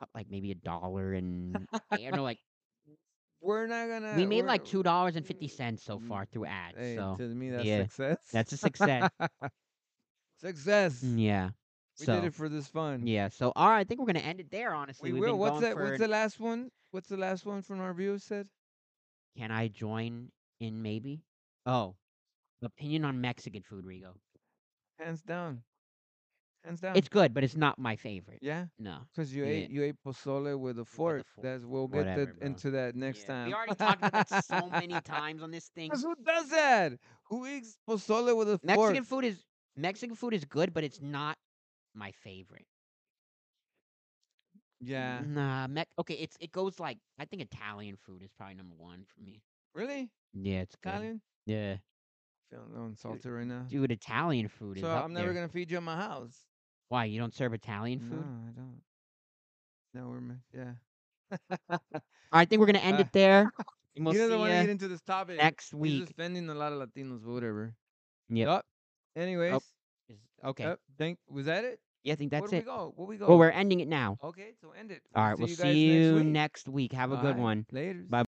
S1: uh, like maybe a dollar and I don't know, like
S3: we're not gonna.
S1: we made
S3: we're-
S1: like two dollars and fifty cents so
S3: Mm,
S1: far through ads.
S3: Hey,
S1: so
S3: to me that's
S1: yeah,
S3: success.
S1: that's a success. Mm,
S3: success.
S1: yeah.
S3: We
S1: so
S3: did it for this fun.
S1: yeah. So all right, I think we're gonna end it there. Honestly, We've
S3: We will.
S1: been
S3: What's
S1: going
S3: that?
S1: for
S3: What's
S1: an-
S3: the last one? What's the last one from our viewers said?
S1: Can I join in? Maybe. Oh, opinion on Mexican food, Rigo.
S3: Hands down. Hands down.
S1: It's good, but it's not my favorite.
S3: yeah,
S1: No.
S3: because you
S1: Yeah.
S3: ate you ate pozole with a fork.
S1: fork.
S3: That's we'll get
S1: Whatever,
S3: that
S1: bro.
S3: into that next
S1: Yeah.
S3: time.
S1: We already talked about that so many times on this thing.
S3: 'Cause Who does that? Who eats pozole with a fork?
S1: Mexican food is Mexican food is good, but it's not my favorite.
S3: Yeah.
S1: Nah, Mex. Okay, it's it goes like I think Italian food is probably number one for me.
S3: Really?
S1: Yeah, it's good.
S3: Italian?
S1: Yeah,
S3: Feeling low and salty right now.
S1: dude, Italian food is
S3: So
S1: up
S3: I'm never
S1: there.
S3: gonna feed you at my house.
S1: Why you don't serve Italian
S3: No,
S1: food?
S3: I don't. No, we're me- yeah.
S1: I think we're gonna end
S3: Uh,
S1: it there. and We'll
S3: you
S1: see
S3: don't want to
S1: ya
S3: get into this topic.
S1: next
S3: We're
S1: week.
S3: just offending a lot of Latinos, but whatever.
S1: Yep. Oh,
S3: Yup. Anyways,
S1: Is- Okay,
S3: yup, thank. Was that it?
S1: yeah, I think
S3: Where
S1: that's
S3: do
S1: it.
S3: we go? Where we go?
S1: Well, we're ending it now.
S3: Okay, so end it.
S1: All right, we'll
S3: guys
S1: see you
S3: week.
S1: next week. Have a
S3: All
S1: good
S3: right,
S1: one.
S3: Later.
S1: Bye.